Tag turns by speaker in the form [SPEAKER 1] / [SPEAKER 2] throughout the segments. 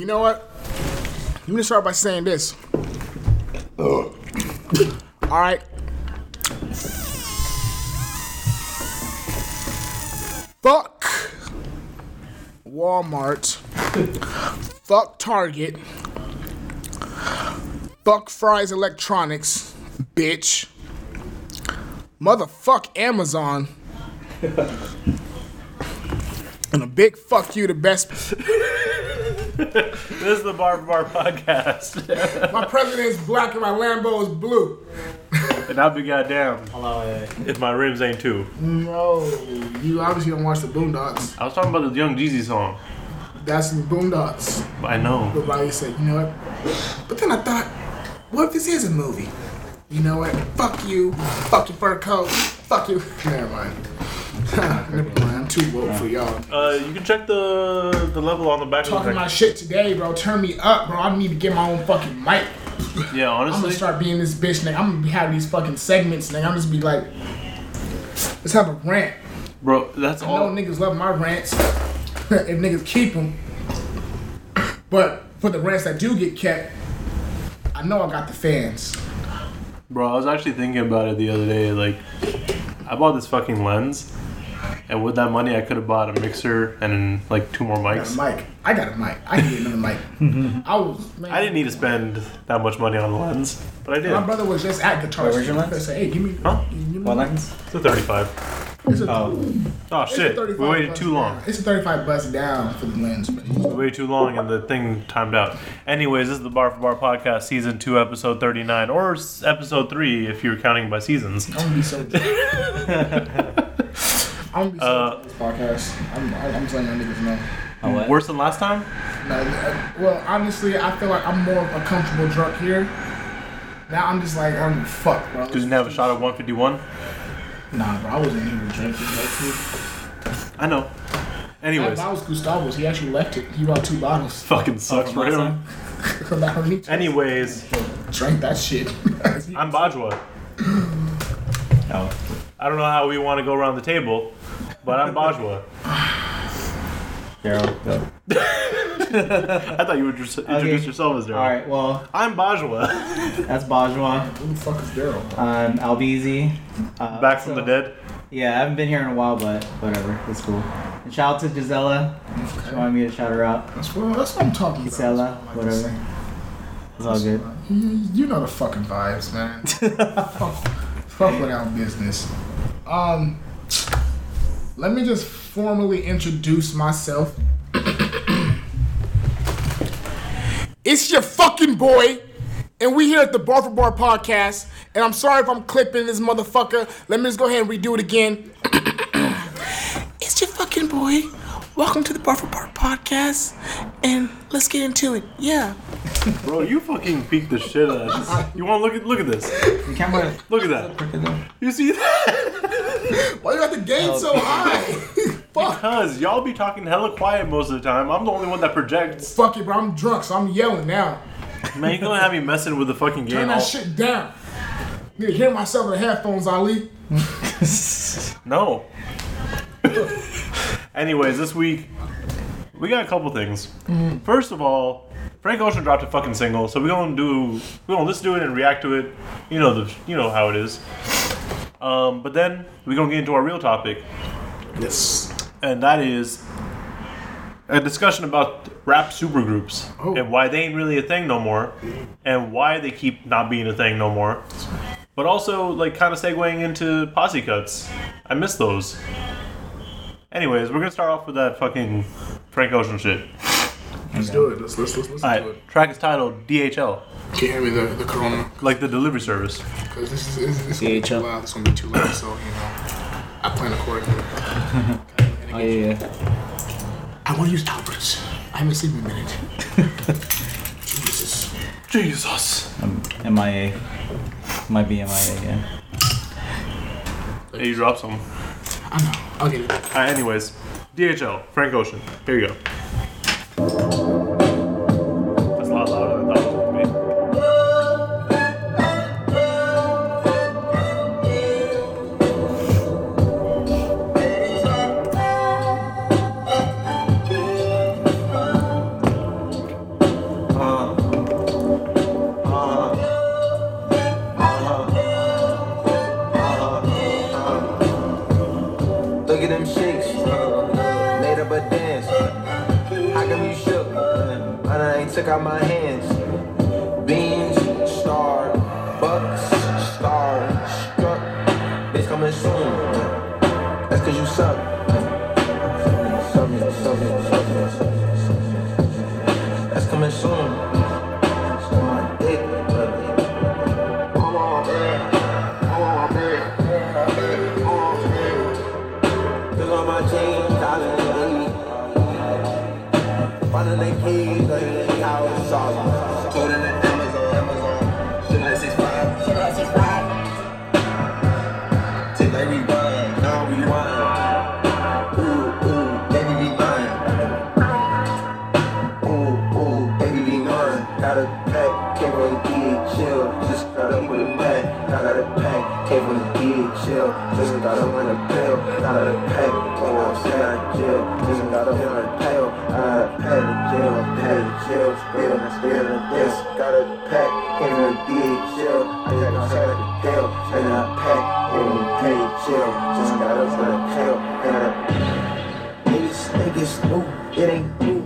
[SPEAKER 1] You know what? Let me start by saying this. All right. Fuck Walmart. Fuck Target. Fuck Fry's Electronics, bitch. Motherfuck Amazon. and a big fuck you to Best
[SPEAKER 2] This is the Bar for Bar podcast.
[SPEAKER 1] My president's black and my Lambo is blue.
[SPEAKER 2] and I'll be goddamn if my rims ain't too.
[SPEAKER 1] No, you obviously don't watch the Boondocks.
[SPEAKER 2] I was talking about the Young Jeezy song.
[SPEAKER 1] That's the Boondocks.
[SPEAKER 2] I know.
[SPEAKER 1] But Riley said, you know what? But then I thought, what if this is a movie? You know what? Fuck you. Fuck your fur coat. Fuck you. Never mind. Never mind. I'm too woke for y'all.
[SPEAKER 2] Uh, you can check the the level on the back
[SPEAKER 1] Talking
[SPEAKER 2] of the
[SPEAKER 1] my shit today, bro. Turn me up, bro. I need to get my own fucking mic.
[SPEAKER 2] Yeah,
[SPEAKER 1] I'm gonna
[SPEAKER 2] honestly.
[SPEAKER 1] start being this bitch, nigga. I'm gonna be having these fucking segments, nigga. I'm just be like, let's have a rant.
[SPEAKER 2] Bro, that's
[SPEAKER 1] I know
[SPEAKER 2] all.
[SPEAKER 1] niggas love my rants if niggas keep them. But for the rants that do get kept, I know I got the fans.
[SPEAKER 2] Bro, I was actually thinking about it the other day. Like, I bought this fucking lens. And with that money, I could have bought a mixer and like two more
[SPEAKER 1] I got
[SPEAKER 2] mics.
[SPEAKER 1] a mic. I got a mic. I need another mic. I was man.
[SPEAKER 2] I didn't need to spend that much money on a lens, but I
[SPEAKER 1] my
[SPEAKER 2] did.
[SPEAKER 1] brother was just at guitar.
[SPEAKER 3] Wait, where's your
[SPEAKER 1] Center.
[SPEAKER 3] lens?
[SPEAKER 1] I said, hey, give me.
[SPEAKER 2] Huh?
[SPEAKER 1] give me
[SPEAKER 3] What
[SPEAKER 1] my-
[SPEAKER 3] lens?
[SPEAKER 2] It's a 35.
[SPEAKER 1] It's a,
[SPEAKER 3] Oh,
[SPEAKER 2] Oh
[SPEAKER 1] it's a
[SPEAKER 2] shit, we
[SPEAKER 1] 35
[SPEAKER 2] waited
[SPEAKER 1] bus
[SPEAKER 2] too long.
[SPEAKER 1] down. It's a 35 bus down for the lens. But
[SPEAKER 2] way too long and the thing timed out. Anyways, this is the Bar for Bar podcast, season two, episode thirty-nine, or s- episode three if you're counting by seasons.
[SPEAKER 1] I'm gonna be so. I'm gonna be so.
[SPEAKER 2] Uh,
[SPEAKER 1] this podcast. I'm, I'm just letting y'all niggas know.
[SPEAKER 3] oh what?
[SPEAKER 2] Worse than last time.
[SPEAKER 1] Like, uh, well, honestly, I feel like I'm more of a comfortable drunk here. Now I'm just like, I'm fuck, bro.
[SPEAKER 2] Because you didn't have a shot at one fifty-one.
[SPEAKER 1] Nah, bro, I wasn't even drinking. Actually.
[SPEAKER 2] I know.
[SPEAKER 1] That
[SPEAKER 2] Anyways,
[SPEAKER 1] bottle's Gustavo's. He actually left it. He brought two bottles.
[SPEAKER 2] fucking sucks
[SPEAKER 3] from
[SPEAKER 2] for
[SPEAKER 3] last
[SPEAKER 2] him.
[SPEAKER 3] time?
[SPEAKER 1] Because I don't need to
[SPEAKER 2] Anyways,
[SPEAKER 1] drink that shit.
[SPEAKER 2] I'm Bajwa.
[SPEAKER 3] Oh,
[SPEAKER 2] I don't know how we want to go around the table, but I'm Bajwa.
[SPEAKER 3] Carol, go.
[SPEAKER 2] I thought you would just introduce
[SPEAKER 3] Okay.
[SPEAKER 2] yourself as Daryl.
[SPEAKER 3] All right, well,
[SPEAKER 2] I'm Bajwa.
[SPEAKER 3] that's Bajwa.
[SPEAKER 1] Who the fuck is Daryl?
[SPEAKER 3] I'm Albizi. Uh,
[SPEAKER 2] Back from
[SPEAKER 3] so-
[SPEAKER 2] the dead.
[SPEAKER 3] Yeah, I haven't been here in a while, but whatever, it's cool. And shout out to Gisela. She wanted me to shout her out.
[SPEAKER 1] That's what, that's what I'm talking about.
[SPEAKER 3] Gisela,
[SPEAKER 1] That's what I like to
[SPEAKER 3] whatever.
[SPEAKER 1] say.
[SPEAKER 3] It's all good.
[SPEAKER 1] You- You know the fucking vibes, man. fuck, fuck without business. Um, let me just formally introduce myself. it's your fucking boy, and we here at the Bar for Bar podcast. And I'm sorry if I'm clipping this motherfucker. Let me just go ahead and redo it again. it's your fucking boy. Welcome to the Bar for Bar podcast, and let's get into it. Yeah.
[SPEAKER 2] Bro, you fucking peeked the shit out of this. You want to look at look at this?
[SPEAKER 3] The camera.
[SPEAKER 2] Look at that.
[SPEAKER 3] Look at them.
[SPEAKER 2] You see that?
[SPEAKER 1] Why you got the gain so high? Fuck.
[SPEAKER 2] Cause y'all be talking hella quiet most of the time. I'm the only one that projects.
[SPEAKER 1] Fuck it, bro. I'm drunk, so I'm yelling now.
[SPEAKER 2] Man, you gonna have me messing with the fucking game.
[SPEAKER 1] Turn that
[SPEAKER 2] all-
[SPEAKER 1] shit down. Need to hear myself in the headphones, Ali.
[SPEAKER 2] No. Anyways, this week we got a couple things.
[SPEAKER 1] Mm-hmm.
[SPEAKER 2] First of all, Frank Ocean dropped a fucking single, so we gonna do we gonna listen to it and react to it. You know the you know how it is. Um, but then we gonna get into our real topic,
[SPEAKER 1] Yes.
[SPEAKER 2] and that is a discussion about rap supergroups
[SPEAKER 1] Oh.
[SPEAKER 2] and why they ain't really a thing no more, and why they keep not being a thing no more. But also, like, kind of segueing into posse cuts. I miss those. Anyways, we're gonna start off with that fucking Frank Ocean shit.
[SPEAKER 1] Let's do it. Let's let's let's, let's do it.
[SPEAKER 2] Alright, track is titled DHL,
[SPEAKER 1] Can't hear me the the corona
[SPEAKER 2] like the delivery service.
[SPEAKER 1] because this is this, this gonna be too
[SPEAKER 3] DHL.
[SPEAKER 1] loud. It's gonna be too loud. So you know, I plan accordingly.
[SPEAKER 3] Oh, yeah, yeah.
[SPEAKER 1] I want to use Alberts. I haven't sleep in a minute. Jesus.
[SPEAKER 2] Jesus.
[SPEAKER 3] I'm MIA. Might be MIA, yeah.
[SPEAKER 2] Hey, you dropped some.
[SPEAKER 1] I know. I'll get it.
[SPEAKER 2] Alright, Uh, anyways, DHL, Frank Ocean. Here you go. That's a lot louder than I thought it was gonna be.
[SPEAKER 4] He took out my hands. Beans, star, bucks, star, struck. Bitch coming soon. That's cause you suck. Suck it, suck it, suck it, suck it, suck it. That's coming soon. Suck my dick. Come on, man. Come on, man. Come on, man. Look on my jeans, I done ate. Finding the keys, the house, all Code in the Amazon, Amazon. Shit like 6'5, shit like 6'5. Take like rewind, now rewind. Ooh, ooh, baby be mine. Ooh, ooh, baby be mine. Got a pack, came from the chill. Just got up with a pack. I got a pack, came from the chill. Just got up with a pill. Got a pack, came from the jail. Just got up in a pail. I had a jail, had a jail. Still, still, this. Got a pack, came from the chill. I got a pack, jail. And a pack, came from the chill. Just got up with a pill. And a Niggas think it's new, it ain't new.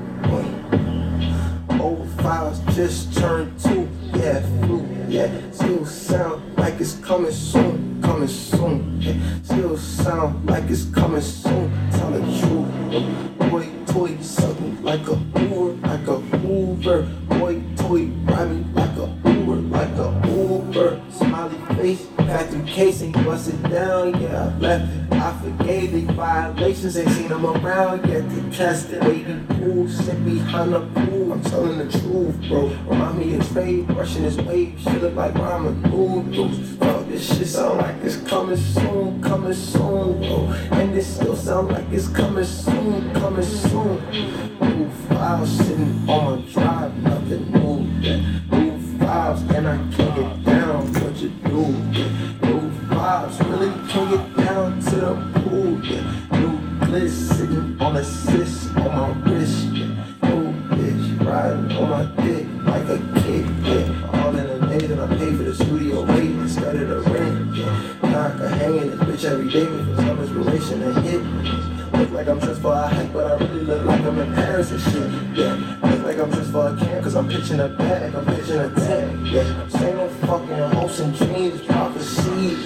[SPEAKER 4] Old files just turned two, yeah, flu, yeah. Still sound like it's coming soon, coming soon, yeah. Still sound like it's coming soon, tell the truth. Boy, toy, suck me like a Uber, like a Uber. Boy, toy, ride me like a Uber, like a Uber. Smiley face, vacuum case, ain't busted down, yeah. I left, I forgave the violations, ain't seen them around yet. They cast it, waiting pool, sit behind the pool. I'm telling the truth, bro. Remind me of Trey, rushing his wave, shit look like ramen noodles. Bro, this shit sound like it's coming soon, coming soon, bro. And this still sound like it's coming soon, coming soon. New files sitting on my drive, nothing new. Yeah. New vibes, and I can't get down. What you do? Yeah. New vibes, really can't get down to the pool. Yeah. New bliss sitting on a sis on my wrist. Yeah. New bitch riding on my dick like a kid. Yeah. All in the day that I pay for the studio rate instead of the rent. Yeah. Now I can hang in this bitch every day with some inspiration and hit. Look like I'm dressed for a hike, but I really look like I'm in Paris and shit. Yeah, look like I'm dressed for a camp, cause I'm pitching a bag, I'm pitching a tent. Yeah, same old fucking hopes and dreams, prophecies.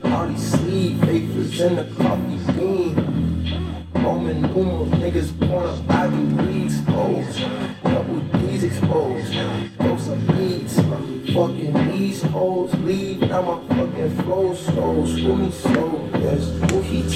[SPEAKER 4] Party sleeve, vapors in the coffee bean. Roman numerals, niggas born of Ivy Leagues, exposed. Double D's exposed. Throw some beats, fucking these hoes leave. Now my fucking flow slow, screw me slow. Yes, Bookie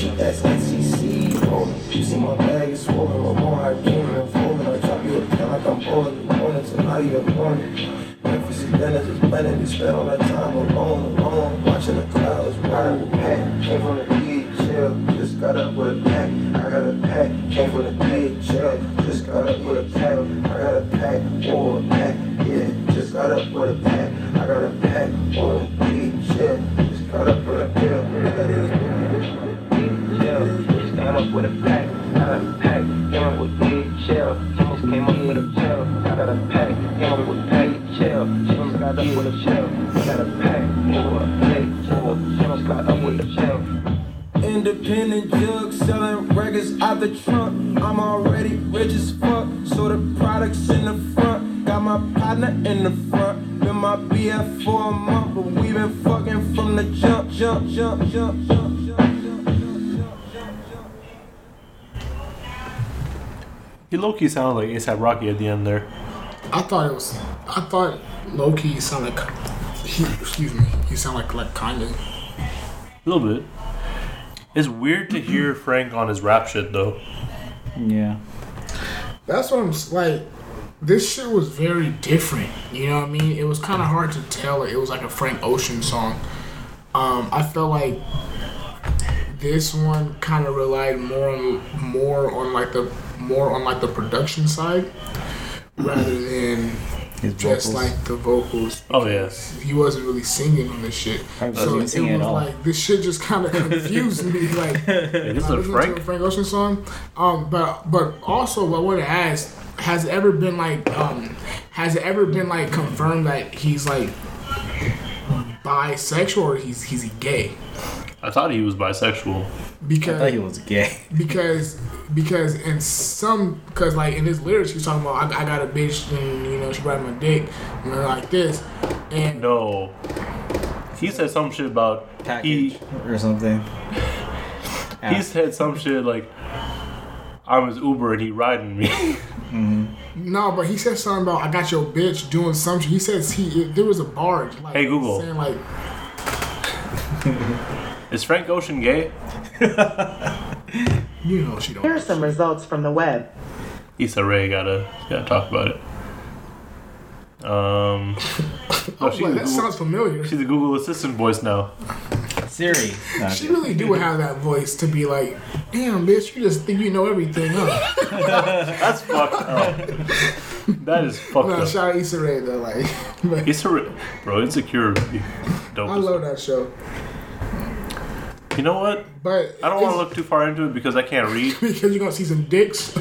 [SPEAKER 4] TSNCC, bro. You see my bag is swollen, but more I came and falling. I drop you a pen like I'm bowling in the morning till not even morning. Breakfast is dinner, just planning to spend all that time alone, alone, watching the clouds roll. Pack came from the big chill, just got up with a pack. I got a pack, came from the big chill, just got up with a pack. I got a pack or a pack, yeah, just got up with a pack. I got a pack or a big chill, just got up with a pill. I got a big chill, just got up with a pack. I got a pack, came up with big chill, just came up with a chill. I got a pack, came up with pack chill. Jim's got up with a chill. Got a pack for a plate chill. Jim's got up with a chill. Independent jug selling records out the trunk. I'm already rich as fuck, so the products in the front. Got my partner in the front. Been my BF for a month, but we been fucking from the jump, jump, jump, jump, jump, jump, jump, jump, jump, jump.
[SPEAKER 2] He low key sounded like ASAP Rocky at the end there.
[SPEAKER 1] I thought it was. I thought low key sounded like. He, excuse me. He sounded like like Kanye.
[SPEAKER 2] A little bit. It's weird to hear Frank on his rap shit though.
[SPEAKER 3] Yeah.
[SPEAKER 1] That's what I'm s- like. This shit was very different. You know what I mean? It was kind of hard to tell. It was like a Frank Ocean song. Um, I felt like this one kind of relied more on more on like the more on like the production side rather than
[SPEAKER 3] His
[SPEAKER 1] just
[SPEAKER 3] vocals.
[SPEAKER 1] like the vocals.
[SPEAKER 2] Oh yes.
[SPEAKER 1] He wasn't really singing on this shit,
[SPEAKER 3] I wasn't
[SPEAKER 1] so it was
[SPEAKER 3] singing at all.
[SPEAKER 1] like this shit just kind of confused me. Like
[SPEAKER 2] Yeah, this
[SPEAKER 1] I
[SPEAKER 2] is a
[SPEAKER 1] listened to
[SPEAKER 2] Frank.
[SPEAKER 1] a Frank Ocean song. Um, but but also, what I want to ask: Has it ever been like, um, has it ever been like confirmed that he's like bisexual or he's he's gay?
[SPEAKER 2] I thought he was bisexual.
[SPEAKER 1] Because
[SPEAKER 3] I thought he was gay.
[SPEAKER 1] because because in some because like in his lyrics he's talking about I, I got a bitch and you know she riding my dick you know like this and
[SPEAKER 2] No. He said some shit about he
[SPEAKER 3] or something.
[SPEAKER 2] he said some shit like I'm his Uber and he riding me.
[SPEAKER 1] no but he said something about I got your bitch doing some shit he says he there was a barge like
[SPEAKER 2] Hey, Google.
[SPEAKER 1] saying like
[SPEAKER 2] Is Frank Ocean gay?
[SPEAKER 1] you know she don't
[SPEAKER 5] Here are some results from the web.
[SPEAKER 2] Issa Rae gotta gotta talk about it. Um, oh, she's,
[SPEAKER 1] Like,
[SPEAKER 2] a
[SPEAKER 1] that
[SPEAKER 2] Google,
[SPEAKER 1] sounds familiar
[SPEAKER 2] she's a Google Assistant voice now.
[SPEAKER 3] Siri. No,
[SPEAKER 1] she really do have that voice to be like damn bitch you just think you know everything huh
[SPEAKER 2] That's fucked up. that is fucked
[SPEAKER 1] no,
[SPEAKER 2] up.
[SPEAKER 1] shout out Issa Rae though like but
[SPEAKER 2] Issa Rae, bro, Insecure, would be dope.
[SPEAKER 1] I
[SPEAKER 2] as-
[SPEAKER 1] love that show
[SPEAKER 2] You know what?
[SPEAKER 1] but
[SPEAKER 2] I don't want
[SPEAKER 1] it's-
[SPEAKER 2] to look too far into it because I can't read.
[SPEAKER 1] because you're gonna see some dicks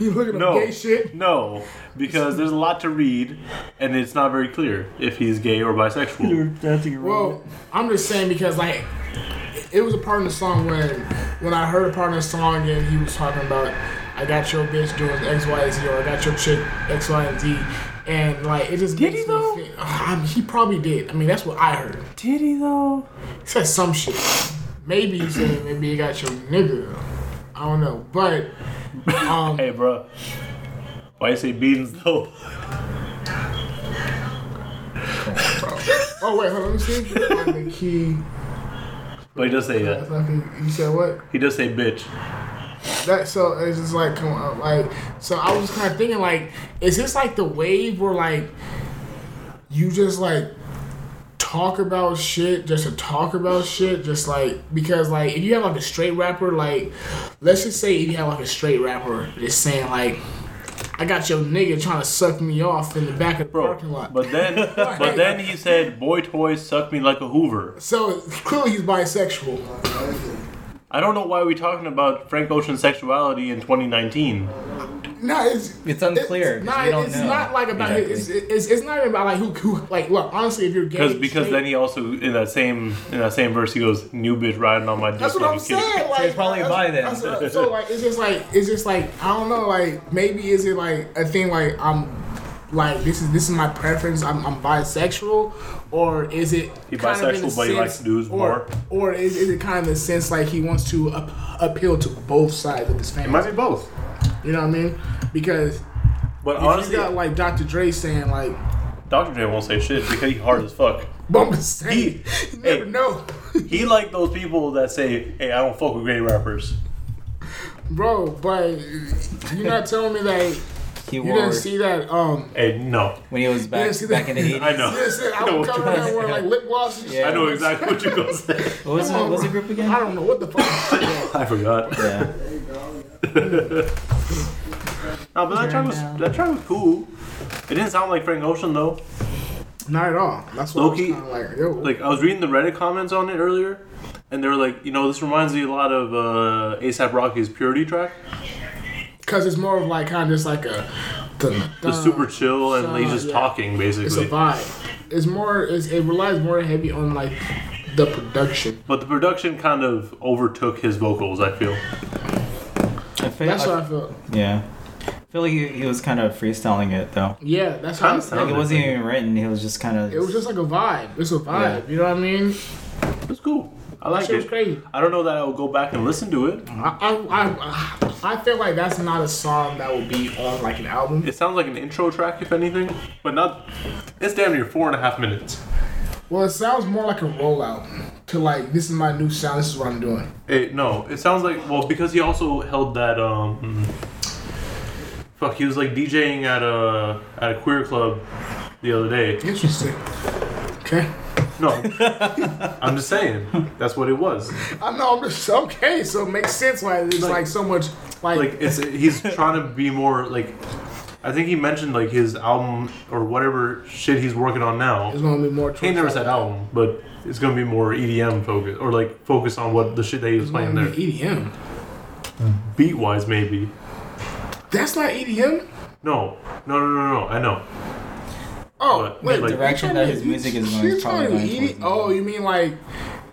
[SPEAKER 1] you looking at
[SPEAKER 2] No,
[SPEAKER 1] gay shit
[SPEAKER 2] no, because there's a lot to read, and it's not very clear if he's gay or bisexual.
[SPEAKER 1] Well, I'm just saying because like it was a part in the song when when I heard a part in the song and he was talking about I got your bitch doing X Y and Z or I got your chick X Y and Z and like it just did
[SPEAKER 2] he though?
[SPEAKER 1] Think, Ah, I mean, he probably did. I mean that's what I heard.
[SPEAKER 2] Did he though?
[SPEAKER 1] He said some shit. Maybe he said maybe he got your nigga. I don't know, but um,
[SPEAKER 2] Hey, bro. Why you say beans though?
[SPEAKER 1] oh wait, hold on, let me see. the key.
[SPEAKER 2] But he does say
[SPEAKER 1] That's
[SPEAKER 2] that.
[SPEAKER 1] not the- You said what?
[SPEAKER 2] He does say bitch.
[SPEAKER 1] That so it's just like come on, like so I was kind of thinking like is this like the wave where like you just like talk about shit just to talk about shit just like because like if you have like a straight rapper like let's just say if you have like a straight rapper just saying like I got your nigga trying to suck me off in the back of the
[SPEAKER 2] Bro,
[SPEAKER 1] parking lot
[SPEAKER 2] but then, but then he said, "Boy toys suck me like a Hoover."
[SPEAKER 1] so clearly he's bisexual
[SPEAKER 2] I don't know why we're talking about Frank Ocean's sexuality in 2019.
[SPEAKER 1] No, it's
[SPEAKER 3] It's unclear, 'cause
[SPEAKER 1] not,
[SPEAKER 3] we don't
[SPEAKER 1] it's
[SPEAKER 3] know.
[SPEAKER 1] not like about his, it's, it's, it's not even about like who, who like look honestly if you're gay
[SPEAKER 2] Because because
[SPEAKER 1] straight-
[SPEAKER 2] then he also in that same in that same verse he goes, "New bitch riding on my dick."
[SPEAKER 1] that's what
[SPEAKER 2] like
[SPEAKER 1] I'm
[SPEAKER 2] a kid."
[SPEAKER 1] saying like
[SPEAKER 3] he's probably
[SPEAKER 1] that's-
[SPEAKER 3] bi then.
[SPEAKER 1] that's what- so like it's just like it's just like I don't know like maybe is it like a thing like I'm like this is this is my preference I'm, I'm bisexual or is it
[SPEAKER 2] He
[SPEAKER 1] kind of in
[SPEAKER 2] bisexual,
[SPEAKER 1] a
[SPEAKER 2] but he likes dudes
[SPEAKER 1] or,
[SPEAKER 2] more.
[SPEAKER 1] or is, is it kind of a sense like he wants to ap- appeal to both sides of his
[SPEAKER 2] It
[SPEAKER 1] family
[SPEAKER 2] might be both.
[SPEAKER 1] you know what I mean because
[SPEAKER 2] But
[SPEAKER 1] if
[SPEAKER 2] honestly,
[SPEAKER 1] you got like Dr. Dre saying like
[SPEAKER 2] Dr. Dre won't say shit because he hard as fuck.
[SPEAKER 1] bump his seat.
[SPEAKER 2] He-
[SPEAKER 1] You never
[SPEAKER 2] hey.
[SPEAKER 1] know.
[SPEAKER 2] He like those people that say, "Hey, I don't fuck with gay rappers."
[SPEAKER 1] Bro, but you're not telling me that
[SPEAKER 3] He
[SPEAKER 1] you
[SPEAKER 3] wore
[SPEAKER 1] didn't see that um
[SPEAKER 2] Hey, no,
[SPEAKER 3] when he was back
[SPEAKER 1] see
[SPEAKER 3] back in
[SPEAKER 1] that-
[SPEAKER 3] the eighties.
[SPEAKER 2] I know.
[SPEAKER 1] you didn't see that
[SPEAKER 2] I know
[SPEAKER 1] album
[SPEAKER 2] what
[SPEAKER 1] cover
[SPEAKER 2] you're-
[SPEAKER 1] that were like lip gloss and shit?
[SPEAKER 2] I know exactly what you're gonna say.
[SPEAKER 3] What was it? What was the group again?
[SPEAKER 1] I don't know what the fuck
[SPEAKER 2] I forgot.
[SPEAKER 3] Yeah.
[SPEAKER 2] No, but that track was that track was cool. It didn't sound like Frank Ocean though.
[SPEAKER 1] Not at all. That's what
[SPEAKER 2] Low-key,
[SPEAKER 1] I was kinda like, yo.
[SPEAKER 2] Like I was reading the Reddit comments on it earlier, and they were like, you know, this reminds me a lot of uh, ASAP Rocky's Purity track.
[SPEAKER 1] Cause it's more of like kinda just like a dun,
[SPEAKER 2] The
[SPEAKER 1] dun.
[SPEAKER 2] super chill and like, he's just
[SPEAKER 1] Oh, yeah.
[SPEAKER 2] talking
[SPEAKER 1] it's a
[SPEAKER 2] basically.
[SPEAKER 1] vibe. It's more it's, it relies more heavy on like the production.
[SPEAKER 2] But the production kind of overtook his vocals. I feel.
[SPEAKER 3] I feel,
[SPEAKER 1] That's what I feel.
[SPEAKER 3] yeah. I feel like he, he was kind of freestyling it though.
[SPEAKER 1] Yeah, that's how I
[SPEAKER 2] Kinda
[SPEAKER 1] feel.
[SPEAKER 3] Like
[SPEAKER 2] sounded
[SPEAKER 3] it wasn't even written. He was just kind of.
[SPEAKER 1] It was just like a vibe. It's a vibe.
[SPEAKER 3] Yeah.
[SPEAKER 1] You know what I mean?
[SPEAKER 2] It's cool. I like
[SPEAKER 1] shit was
[SPEAKER 2] it.
[SPEAKER 1] crazy.
[SPEAKER 2] I don't know that I will go back and listen to it.
[SPEAKER 1] I, I, I, I feel like that's not a song that would be on like an album.
[SPEAKER 2] It sounds like an intro track, if anything, but not. It's damn near four and a half minutes.
[SPEAKER 1] Well, it sounds more like a rollout to like this is my new sound. This is what I'm doing.
[SPEAKER 2] It, no, it sounds like well because he also held that um. Fuck, he was like DJing at a at a queer club the other day.
[SPEAKER 1] Interesting. Okay.
[SPEAKER 2] No, I'm just saying that's what it was.
[SPEAKER 1] I know. I'm just okay. So it makes sense why there's like,
[SPEAKER 2] Like-
[SPEAKER 1] so much like,
[SPEAKER 2] Like it's he's trying to be more like. I think he mentioned like his album or whatever shit he's working on now.
[SPEAKER 1] it's gonna be more.
[SPEAKER 2] He never said album, but it's gonna be more EDM focused or like focus on what the shit that he was playing there.
[SPEAKER 1] EDM.
[SPEAKER 2] Beat wise, maybe.
[SPEAKER 1] That's not E EDM.
[SPEAKER 2] No, no, no, no, no. I know.
[SPEAKER 1] Oh,
[SPEAKER 2] But,
[SPEAKER 1] wait.
[SPEAKER 2] like-
[SPEAKER 3] Direction that his music is going is
[SPEAKER 1] She's
[SPEAKER 3] probably
[SPEAKER 1] trying
[SPEAKER 3] going
[SPEAKER 1] to
[SPEAKER 3] towards
[SPEAKER 1] Oh,
[SPEAKER 3] metal.
[SPEAKER 1] you mean like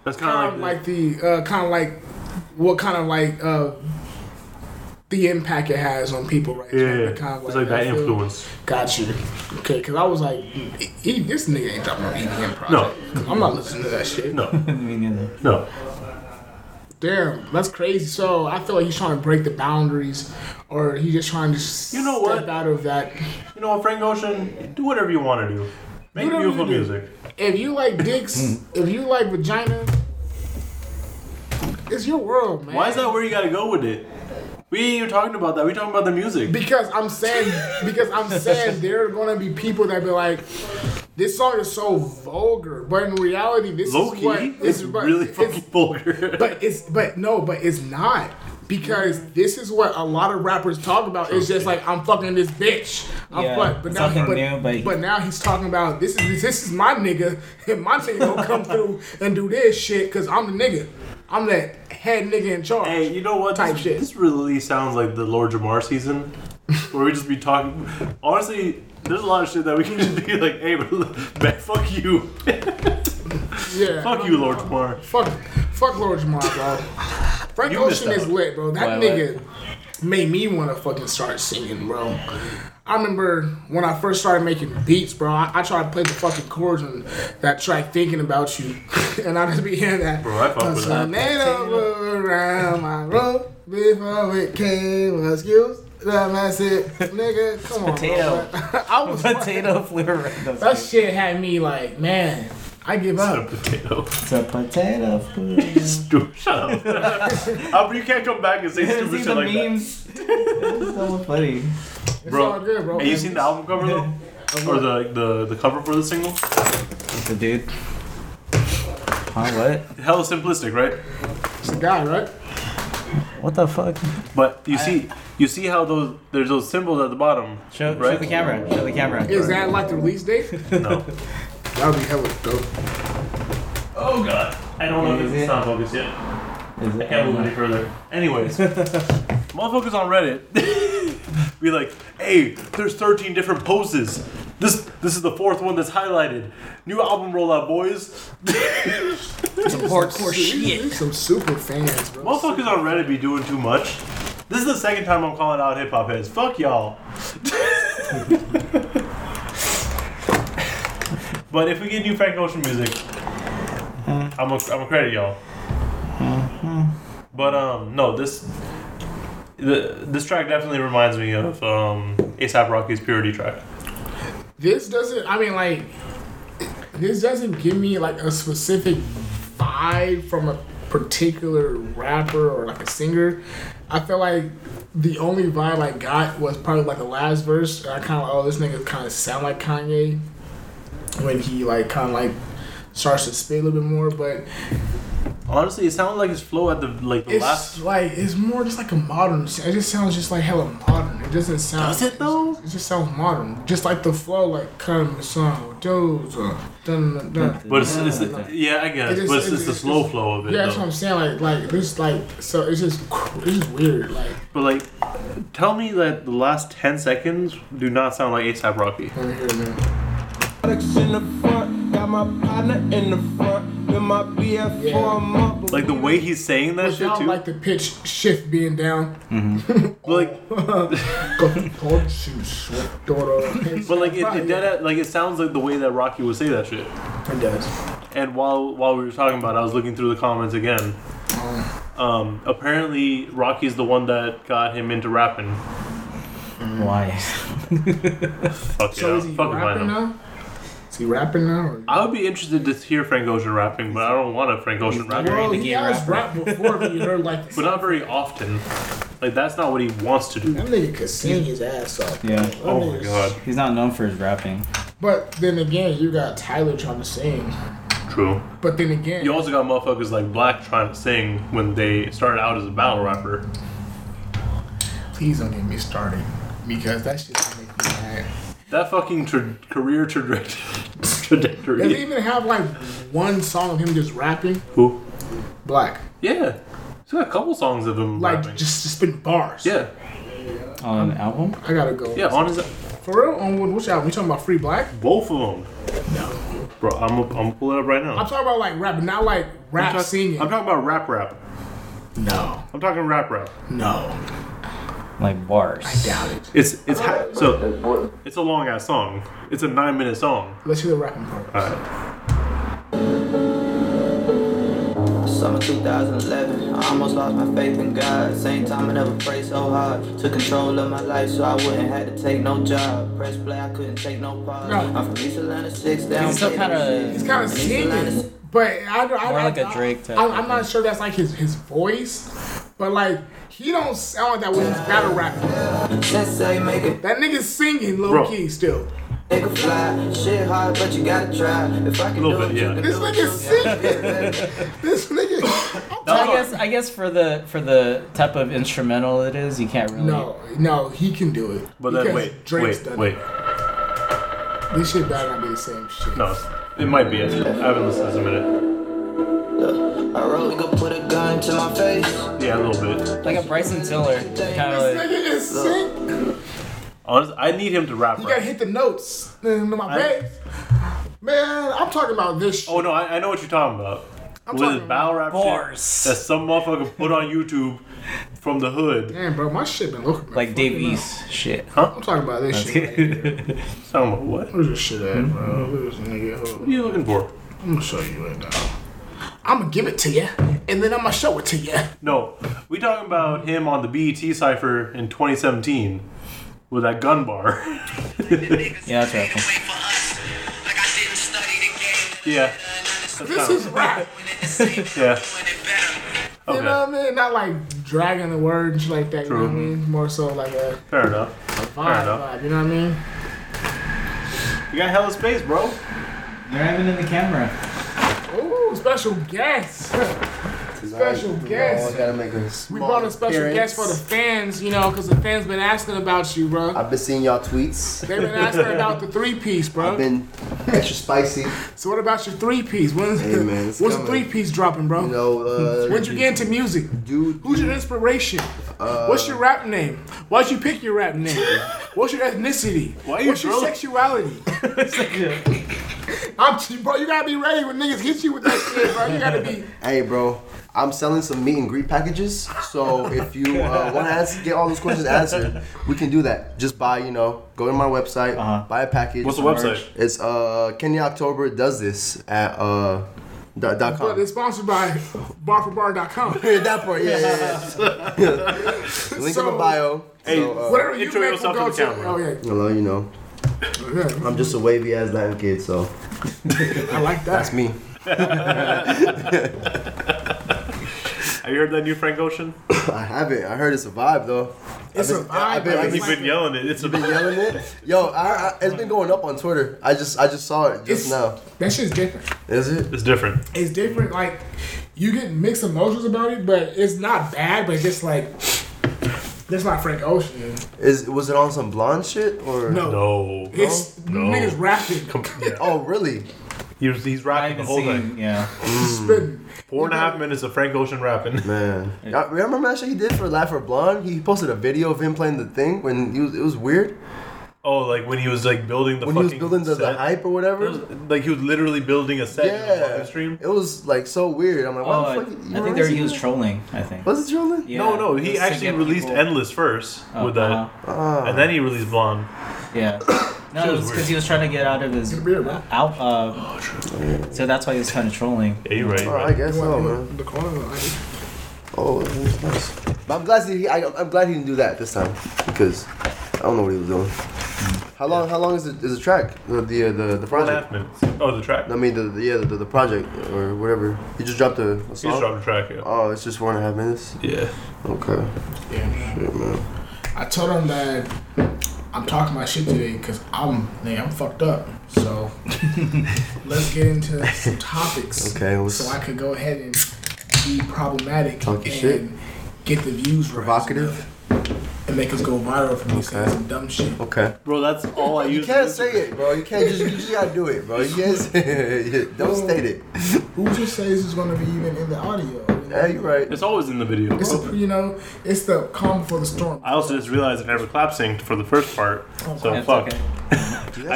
[SPEAKER 2] That's kind
[SPEAKER 1] kind
[SPEAKER 2] of
[SPEAKER 1] of
[SPEAKER 2] like,
[SPEAKER 1] like the uh, kind of like what kind of like uh, the impact it has on people right
[SPEAKER 2] Yeah,
[SPEAKER 1] now.
[SPEAKER 2] yeah.
[SPEAKER 1] The Conway,
[SPEAKER 2] It's like that
[SPEAKER 1] I feel-
[SPEAKER 2] influence.
[SPEAKER 1] Got you. Okay, because I was like, he, he- this nigga ain't dropping no EDM project.
[SPEAKER 2] No.
[SPEAKER 1] I'm not listening to that shit.
[SPEAKER 2] No,
[SPEAKER 3] Me neither.
[SPEAKER 2] no.
[SPEAKER 1] Damn, that's crazy. So I feel like he's trying to break the boundaries, or he's just trying to
[SPEAKER 2] You
[SPEAKER 1] step
[SPEAKER 2] know what?
[SPEAKER 1] out of that.
[SPEAKER 2] You know what, Frank Ocean? Do whatever you want to do. Make
[SPEAKER 1] Whatever you
[SPEAKER 2] beautiful
[SPEAKER 1] do.
[SPEAKER 2] music.
[SPEAKER 1] If you like
[SPEAKER 2] Hmm.
[SPEAKER 1] dicks, if you like vagina, it's your world, man.
[SPEAKER 2] Why is that where you gotta go with it? We ain't even talking about that. We talking about the music.
[SPEAKER 1] Because I'm saying, because I'm saying, there are gonna be people that be like, "This song is so vulgar," but in reality, this
[SPEAKER 2] Low
[SPEAKER 1] is
[SPEAKER 2] key,
[SPEAKER 1] what
[SPEAKER 2] it's
[SPEAKER 1] is what-
[SPEAKER 2] really
[SPEAKER 1] it's-
[SPEAKER 2] fucking vulgar.
[SPEAKER 1] But it's but no, but it's not because this is what a lot of rappers talk about. It's just like I'm fucking this bitch. I'm
[SPEAKER 3] Yeah,
[SPEAKER 1] fuck, but
[SPEAKER 3] it's
[SPEAKER 1] now,
[SPEAKER 3] nothing
[SPEAKER 1] but,
[SPEAKER 3] new, but-
[SPEAKER 1] but now he's talking about this is this is my nigga, and my nigga gonna come through and do this shit because I'm the nigga. I'm that head nigga in charge.
[SPEAKER 2] Hey, you know what?
[SPEAKER 1] Type
[SPEAKER 2] this,
[SPEAKER 1] shit.
[SPEAKER 2] This really sounds like the Lord Jamar season, where we just be talking. Honestly, there's a lot of shit that we can just be like, "Hey, but, man, fuck you,
[SPEAKER 1] yeah,
[SPEAKER 2] fuck you, Lord Jamar."
[SPEAKER 1] Fuck, fuck Lord Jamar, bro. Frank
[SPEAKER 2] You missed
[SPEAKER 1] Ocean
[SPEAKER 2] out.
[SPEAKER 1] is lit, bro. That
[SPEAKER 3] Why, what?
[SPEAKER 1] nigga made me want to fucking start singing, bro. I remember when I first started making beats, bro. I, I tried to play the fucking chords on that track "Thinking About You," and I just be hearing that.
[SPEAKER 2] Bro, I fuck with
[SPEAKER 1] "Cause
[SPEAKER 2] that.
[SPEAKER 1] I made over around my road before it came was excuse. That's it, nigga. Come on,
[SPEAKER 3] potato.
[SPEAKER 1] Bro. I was
[SPEAKER 3] Potato flavor Ringo's
[SPEAKER 1] That
[SPEAKER 3] great.
[SPEAKER 1] shit had me like, man. I give
[SPEAKER 2] Not
[SPEAKER 1] up.
[SPEAKER 2] a potato.
[SPEAKER 3] It's a potato flavor.
[SPEAKER 2] Stu- Shut up. Up, you can't come back and say
[SPEAKER 3] Have you seen
[SPEAKER 2] stupid shit
[SPEAKER 3] the
[SPEAKER 2] like
[SPEAKER 3] memes? It's so funny.
[SPEAKER 2] that,
[SPEAKER 1] It's all
[SPEAKER 2] bro.
[SPEAKER 1] good, bro.
[SPEAKER 2] Have you seen the album cover though, or the the the cover for the single?
[SPEAKER 3] It's a dude. Huh?
[SPEAKER 2] Hella simplistic, right?
[SPEAKER 1] It's a guy, right?
[SPEAKER 3] What? What the fuck?
[SPEAKER 2] But you see, you see how those there's those symbols at the bottom,
[SPEAKER 3] Show, show
[SPEAKER 2] right?
[SPEAKER 3] the camera. Show the camera.
[SPEAKER 1] Is that like the release date?
[SPEAKER 2] No.
[SPEAKER 1] That would be hella dope.
[SPEAKER 2] Oh god. I don't know if
[SPEAKER 3] Is
[SPEAKER 2] it's
[SPEAKER 3] it?
[SPEAKER 2] not focused yet.
[SPEAKER 3] Is
[SPEAKER 2] I can't move any
[SPEAKER 3] it?
[SPEAKER 2] further. Anyways, motherfuckers on Reddit be like, "Hey, there's 13 different poses. This this is the fourth one that's highlighted. New album rollout, boys."
[SPEAKER 3] Support for
[SPEAKER 1] Shit. Some super fans, bro.
[SPEAKER 2] Motherfuckers on Reddit be doing too much. This is the second time I'm calling out hip hop heads. Fuck y'all. but if we get new Frank Ocean music, I'm gonna I'm credit y'all. But um, no, this the, this track definitely reminds me of um ASAP Rocky's Purity track.
[SPEAKER 1] This doesn't, I mean, like, this doesn't give me, like, a specific vibe from a particular rapper or, like, a singer. I feel like the only vibe I got was probably, like, the last verse. And I kind of, oh, this nigga kind of sound like Kanye when he, like, kind of, like, starts to spit a little bit more, but
[SPEAKER 2] Honestly, it sounded like his flow at the like the
[SPEAKER 1] it's
[SPEAKER 2] last.
[SPEAKER 1] like it's more just like a modern. It just sounds just like hella modern. It doesn't sound.
[SPEAKER 2] Does it though?
[SPEAKER 1] It just sounds modern. Just like the flow, like come song, dudes, uh, dun dun dun.
[SPEAKER 2] But it's, it's yeah, I guess.
[SPEAKER 1] It is-
[SPEAKER 2] but it's,
[SPEAKER 1] it
[SPEAKER 2] it's the
[SPEAKER 1] is-
[SPEAKER 2] slow flow of it.
[SPEAKER 1] Yeah, that's
[SPEAKER 2] though.
[SPEAKER 1] what I'm saying. Like, like this, like so. It's just, cr- it's just weird. Like,
[SPEAKER 2] But like, tell me that the last ten seconds do not sound like ASAP Rocky.
[SPEAKER 1] let me hear it, man.
[SPEAKER 4] Products in the front, got my partner in the front, been my BF for a month. but
[SPEAKER 2] Like the
[SPEAKER 4] we
[SPEAKER 2] way he's saying that shit
[SPEAKER 1] Without
[SPEAKER 2] too. Mm-hmm.
[SPEAKER 1] like the pitch shift being down.
[SPEAKER 2] Like,
[SPEAKER 1] Go, don't you sweat, daughter.
[SPEAKER 2] but like it, it dead, like it sounds like the way that Rocky would say that shit.
[SPEAKER 1] It does.
[SPEAKER 2] And while while we were talking about, it, I was looking through the comments again. Um, apparently Rocky's the one that got him into rapping.
[SPEAKER 3] Why?
[SPEAKER 2] Fuck
[SPEAKER 1] So
[SPEAKER 2] yeah,
[SPEAKER 1] is he
[SPEAKER 2] fucking find
[SPEAKER 1] rapping
[SPEAKER 2] him.
[SPEAKER 1] now? Is he rapping now? Or?
[SPEAKER 2] I would be interested to hear Frank Ocean rapping, but I don't want a Frank Ocean rapper.
[SPEAKER 1] Bro,
[SPEAKER 3] the
[SPEAKER 1] he
[SPEAKER 3] gay
[SPEAKER 1] has rapped before, but you heard like
[SPEAKER 2] But not very often. Like that's not what he wants to do.
[SPEAKER 1] That nigga could sing his ass off.
[SPEAKER 3] Yeah.
[SPEAKER 2] Oh my god.
[SPEAKER 3] He's not known for his rapping.
[SPEAKER 1] But then again, you got Tyler trying to sing.
[SPEAKER 2] True.
[SPEAKER 1] But then again,
[SPEAKER 2] You also got motherfuckers like Black trying to sing when they started out as a battle rapper.
[SPEAKER 1] please don't get me started because that shit gonna make me mad.
[SPEAKER 2] That fucking tra- career trajectory. trajectory.
[SPEAKER 1] Does he even have like one song of him just rapping?
[SPEAKER 2] Who?
[SPEAKER 1] Black,
[SPEAKER 2] Yeah. He's got a couple songs of him
[SPEAKER 1] like
[SPEAKER 2] rapping.
[SPEAKER 1] just just been bars.
[SPEAKER 2] yeah.
[SPEAKER 3] On an album?
[SPEAKER 1] I gotta go.
[SPEAKER 2] Yeah, on his
[SPEAKER 1] For real, on what- which album? You talking about Free Black?
[SPEAKER 2] both of them. No. Bro, I'm I'm gonna pull it up right now.
[SPEAKER 1] I'm talking about like rap, not like rap
[SPEAKER 2] talk-
[SPEAKER 1] singing.
[SPEAKER 2] I'm talking about rap rap.
[SPEAKER 1] no,
[SPEAKER 2] I'm talking rap rap.
[SPEAKER 1] no.
[SPEAKER 6] like bars.
[SPEAKER 1] Doubt it.
[SPEAKER 2] It's it's ha- so it's a long ass song. It's a nine minute song.
[SPEAKER 1] Let's hear the rapping part.
[SPEAKER 2] All right.
[SPEAKER 7] Summer 2011, I almost lost my faith in God. Same time I never prayed so hard. Took control of my life so I wouldn't have to take no job. Press play, I couldn't take no pause.
[SPEAKER 1] No.
[SPEAKER 7] I'm from East Atlanta 6 down.
[SPEAKER 6] He's still
[SPEAKER 7] play that
[SPEAKER 6] kinda-
[SPEAKER 7] shit.
[SPEAKER 1] He's kind of
[SPEAKER 7] East Atlanta
[SPEAKER 1] singing, but I, I,
[SPEAKER 6] More
[SPEAKER 1] I,
[SPEAKER 6] like a
[SPEAKER 1] I-
[SPEAKER 6] Drake type
[SPEAKER 1] I,
[SPEAKER 6] of
[SPEAKER 1] I'm not sure that's like his his voice, but like he don't sound like that when he's battle rapping.
[SPEAKER 7] Sensei make a
[SPEAKER 1] That nigga's singing low
[SPEAKER 2] Bro.
[SPEAKER 1] key still.
[SPEAKER 7] nigga fly. Shit hard, but you gotta try. If I can do
[SPEAKER 2] Little bit,
[SPEAKER 7] it, you
[SPEAKER 2] yeah.
[SPEAKER 7] can
[SPEAKER 1] This
[SPEAKER 7] do it.
[SPEAKER 1] nigga's singing.
[SPEAKER 7] baby.
[SPEAKER 1] This nigga.
[SPEAKER 3] Oh.
[SPEAKER 6] I guess I guess for the for the type of instrumental it is, you can't really.
[SPEAKER 1] No, no, he can do it.
[SPEAKER 2] But then
[SPEAKER 1] Because
[SPEAKER 2] wait,
[SPEAKER 1] Drake's
[SPEAKER 2] wait,
[SPEAKER 1] done
[SPEAKER 2] wait.
[SPEAKER 1] it. This shit better not be the same shit.
[SPEAKER 2] No, it might be. it. I haven't listened to this in a minute.
[SPEAKER 7] Look, I roll and go put a gun to my face.
[SPEAKER 2] Yeah, a little bit.
[SPEAKER 6] Like a Bryson Tiller kind of
[SPEAKER 1] This
[SPEAKER 6] like.
[SPEAKER 1] nigga is sing.
[SPEAKER 2] Honest, I need him to rap.
[SPEAKER 1] You
[SPEAKER 2] rap.
[SPEAKER 1] gotta hit the notes. in my
[SPEAKER 2] I-
[SPEAKER 1] bass. Man, I'm talking about this shit.
[SPEAKER 2] Oh no, I, I know what you're talking about.
[SPEAKER 1] I'm
[SPEAKER 2] With
[SPEAKER 1] talking
[SPEAKER 2] his battle rap
[SPEAKER 6] bars.
[SPEAKER 2] shit that some motherfucker put on YouTube from the hood.
[SPEAKER 1] Damn, bro, my shit been looking man.
[SPEAKER 6] Like
[SPEAKER 1] Fuck
[SPEAKER 6] Dave
[SPEAKER 1] it up.
[SPEAKER 6] East shit.
[SPEAKER 1] I'm talking about this shit. right here.
[SPEAKER 2] Talking about what? What
[SPEAKER 1] Where's this shit at, bro? Where's this nigga? Hold
[SPEAKER 2] are
[SPEAKER 1] on.
[SPEAKER 2] you looking for?
[SPEAKER 1] I'm gonna show you right now. I'm gonna give it to you, and then I'm gonna show it to you.
[SPEAKER 2] No, we talking about him on the BET cipher in 2017 with that gun bar.
[SPEAKER 6] Yeah, that's
[SPEAKER 2] yeah.
[SPEAKER 6] right.
[SPEAKER 1] This is rap.
[SPEAKER 2] yeah.
[SPEAKER 1] You know what
[SPEAKER 2] Okay.
[SPEAKER 1] I mean? Not like dragging the word and shit like that. You know
[SPEAKER 2] True.
[SPEAKER 1] what I mean? More so like a
[SPEAKER 2] Fair enough.
[SPEAKER 1] vibe,
[SPEAKER 2] enough.
[SPEAKER 1] vibe. You know what I mean?
[SPEAKER 2] You got hella space, bro.
[SPEAKER 3] They're even in the camera.
[SPEAKER 1] Ooh, special guest. special
[SPEAKER 8] Yes.
[SPEAKER 1] guest.
[SPEAKER 8] gotta make a small
[SPEAKER 1] We brought a special
[SPEAKER 8] appearance.
[SPEAKER 1] guest for the fans, you know, because the fans been asking about you, bro.
[SPEAKER 8] I've been seeing y'all tweets.
[SPEAKER 1] They've been asking about the three piece,
[SPEAKER 8] I've
[SPEAKER 1] bro.
[SPEAKER 8] been extra spicy.
[SPEAKER 1] So what about your three piece? When's,
[SPEAKER 8] Hey, man, it's
[SPEAKER 1] when's the
[SPEAKER 8] coming.
[SPEAKER 1] three piece dropping, bro?
[SPEAKER 8] You know, uh,
[SPEAKER 1] When'd you get into music?
[SPEAKER 8] dude?
[SPEAKER 1] Who's your inspiration? What's your rap name? Why'd you pick your rap name? What's your ethnicity?
[SPEAKER 2] Why you
[SPEAKER 1] What's your
[SPEAKER 2] drilling?
[SPEAKER 1] sexuality? I'm t- bro, you gotta be ready when niggas hit you with that shit, bro. You gotta be.
[SPEAKER 8] Hey, bro. I'm selling some meet and greet packages, so if you uh, want to ask, get all those questions answered, we can do that. Just buy, you know, go to my website, buy a package.
[SPEAKER 2] What's the website?
[SPEAKER 8] It's uh, Kenya October does this at uh, dot,
[SPEAKER 1] But
[SPEAKER 8] dot com.
[SPEAKER 1] it's uh, sponsored by barforbar.com.
[SPEAKER 8] Yeah, that part, yeah, yeah, yeah. Link in
[SPEAKER 1] So-
[SPEAKER 8] the bio.
[SPEAKER 2] Hey,
[SPEAKER 8] so, uh,
[SPEAKER 1] Whatever you
[SPEAKER 2] Intro
[SPEAKER 1] make will
[SPEAKER 2] yourself
[SPEAKER 1] go
[SPEAKER 2] to the
[SPEAKER 1] to. Oh yeah,
[SPEAKER 8] hello, you know,
[SPEAKER 1] yeah,
[SPEAKER 8] I'm just a wavy ass Latin kid, so
[SPEAKER 1] I like that.
[SPEAKER 8] that's me.
[SPEAKER 2] Have you heard that new Frank Ocean?
[SPEAKER 8] I haven't. I heard it's a vibe though.
[SPEAKER 1] It's a
[SPEAKER 8] I've been- I've
[SPEAKER 1] vibe.
[SPEAKER 8] been-
[SPEAKER 1] bro.
[SPEAKER 8] I've
[SPEAKER 1] It's
[SPEAKER 8] been-
[SPEAKER 2] You've
[SPEAKER 1] like-
[SPEAKER 2] been yelling it. It's a
[SPEAKER 8] Been yelling it, yo. I, I, it's been going up on Twitter. I just, I just saw it just
[SPEAKER 1] it's-
[SPEAKER 8] now.
[SPEAKER 1] That shit's different.
[SPEAKER 8] Is it?
[SPEAKER 2] It's different.
[SPEAKER 1] It's different. Like you get mixed emotions about it, but it's not bad. But it's just like that's not Frank Ocean.
[SPEAKER 8] Is was it on some blonde shit or
[SPEAKER 1] No,
[SPEAKER 2] No.
[SPEAKER 1] it's
[SPEAKER 2] No.
[SPEAKER 1] niggas rapping,
[SPEAKER 8] Oh, really?
[SPEAKER 2] He's, he's
[SPEAKER 3] I
[SPEAKER 2] rapping the
[SPEAKER 3] even
[SPEAKER 2] whole thing.
[SPEAKER 3] seen, yeah.
[SPEAKER 1] spitting.
[SPEAKER 2] Four and a half minutes of Frank Ocean rapping.
[SPEAKER 8] Man, Y'all remember that shit he did for Laugh or Blonde? He posted a video of him playing the thing when he was. It was weird
[SPEAKER 2] Oh, like when he was like building the
[SPEAKER 8] when he
[SPEAKER 2] fucking
[SPEAKER 8] was building the, the
[SPEAKER 2] set?
[SPEAKER 8] hype or whatever.
[SPEAKER 2] It was, like he was literally building a set in the
[SPEAKER 8] yeah,
[SPEAKER 2] fucking stream.
[SPEAKER 8] it was like so weird. I'm like,
[SPEAKER 6] Oh,
[SPEAKER 8] why
[SPEAKER 6] I,
[SPEAKER 8] the fuck? you
[SPEAKER 6] I think
[SPEAKER 8] remember
[SPEAKER 6] they were,
[SPEAKER 8] seeing
[SPEAKER 6] he was
[SPEAKER 8] that?
[SPEAKER 6] trolling. I think.
[SPEAKER 8] Was it trolling?
[SPEAKER 6] Yeah,
[SPEAKER 2] no, no,
[SPEAKER 6] it
[SPEAKER 2] he
[SPEAKER 6] was to
[SPEAKER 2] actually
[SPEAKER 6] get
[SPEAKER 2] released
[SPEAKER 6] people-
[SPEAKER 2] Endless first
[SPEAKER 6] Oh,
[SPEAKER 2] with that,
[SPEAKER 6] uh-huh.
[SPEAKER 2] and then he released Blonde.
[SPEAKER 6] Yeah. No,
[SPEAKER 2] Shit
[SPEAKER 6] it
[SPEAKER 2] was
[SPEAKER 6] was because
[SPEAKER 2] weird. Oh,
[SPEAKER 6] he was trying to get out of his
[SPEAKER 1] Weird, right?
[SPEAKER 6] out. Uh, so that's why he was kind of trolling.
[SPEAKER 2] Yeah, you're right. you're
[SPEAKER 8] Oh, I
[SPEAKER 2] right.
[SPEAKER 8] guess so, man.
[SPEAKER 1] The corner, like,
[SPEAKER 8] Oh, it was nice. But I'm glad he. I, I'm glad he didn't do that this time because I don't know what he was doing. How long? How long is the is the track? The the uh, the, the
[SPEAKER 2] Four and a half
[SPEAKER 8] project.
[SPEAKER 2] minutes. Oh, the track.
[SPEAKER 8] I mean the, the yeah the, the project or whatever. He just dropped a, a
[SPEAKER 2] He just
[SPEAKER 8] song.
[SPEAKER 2] dropped a track. Yeah.
[SPEAKER 8] Oh, it's just four and a half minutes.
[SPEAKER 2] yeah.
[SPEAKER 8] Okay.
[SPEAKER 1] yeah, man.
[SPEAKER 8] Shit, man.
[SPEAKER 1] I told him that I'm talking my shit today because I'm, nigga, I'm fucked up. So let's get into some topics.
[SPEAKER 8] Okay, let's-
[SPEAKER 1] so I could go ahead and be problematic
[SPEAKER 8] Talk
[SPEAKER 1] and
[SPEAKER 8] your shit.
[SPEAKER 1] get the views right,
[SPEAKER 8] Provocative?
[SPEAKER 1] and make us go viral from me saying
[SPEAKER 8] Okay.
[SPEAKER 1] some dumb shit.
[SPEAKER 8] Okay.
[SPEAKER 2] Bro, that's all I
[SPEAKER 8] You
[SPEAKER 2] use.
[SPEAKER 8] can't say it, bro. You can't just you just gotta do it, bro. You can't say it. Don't state it.
[SPEAKER 1] Who just says it's gonna be even in the audio? You know?
[SPEAKER 8] Yeah, you're right.
[SPEAKER 2] It's always in the video.
[SPEAKER 1] It's a, you know, it's the calm before the storm.
[SPEAKER 2] I also just realized I never clap synced for the first part,
[SPEAKER 8] Oh,
[SPEAKER 2] so
[SPEAKER 6] That's
[SPEAKER 2] fuck.
[SPEAKER 6] okay.
[SPEAKER 2] I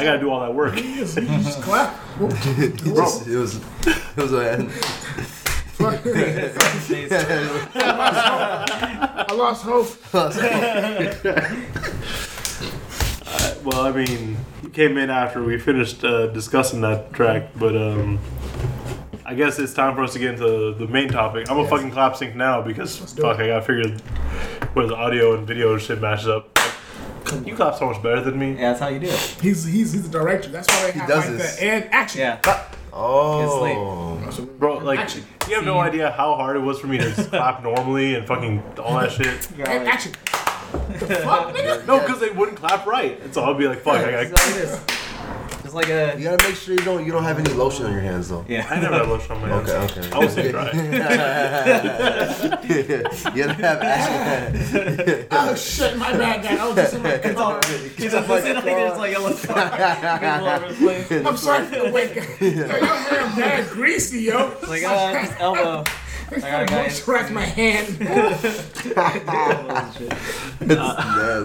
[SPEAKER 2] gotta do all that work.
[SPEAKER 1] Yes, you just clap.
[SPEAKER 8] He just- it was it was a
[SPEAKER 1] I lost hope.
[SPEAKER 2] Well, I mean, you came in after we finished uh, discussing that track, but um, I guess it's time for us to get into the main topic. I'm a fucking clap sync now because fuck, I gotta figure where the audio and video shit matches up. You clap so much better than me.
[SPEAKER 3] Yeah, that's how you do it.
[SPEAKER 1] He's he's he's the director. That's why they have
[SPEAKER 8] does
[SPEAKER 1] like
[SPEAKER 8] this.
[SPEAKER 1] the and action.
[SPEAKER 3] Yeah.
[SPEAKER 8] Oh.
[SPEAKER 2] Bro, like,
[SPEAKER 1] Action.
[SPEAKER 2] you have no idea how hard it was for me to just clap normally and fucking all that shit.
[SPEAKER 1] And action. the fuck, nigga?
[SPEAKER 2] No, because they wouldn't clap right. And so I'll be like, fuck, I,
[SPEAKER 3] It's
[SPEAKER 2] got,
[SPEAKER 3] how it is. It's like a.
[SPEAKER 8] You gotta make sure you don't you don't have any lotion on your hands though.
[SPEAKER 2] I never had lotion on my hands.
[SPEAKER 8] Okay, okay.
[SPEAKER 2] I was stay dry.
[SPEAKER 8] you gotta have action.
[SPEAKER 1] Oh shit, my bad guy. I was just in my car.
[SPEAKER 3] It's like there's like a little. all over the place.
[SPEAKER 1] I'm sorry for the wake up. Yo, your hair bad greasy, yo.
[SPEAKER 3] Like uh, just elbow. I got a guy.
[SPEAKER 1] Moisturize my hand.
[SPEAKER 3] elbows and shit.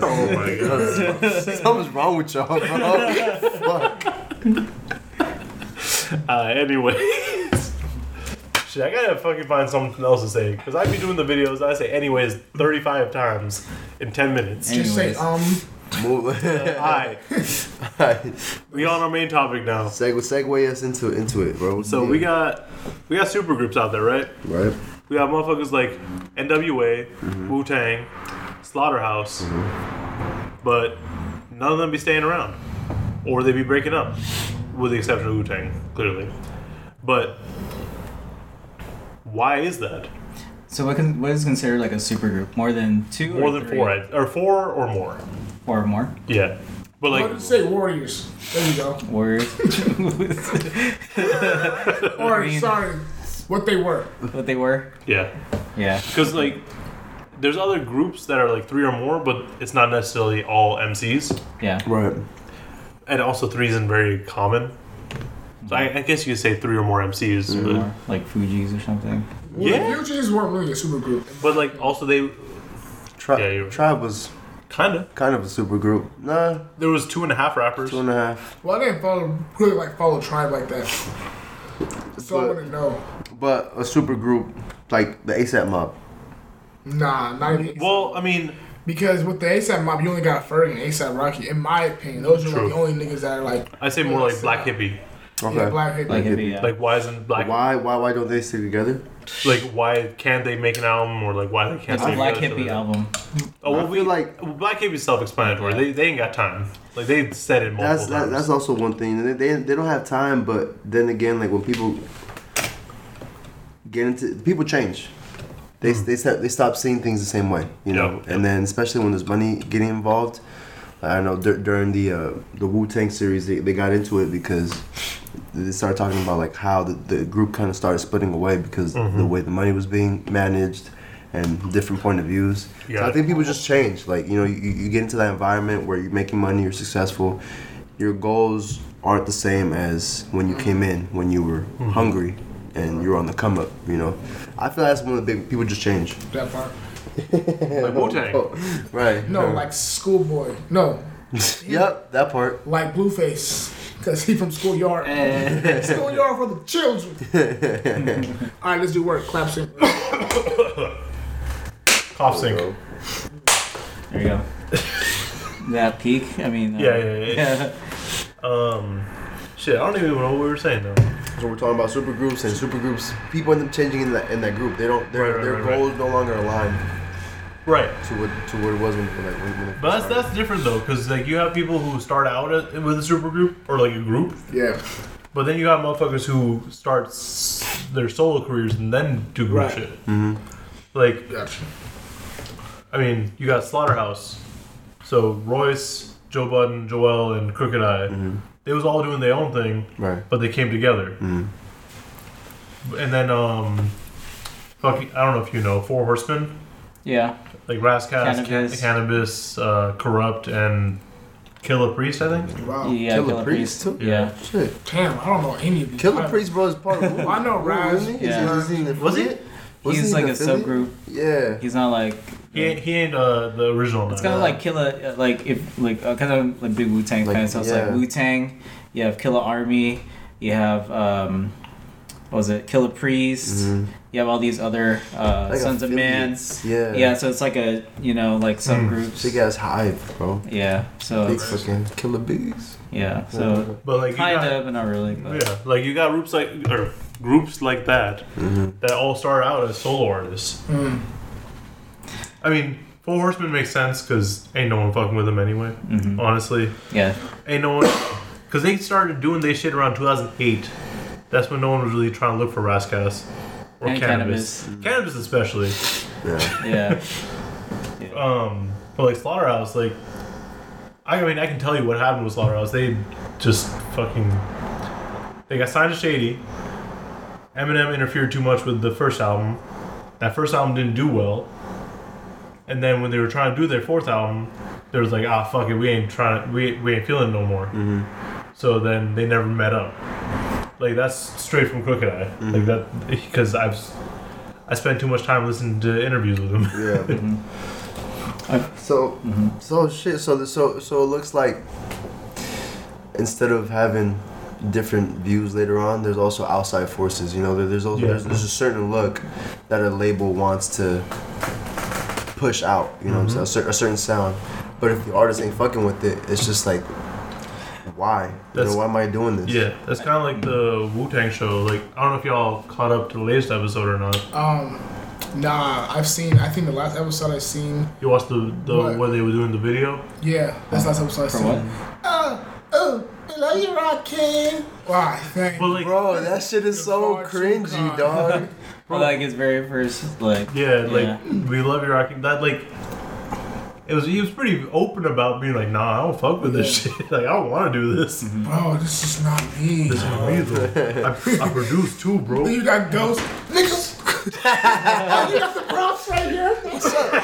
[SPEAKER 8] Oh my god. Something's wrong with y'all, bro. Fuck.
[SPEAKER 2] Uh, anyways. Shit, I gotta fucking find something else to say. Because I'd be doing the videos, I say anyways 35 times in 10 minutes.
[SPEAKER 1] Just say,
[SPEAKER 3] Anyways.
[SPEAKER 1] um,
[SPEAKER 8] Move.
[SPEAKER 2] Hi. We on our main topic now.
[SPEAKER 8] Segue, segue us into into it, bro.
[SPEAKER 2] So we got we got super groups out there, right?
[SPEAKER 8] right.
[SPEAKER 2] We got motherfuckers like NWA, Wu Tang, Slaughterhouse, but none of them be staying around, or they be breaking up, with the exception of Wu Tang, clearly. But why is that?
[SPEAKER 3] So what, can, what is considered like a super group? More than two?
[SPEAKER 2] More
[SPEAKER 3] or
[SPEAKER 2] than
[SPEAKER 3] three?
[SPEAKER 2] four, I- or four or more.
[SPEAKER 3] Four or more.
[SPEAKER 2] Yeah, but
[SPEAKER 1] what did
[SPEAKER 2] like
[SPEAKER 1] you say? Warriors. There you go.
[SPEAKER 3] Warriors.
[SPEAKER 1] Or,
[SPEAKER 3] mean-
[SPEAKER 1] sorry, what they were.
[SPEAKER 3] what they were.
[SPEAKER 2] yeah,
[SPEAKER 3] Yeah.
[SPEAKER 2] because like there's other groups that are like three or more, but it's not necessarily all MCs.
[SPEAKER 3] Yeah.
[SPEAKER 8] Right.
[SPEAKER 2] and also three isn't very common. So I, I guess you could say three or more MCs,
[SPEAKER 3] Or like Fuji's or something.
[SPEAKER 2] but yeah,
[SPEAKER 1] The Fugees weren't really a super group.
[SPEAKER 2] but like also they
[SPEAKER 8] Tri-
[SPEAKER 2] Yeah, you're-
[SPEAKER 8] Tribe was
[SPEAKER 2] kind of
[SPEAKER 8] kind of a super group. Nah,
[SPEAKER 2] there was two and a half rappers.
[SPEAKER 8] two and a half.
[SPEAKER 1] Well, I didn't follow, really like follow tribe like that. So I
[SPEAKER 8] But-
[SPEAKER 1] wouldn't know.
[SPEAKER 8] But a super group like the ASAP mob.
[SPEAKER 1] Nah, not even.
[SPEAKER 2] Well, I mean,
[SPEAKER 1] Because with the ASAP mob, you only got Ferg and ASAP Rocky. In my opinion, those are
[SPEAKER 2] True.
[SPEAKER 1] like the only niggas that are like
[SPEAKER 2] I say more like Black Hippie.
[SPEAKER 8] Okay.
[SPEAKER 1] yeah, black hip.
[SPEAKER 3] Like
[SPEAKER 8] Yeah.
[SPEAKER 3] it'd be, uh,
[SPEAKER 2] Like why isn't Black
[SPEAKER 8] Why why why don't they stay together?
[SPEAKER 2] like why can't they make an album or like why they can't?
[SPEAKER 3] it's
[SPEAKER 2] stay
[SPEAKER 3] a Black
[SPEAKER 2] together?
[SPEAKER 3] Hippie album.
[SPEAKER 2] Oh, well,
[SPEAKER 8] I
[SPEAKER 2] we
[SPEAKER 8] feel like-
[SPEAKER 2] like Black Hippie's self-explanatory. They, they ain't got time. Like they said it multiple
[SPEAKER 8] That's that,
[SPEAKER 2] times.
[SPEAKER 8] that's also one thing. They, they they don't have time, but then again, like when people get into people change. They,
[SPEAKER 2] Hmm.
[SPEAKER 8] they, stop, they stop seeing things the same way, you know.
[SPEAKER 2] Yep, yep.
[SPEAKER 8] And then especially when there's money getting involved, I know dur- during the uh, the Wu Tang series, they, they got into it because they started talking about like how the, the group kind of started splitting away because
[SPEAKER 2] Mm-hmm.
[SPEAKER 8] the way the money was being managed and different point of views. So
[SPEAKER 2] Yeah.
[SPEAKER 8] I think people just change. Like you know, you, you get into that environment where you're making money, you're successful, your goals aren't the same as when you came in when you were
[SPEAKER 2] Mm-hmm.
[SPEAKER 8] hungry and you were on the come up. You know, I feel that's one of the big people just change.
[SPEAKER 1] That part.
[SPEAKER 2] like
[SPEAKER 8] Oh,
[SPEAKER 2] Wu-Tang.
[SPEAKER 8] right.
[SPEAKER 1] No, like schoolboy. No,
[SPEAKER 8] Yep, that part.
[SPEAKER 1] like Blueface, because he from schoolyard.
[SPEAKER 2] Eh.
[SPEAKER 1] schoolyard for the children. All right, let's do work. Clap sync.
[SPEAKER 2] Cough sync. Yeah,
[SPEAKER 3] There you go. that peak. I mean. Uh,
[SPEAKER 2] yeah, yeah. yeah. um, shit, I don't even know what we were saying though.
[SPEAKER 8] So we're talking about supergroups and supergroups. People end up changing in that in that group. They don't. Their,
[SPEAKER 2] Right, right,
[SPEAKER 8] their
[SPEAKER 2] right, right.
[SPEAKER 8] goals no longer align
[SPEAKER 2] Right.
[SPEAKER 8] to what to what it was when when, like, when, when it
[SPEAKER 2] But that's,
[SPEAKER 8] started.
[SPEAKER 2] that's different though, because like you have people who start out at, with a super group or like a group,
[SPEAKER 1] Yeah.
[SPEAKER 2] but then you have motherfuckers who start s- their solo careers and then do group
[SPEAKER 1] Right.
[SPEAKER 2] shit. Like
[SPEAKER 1] Gotcha.
[SPEAKER 2] I mean, you got Slaughterhouse, so Royce, Joe Budden, Joel, and Crooked Eye. They was all doing their own thing,
[SPEAKER 8] Right.
[SPEAKER 2] but they came together. And then um, fuck, I don't know if you know Four Horsemen,
[SPEAKER 3] Yeah.
[SPEAKER 2] like Rascast,
[SPEAKER 3] Cannabis.
[SPEAKER 2] Cannabis, Cannabis uh, Corrupt, and Kill a Priest. I think.
[SPEAKER 1] Wow.
[SPEAKER 3] Yeah.
[SPEAKER 8] Killer
[SPEAKER 3] Killer
[SPEAKER 8] Priest, too?
[SPEAKER 3] Yeah.
[SPEAKER 8] Shit.
[SPEAKER 1] Damn, I don't know any of these.
[SPEAKER 8] Killer
[SPEAKER 1] I-
[SPEAKER 8] Priest Bros is part of Wu.
[SPEAKER 1] I know, right?
[SPEAKER 3] Yeah.
[SPEAKER 2] Was he?
[SPEAKER 3] He's like a subgroup.
[SPEAKER 8] Yeah.
[SPEAKER 3] He's not like.
[SPEAKER 2] He ain't, he ain't uh, the original.
[SPEAKER 3] It's
[SPEAKER 2] nine.
[SPEAKER 3] kind of like Killa, uh, like if like uh, kind of like big Wu Tang
[SPEAKER 8] Like,
[SPEAKER 3] fan. So it's
[SPEAKER 8] yeah.
[SPEAKER 3] like Wu Tang. You have Killa Army. You have um,
[SPEAKER 6] what was it Kill a Priest? You have all these other uh,
[SPEAKER 8] Mm-hmm. Like
[SPEAKER 6] Sons of Man.
[SPEAKER 8] affiliates, yeah. Mm.
[SPEAKER 6] Yeah, so it's like a you know like subgroups.
[SPEAKER 8] Big ass hype, bro.
[SPEAKER 6] Yeah. So
[SPEAKER 8] Big
[SPEAKER 6] it's,
[SPEAKER 8] fucking killer bees.
[SPEAKER 6] yeah. So
[SPEAKER 2] But like you
[SPEAKER 6] kind
[SPEAKER 2] got-
[SPEAKER 6] of, but not really. But
[SPEAKER 2] Yeah, like you got groups like or groups like that that all started out as solo artists. I mean, Four Horsemen makes sense because ain't no one fucking with them anyway.
[SPEAKER 6] Mm-hmm.
[SPEAKER 2] Honestly,
[SPEAKER 6] yeah.
[SPEAKER 2] ain't no one because they started doing they shit around 2008. That's when no one was really trying to look for Rascas or
[SPEAKER 6] And
[SPEAKER 2] cannabis. cannabis, especially.
[SPEAKER 6] Yeah.
[SPEAKER 2] Um, but like Slaughterhouse, like I mean, I can tell you what happened with Slaughterhouse. They just fucking they got signed to Shady. Eminem interfered too much with the first album. That first album didn't do well. And then when they were trying to do their fourth album, there was like, ah, fuck it, we ain't trying, we we ain't feeling no more. So then they never met up. Like that's straight from Crooked Eye. Like that because I've s- I spent too much time listening to interviews with them.
[SPEAKER 8] Yeah. So,
[SPEAKER 2] mm-hmm.
[SPEAKER 8] so shit. So, the- so, so it looks like instead of having different views later on, there's also outside forces. You know, there, there's also
[SPEAKER 2] Yeah.
[SPEAKER 8] there's, there's a certain look that a label wants to push out. You know, what I'm
[SPEAKER 2] Mm-hmm.
[SPEAKER 8] saying a, cer- a certain sound. But if the artist ain't fucking with it, it's just like, why? You know,
[SPEAKER 2] That's-
[SPEAKER 8] why am I doing this?
[SPEAKER 2] Yeah, that's kind of like the Wu Tang show. Like, I don't know if y'all caught up to the latest episode or not.
[SPEAKER 1] Um, nah, I've seen. I think the last episode I've seen.
[SPEAKER 2] You watched the, the
[SPEAKER 1] What?
[SPEAKER 2] what they were doing the video.
[SPEAKER 1] Yeah, that's the last episode I've
[SPEAKER 6] For
[SPEAKER 1] seen.
[SPEAKER 6] what?
[SPEAKER 1] Oh, oh, hello, you rockin'. Why? Thank
[SPEAKER 2] But like,
[SPEAKER 8] Bro, that shit is so
[SPEAKER 1] Far too
[SPEAKER 8] cringy,
[SPEAKER 1] kind.
[SPEAKER 8] dog.
[SPEAKER 6] Well, like his very first like.
[SPEAKER 2] yeah, like
[SPEAKER 6] Yeah.
[SPEAKER 2] we love you, Rocky. That like, it was he was pretty open about being like, nah, I don't fuck with this shit. Like, I don't want to do this.
[SPEAKER 1] Bro, this is not me.
[SPEAKER 2] This is illegal. I, I produce too, bro.
[SPEAKER 1] You got ghosts. Niggas. Oh, you got the props right here. What's up?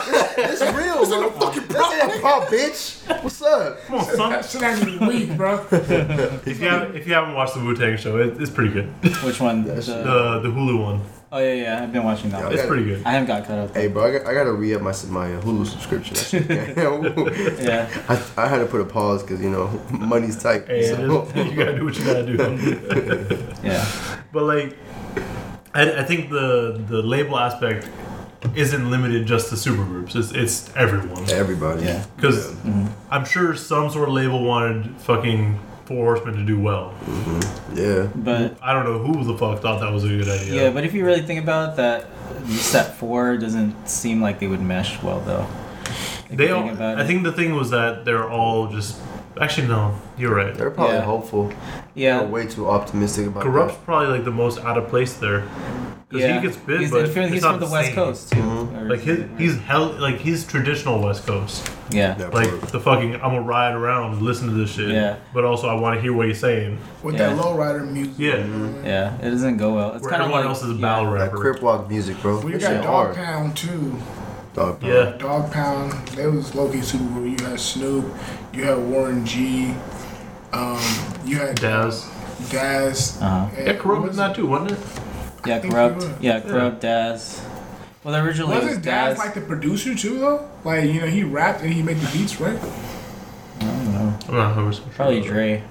[SPEAKER 8] It's real,
[SPEAKER 1] This ain't no
[SPEAKER 8] bro.
[SPEAKER 1] fucking prop.
[SPEAKER 8] That's
[SPEAKER 1] nigga.
[SPEAKER 8] that pop, bitch. What's up?
[SPEAKER 2] Come on, son.
[SPEAKER 1] That shit has me weak, bro.
[SPEAKER 2] If you haven't, if you haven't watched the Wu Tang show, it, it's pretty good.
[SPEAKER 6] Which one? The,
[SPEAKER 2] The the Hulu one,
[SPEAKER 6] oh yeah, yeah. I've been watching that. one.
[SPEAKER 2] it's pretty good.
[SPEAKER 6] I haven't got cut up.
[SPEAKER 8] Hey, bro, I, got, I gotta re up my, my uh, Hulu subscription. That shit-
[SPEAKER 6] Yeah.
[SPEAKER 8] I, I had to put a pause because, you know, money's tight.
[SPEAKER 2] Hey, it
[SPEAKER 8] so-
[SPEAKER 2] is- you gotta do what you gotta do.
[SPEAKER 6] Yeah.
[SPEAKER 2] But like, I, I think the the label aspect isn't limited just to supergroups. It's it's everyone.
[SPEAKER 8] Everybody.
[SPEAKER 6] Yeah.
[SPEAKER 2] Because I'm sure some sort of label wanted fucking Four Horsemen to do well.
[SPEAKER 8] Yeah.
[SPEAKER 6] But
[SPEAKER 2] I don't know who the fuck thought that was a good idea.
[SPEAKER 6] yeah, but if you really think about it, that set four doesn't seem like they would mesh well though. If
[SPEAKER 2] they
[SPEAKER 6] you
[SPEAKER 2] all.
[SPEAKER 6] about
[SPEAKER 2] I
[SPEAKER 6] it.
[SPEAKER 2] think the thing was that they're all just. Actually, no. You're right.
[SPEAKER 8] They're probably
[SPEAKER 6] Yeah.
[SPEAKER 8] hopeful. They're
[SPEAKER 6] Yeah.
[SPEAKER 8] way too optimistic about
[SPEAKER 2] Corrupt's probably like the most out of place there. Because
[SPEAKER 6] Yeah.
[SPEAKER 2] he gets big,
[SPEAKER 6] he's,
[SPEAKER 2] but
[SPEAKER 6] he's from-
[SPEAKER 2] it's
[SPEAKER 6] he's
[SPEAKER 2] not
[SPEAKER 6] from the
[SPEAKER 2] the
[SPEAKER 6] West
[SPEAKER 2] same.
[SPEAKER 6] Coast too. Or
[SPEAKER 2] Like
[SPEAKER 6] is
[SPEAKER 2] his,
[SPEAKER 6] it-
[SPEAKER 2] he's hell, like he's traditional West Coast.
[SPEAKER 6] yeah.
[SPEAKER 8] that.
[SPEAKER 2] Like
[SPEAKER 8] That part.
[SPEAKER 2] the fucking, I'm gonna ride around, and listen to this shit.
[SPEAKER 6] Yeah.
[SPEAKER 2] But also, I want to hear what you're saying.
[SPEAKER 1] With
[SPEAKER 6] Yeah.
[SPEAKER 1] that lowrider music.
[SPEAKER 2] Yeah.
[SPEAKER 6] Yeah, it doesn't go well. It's
[SPEAKER 2] Where
[SPEAKER 6] kind of
[SPEAKER 2] everyone
[SPEAKER 6] like
[SPEAKER 2] else is a
[SPEAKER 6] yeah.
[SPEAKER 2] battle
[SPEAKER 8] That
[SPEAKER 2] rapper.
[SPEAKER 8] crip walk music, bro.
[SPEAKER 1] We
[SPEAKER 8] That
[SPEAKER 1] got
[SPEAKER 8] shit
[SPEAKER 1] Dog
[SPEAKER 8] hard.
[SPEAKER 1] Pound too.
[SPEAKER 8] Dog pound.
[SPEAKER 2] Yeah.
[SPEAKER 1] Dog Pound, they was low key super group. You had Snoop, you had Warren G, um, you had
[SPEAKER 2] Daz.
[SPEAKER 1] Daz.
[SPEAKER 6] Uh-huh.
[SPEAKER 1] and-
[SPEAKER 2] Yeah, corrupt was that too, wasn't it?
[SPEAKER 6] Yeah,
[SPEAKER 1] think
[SPEAKER 6] corrupt.
[SPEAKER 1] you were.
[SPEAKER 6] Yeah, corrupt. Daz. Well, originally it was
[SPEAKER 1] Wasn't Daz
[SPEAKER 6] Daz.
[SPEAKER 1] like the producer too though? Like you know he rapped and he made the beats, right?
[SPEAKER 2] I'm not 100%
[SPEAKER 6] Probably
[SPEAKER 2] sure.
[SPEAKER 6] Dre.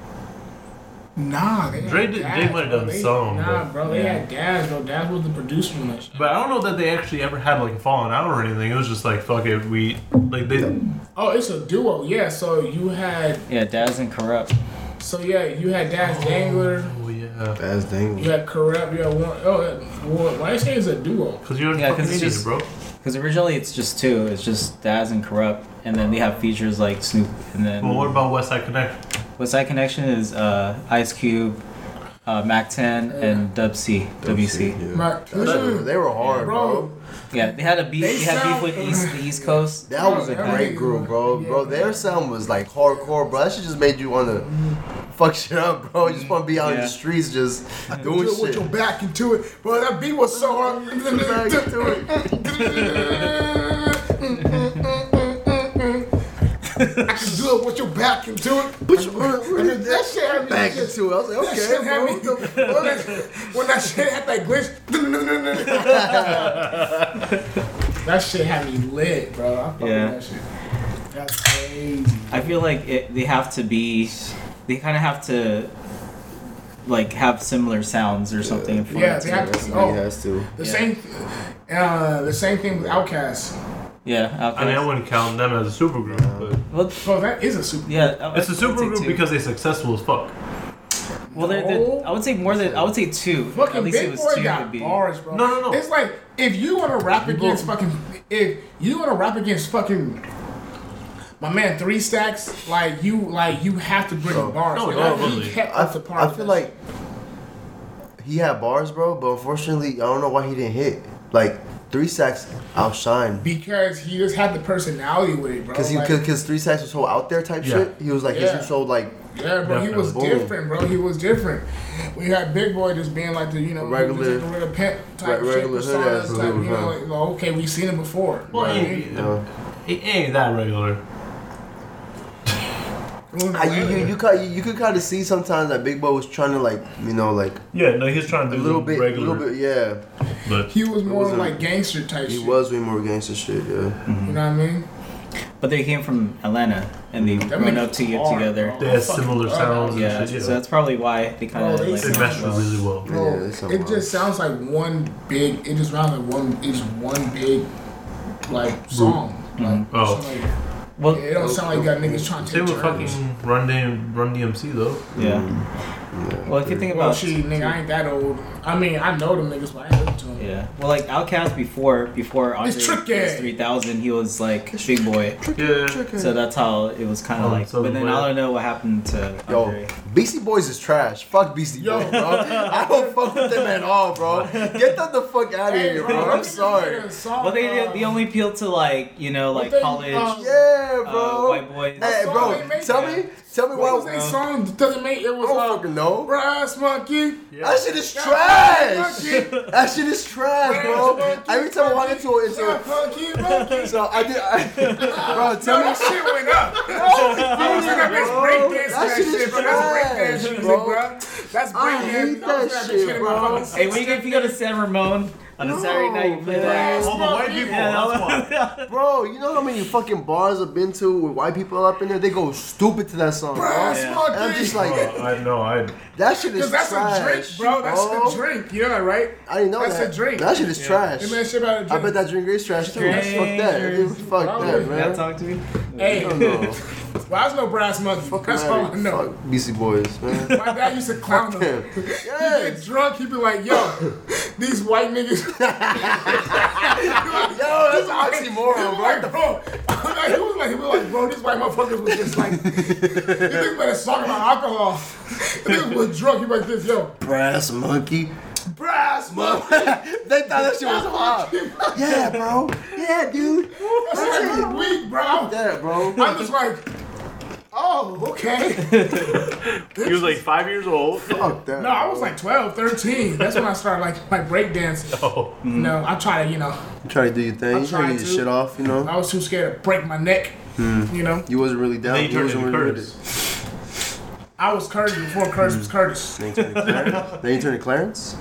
[SPEAKER 1] Nah, they had
[SPEAKER 2] Dre did- Dre
[SPEAKER 1] Daz,
[SPEAKER 2] might
[SPEAKER 1] bro.
[SPEAKER 2] have done
[SPEAKER 1] They-
[SPEAKER 2] some,
[SPEAKER 1] Nah,
[SPEAKER 2] but-
[SPEAKER 1] bro, they
[SPEAKER 6] Yeah.
[SPEAKER 1] had Daz, bro. Daz was the producer on that shit.
[SPEAKER 2] But I don't know that they actually ever had like a falling out or anything. It was just like fuck it, we like they.
[SPEAKER 1] Oh, it's a duo, yeah. So you had,
[SPEAKER 6] Yeah, Daz and corrupt.
[SPEAKER 1] so yeah, you had Daz Dangler,
[SPEAKER 2] Oh yeah.
[SPEAKER 8] That's dangle.
[SPEAKER 1] you had Corrupt, you had Warren. Oh, that- Warren- why you say it's a duo?
[SPEAKER 2] Cause you're a
[SPEAKER 6] Yeah,
[SPEAKER 2] fucking
[SPEAKER 6] 'cause it's
[SPEAKER 2] idiot,
[SPEAKER 6] just-
[SPEAKER 2] bro.
[SPEAKER 6] Because originally it's just two. It's just Daz and corrupt, and then they have features like Snoop, and then
[SPEAKER 2] Well, what about West Side Connect?
[SPEAKER 6] What's that connection is uh, Ice Cube, uh, Mac 10, and Dub C, WC.
[SPEAKER 8] Yeah.
[SPEAKER 1] Right.
[SPEAKER 8] That shit- They were hard,
[SPEAKER 1] Bro.
[SPEAKER 8] bro.
[SPEAKER 6] Yeah, they had a beef.
[SPEAKER 1] They
[SPEAKER 6] They, had
[SPEAKER 1] sound-
[SPEAKER 6] beef with East, the East Coast.
[SPEAKER 8] That was a
[SPEAKER 1] Yeah.
[SPEAKER 8] great group, bro. Bro, their sound was like hardcore, bro. That shit just made you wanna
[SPEAKER 1] Mm-hmm.
[SPEAKER 8] fuck shit up, bro. You just wanna be out in
[SPEAKER 6] Yeah.
[SPEAKER 8] the streets just
[SPEAKER 1] Do
[SPEAKER 8] doing
[SPEAKER 1] it with
[SPEAKER 8] shit.
[SPEAKER 1] your back into it, bro. That beat was so hard.
[SPEAKER 8] Back to it.
[SPEAKER 1] I can do it with your back into it.
[SPEAKER 8] Which one? Where did
[SPEAKER 1] That shit had me
[SPEAKER 8] back
[SPEAKER 1] just-
[SPEAKER 8] into? it? I was like,
[SPEAKER 1] That
[SPEAKER 8] okay,
[SPEAKER 1] shit had
[SPEAKER 8] bro.
[SPEAKER 1] me.
[SPEAKER 8] what the fuck?
[SPEAKER 1] When that- when that shit had that glitch. that shit had me lit, bro. I fuck
[SPEAKER 6] Yeah.
[SPEAKER 1] with that shit. That's crazy.
[SPEAKER 6] I feel like it, they have to be, they kind of have to like have similar sounds or something. for
[SPEAKER 1] Yeah,
[SPEAKER 6] it
[SPEAKER 1] they
[SPEAKER 6] to-
[SPEAKER 1] have to.
[SPEAKER 8] He
[SPEAKER 1] Oh,
[SPEAKER 8] has to.
[SPEAKER 1] the same. Uh, the same thing with Outkast.
[SPEAKER 6] yeah.
[SPEAKER 2] I mean, I
[SPEAKER 6] Outkast.
[SPEAKER 2] wouldn't count them as a supergroup, but
[SPEAKER 6] well,
[SPEAKER 1] Bro, that is a super.
[SPEAKER 6] yeah, I-
[SPEAKER 2] it's a
[SPEAKER 6] I would say
[SPEAKER 2] supergroup
[SPEAKER 6] two.
[SPEAKER 2] because they're successful as fuck.
[SPEAKER 6] well, they're,
[SPEAKER 1] No.
[SPEAKER 6] they're, I would say more than I would say two. At
[SPEAKER 1] Oh. Fucking
[SPEAKER 6] least
[SPEAKER 1] Big
[SPEAKER 6] it was
[SPEAKER 1] Boy
[SPEAKER 6] two
[SPEAKER 1] got
[SPEAKER 6] would be.
[SPEAKER 1] bars, bro.
[SPEAKER 2] No, no, no.
[SPEAKER 1] It's like if you want to rap against fucking, if you want to rap against fucking, my man, Three Stacks, like you, like you have to bring the bars.
[SPEAKER 2] no,
[SPEAKER 1] And
[SPEAKER 2] no,
[SPEAKER 1] I- he
[SPEAKER 2] really.
[SPEAKER 1] kept
[SPEAKER 8] I,
[SPEAKER 1] us apart.
[SPEAKER 8] I feel like he had bars, bro, but unfortunately, I don't know why he didn't hit. Like three sacks outshine
[SPEAKER 1] because he just had the personality with it, bro.
[SPEAKER 8] because he
[SPEAKER 1] Like,
[SPEAKER 8] because three sacks was so out there type
[SPEAKER 2] Yeah.
[SPEAKER 8] shit. He was like
[SPEAKER 1] Yeah.
[SPEAKER 8] he was so like
[SPEAKER 1] yeah, bro, he was
[SPEAKER 8] Definitely.
[SPEAKER 1] different, bro. He was different. We had Big Boy just being like the you know
[SPEAKER 8] Regular-
[SPEAKER 1] just like a regular pimp type
[SPEAKER 8] re-
[SPEAKER 1] shit,
[SPEAKER 8] regular
[SPEAKER 1] persona,
[SPEAKER 8] hood ass
[SPEAKER 1] type, you
[SPEAKER 8] dude,
[SPEAKER 1] know,
[SPEAKER 8] huh?
[SPEAKER 1] like, well, okay, we've seen it before.
[SPEAKER 2] Well,
[SPEAKER 1] Right.
[SPEAKER 2] he,
[SPEAKER 8] you know.
[SPEAKER 2] he ain't that regular.
[SPEAKER 8] I, you you you, ca- you could kind of see sometimes that Big Bo was trying to like you know like
[SPEAKER 2] Yeah, no, he's trying to
[SPEAKER 8] a
[SPEAKER 2] do
[SPEAKER 8] little bit a
[SPEAKER 2] regular,
[SPEAKER 8] little bit yeah.
[SPEAKER 2] but
[SPEAKER 1] He was more
[SPEAKER 8] wasn't-
[SPEAKER 1] like gangster type
[SPEAKER 8] He
[SPEAKER 1] shit.
[SPEAKER 8] was way more gangster shit.
[SPEAKER 1] You
[SPEAKER 8] Yeah,
[SPEAKER 1] know what I mean?
[SPEAKER 6] But they came from Atlanta and they
[SPEAKER 1] That
[SPEAKER 6] grown
[SPEAKER 1] nigga's
[SPEAKER 6] up to get
[SPEAKER 1] hard,
[SPEAKER 6] together.
[SPEAKER 1] bro.
[SPEAKER 2] they have similar
[SPEAKER 1] Fuck.
[SPEAKER 2] sounds and
[SPEAKER 6] Yeah,
[SPEAKER 2] shit. Yeah.
[SPEAKER 6] so that's probably why they kind
[SPEAKER 1] Oh,
[SPEAKER 6] of
[SPEAKER 1] they
[SPEAKER 6] like.
[SPEAKER 2] they mesh really well.
[SPEAKER 1] Bro,
[SPEAKER 8] Yeah, that's
[SPEAKER 1] it
[SPEAKER 8] something
[SPEAKER 1] just sounds like one big. It just sounds like one. It's one big, like song. Like,
[SPEAKER 2] Oh.
[SPEAKER 1] it's like-
[SPEAKER 6] Well,
[SPEAKER 1] it don't sound like you got niggas trying to
[SPEAKER 2] Same
[SPEAKER 1] take
[SPEAKER 2] with
[SPEAKER 1] turns.
[SPEAKER 2] fucking Run, Dam- Run DMC though.
[SPEAKER 6] yeah. Mm. Well, if you think
[SPEAKER 1] Well,
[SPEAKER 6] about
[SPEAKER 1] shit, nigga, I ain't that old. I mean, I know them niggas, but I ain't listen to them.
[SPEAKER 6] Yeah. Well, like Outkast before before Andre
[SPEAKER 1] It's
[SPEAKER 6] was
[SPEAKER 1] tricky.
[SPEAKER 6] 3000, he was like Big Boy.
[SPEAKER 2] Yeah,
[SPEAKER 6] So that's how it was kind
[SPEAKER 2] Oh,
[SPEAKER 6] of like.
[SPEAKER 2] so
[SPEAKER 6] but then
[SPEAKER 2] well-
[SPEAKER 6] I don't know what happened to
[SPEAKER 8] yo,
[SPEAKER 6] Andre.
[SPEAKER 8] Beastie Boys is trash. Fuck Beastie
[SPEAKER 1] Yo.
[SPEAKER 8] Boys, bro. I don't fuck with them at all, bro. Get them the fuck out of
[SPEAKER 1] Hey,
[SPEAKER 8] here,
[SPEAKER 1] bro,
[SPEAKER 8] bro.
[SPEAKER 1] them
[SPEAKER 8] I'm
[SPEAKER 1] niggas
[SPEAKER 8] sorry.
[SPEAKER 1] made a song,
[SPEAKER 6] Well, they did-
[SPEAKER 1] uh,
[SPEAKER 6] they only appealed to like you know like
[SPEAKER 1] they,
[SPEAKER 6] college
[SPEAKER 8] um,
[SPEAKER 1] uh,
[SPEAKER 8] Yeah,
[SPEAKER 6] uh,
[SPEAKER 8] bro.
[SPEAKER 6] white boys.
[SPEAKER 8] Hey,
[SPEAKER 1] song
[SPEAKER 8] bro,
[SPEAKER 1] they made
[SPEAKER 8] tell
[SPEAKER 1] that?
[SPEAKER 8] me, tell me why.
[SPEAKER 1] What was that song? Doesn't make it
[SPEAKER 8] uh, I
[SPEAKER 1] was
[SPEAKER 8] don't
[SPEAKER 1] uh,
[SPEAKER 8] fucking know.
[SPEAKER 1] Brass Monkey.
[SPEAKER 8] That shit is
[SPEAKER 1] Yeah,
[SPEAKER 8] trash. That shit is trash, bro. Every time I walk into it, it's
[SPEAKER 1] Yeah,
[SPEAKER 8] a.
[SPEAKER 1] Monkey, Monkey.
[SPEAKER 8] So I did. I, bro,
[SPEAKER 1] Yo,
[SPEAKER 8] tell me.
[SPEAKER 1] that shit went up. I was in that bitch breakdance
[SPEAKER 8] That
[SPEAKER 1] that
[SPEAKER 8] shit
[SPEAKER 1] shit,
[SPEAKER 8] is
[SPEAKER 1] bro. That's breakdance
[SPEAKER 8] trash,
[SPEAKER 1] music,
[SPEAKER 8] bro.
[SPEAKER 1] bro. That's breakdance.
[SPEAKER 8] I hate
[SPEAKER 1] was in
[SPEAKER 8] that
[SPEAKER 1] bitch
[SPEAKER 8] shit,
[SPEAKER 1] getting
[SPEAKER 8] bro.
[SPEAKER 1] my fucking
[SPEAKER 6] Hey, when you go, if you go to San Ramon on a Saturday night, you play
[SPEAKER 8] man.
[SPEAKER 6] that.
[SPEAKER 2] all the white people. That's why.
[SPEAKER 8] Bro, you know how many fucking bars I've been to with white people up in there? They go stupid to that song, bro.
[SPEAKER 1] Brass
[SPEAKER 8] And I'm just
[SPEAKER 1] Monkey.
[SPEAKER 8] like,
[SPEAKER 2] Bro, Oh, I know. I
[SPEAKER 8] that shit is
[SPEAKER 1] Cause that's
[SPEAKER 8] trash.
[SPEAKER 1] a drink, bro. That's
[SPEAKER 8] bro.
[SPEAKER 1] a drink. You know that, right?
[SPEAKER 8] I didn't know
[SPEAKER 1] That's
[SPEAKER 8] that.
[SPEAKER 1] a drink.
[SPEAKER 8] That shit is trash.
[SPEAKER 1] Hey, man, shit about a drink.
[SPEAKER 8] I bet that drink is trash too. Fuck that.
[SPEAKER 6] Drinkers.
[SPEAKER 8] Fuck
[SPEAKER 1] Probably.
[SPEAKER 6] That
[SPEAKER 8] that, man.
[SPEAKER 6] talk to me.
[SPEAKER 1] Hey,
[SPEAKER 8] I don't
[SPEAKER 1] well,
[SPEAKER 8] know.
[SPEAKER 1] there's no brass monkey.
[SPEAKER 8] Fuck
[SPEAKER 1] That's
[SPEAKER 8] that.
[SPEAKER 1] all I know.
[SPEAKER 8] Fuck BC Boys, man.
[SPEAKER 1] My dad used to clown
[SPEAKER 8] Fuck
[SPEAKER 1] him.
[SPEAKER 8] them.
[SPEAKER 1] He get
[SPEAKER 8] Yes.
[SPEAKER 1] drunk, he'd be like, yo, these white niggas.
[SPEAKER 8] Yo, that's an oxymoron,
[SPEAKER 1] Like,
[SPEAKER 8] bro.
[SPEAKER 1] bro, like, he was like, he was like, bro, these white motherfuckers was just like, you think about a song about alcohol? The niggas was drunk. He was like this, yo,
[SPEAKER 8] Brass monkey.
[SPEAKER 1] brass monkey.
[SPEAKER 8] They thought that shit was hot. Yeah, bro. Yeah, dude.
[SPEAKER 1] That's like weak, bro.
[SPEAKER 8] Yeah, bro.
[SPEAKER 1] I'm just like, oh, okay.
[SPEAKER 2] he was like five years old.
[SPEAKER 8] Fuck that.
[SPEAKER 1] No, I was like 12, 13. That's when I started like my breakdancing.
[SPEAKER 2] Oh,
[SPEAKER 1] You know, I try to, you know,
[SPEAKER 8] Try to do your thing.
[SPEAKER 1] I'm
[SPEAKER 8] You try to
[SPEAKER 1] trying
[SPEAKER 8] get your
[SPEAKER 1] to.
[SPEAKER 8] shit off, you know?
[SPEAKER 1] I was too scared to break my neck. You know,
[SPEAKER 8] You wasn't really down.
[SPEAKER 2] they
[SPEAKER 8] You
[SPEAKER 2] turned
[SPEAKER 8] wasn't
[SPEAKER 2] into
[SPEAKER 8] really with
[SPEAKER 2] Curtis.
[SPEAKER 8] it.
[SPEAKER 1] I was Curtis before Curtis was Curtis.
[SPEAKER 8] Then you turned to Clarence. Then you turned to Clarence?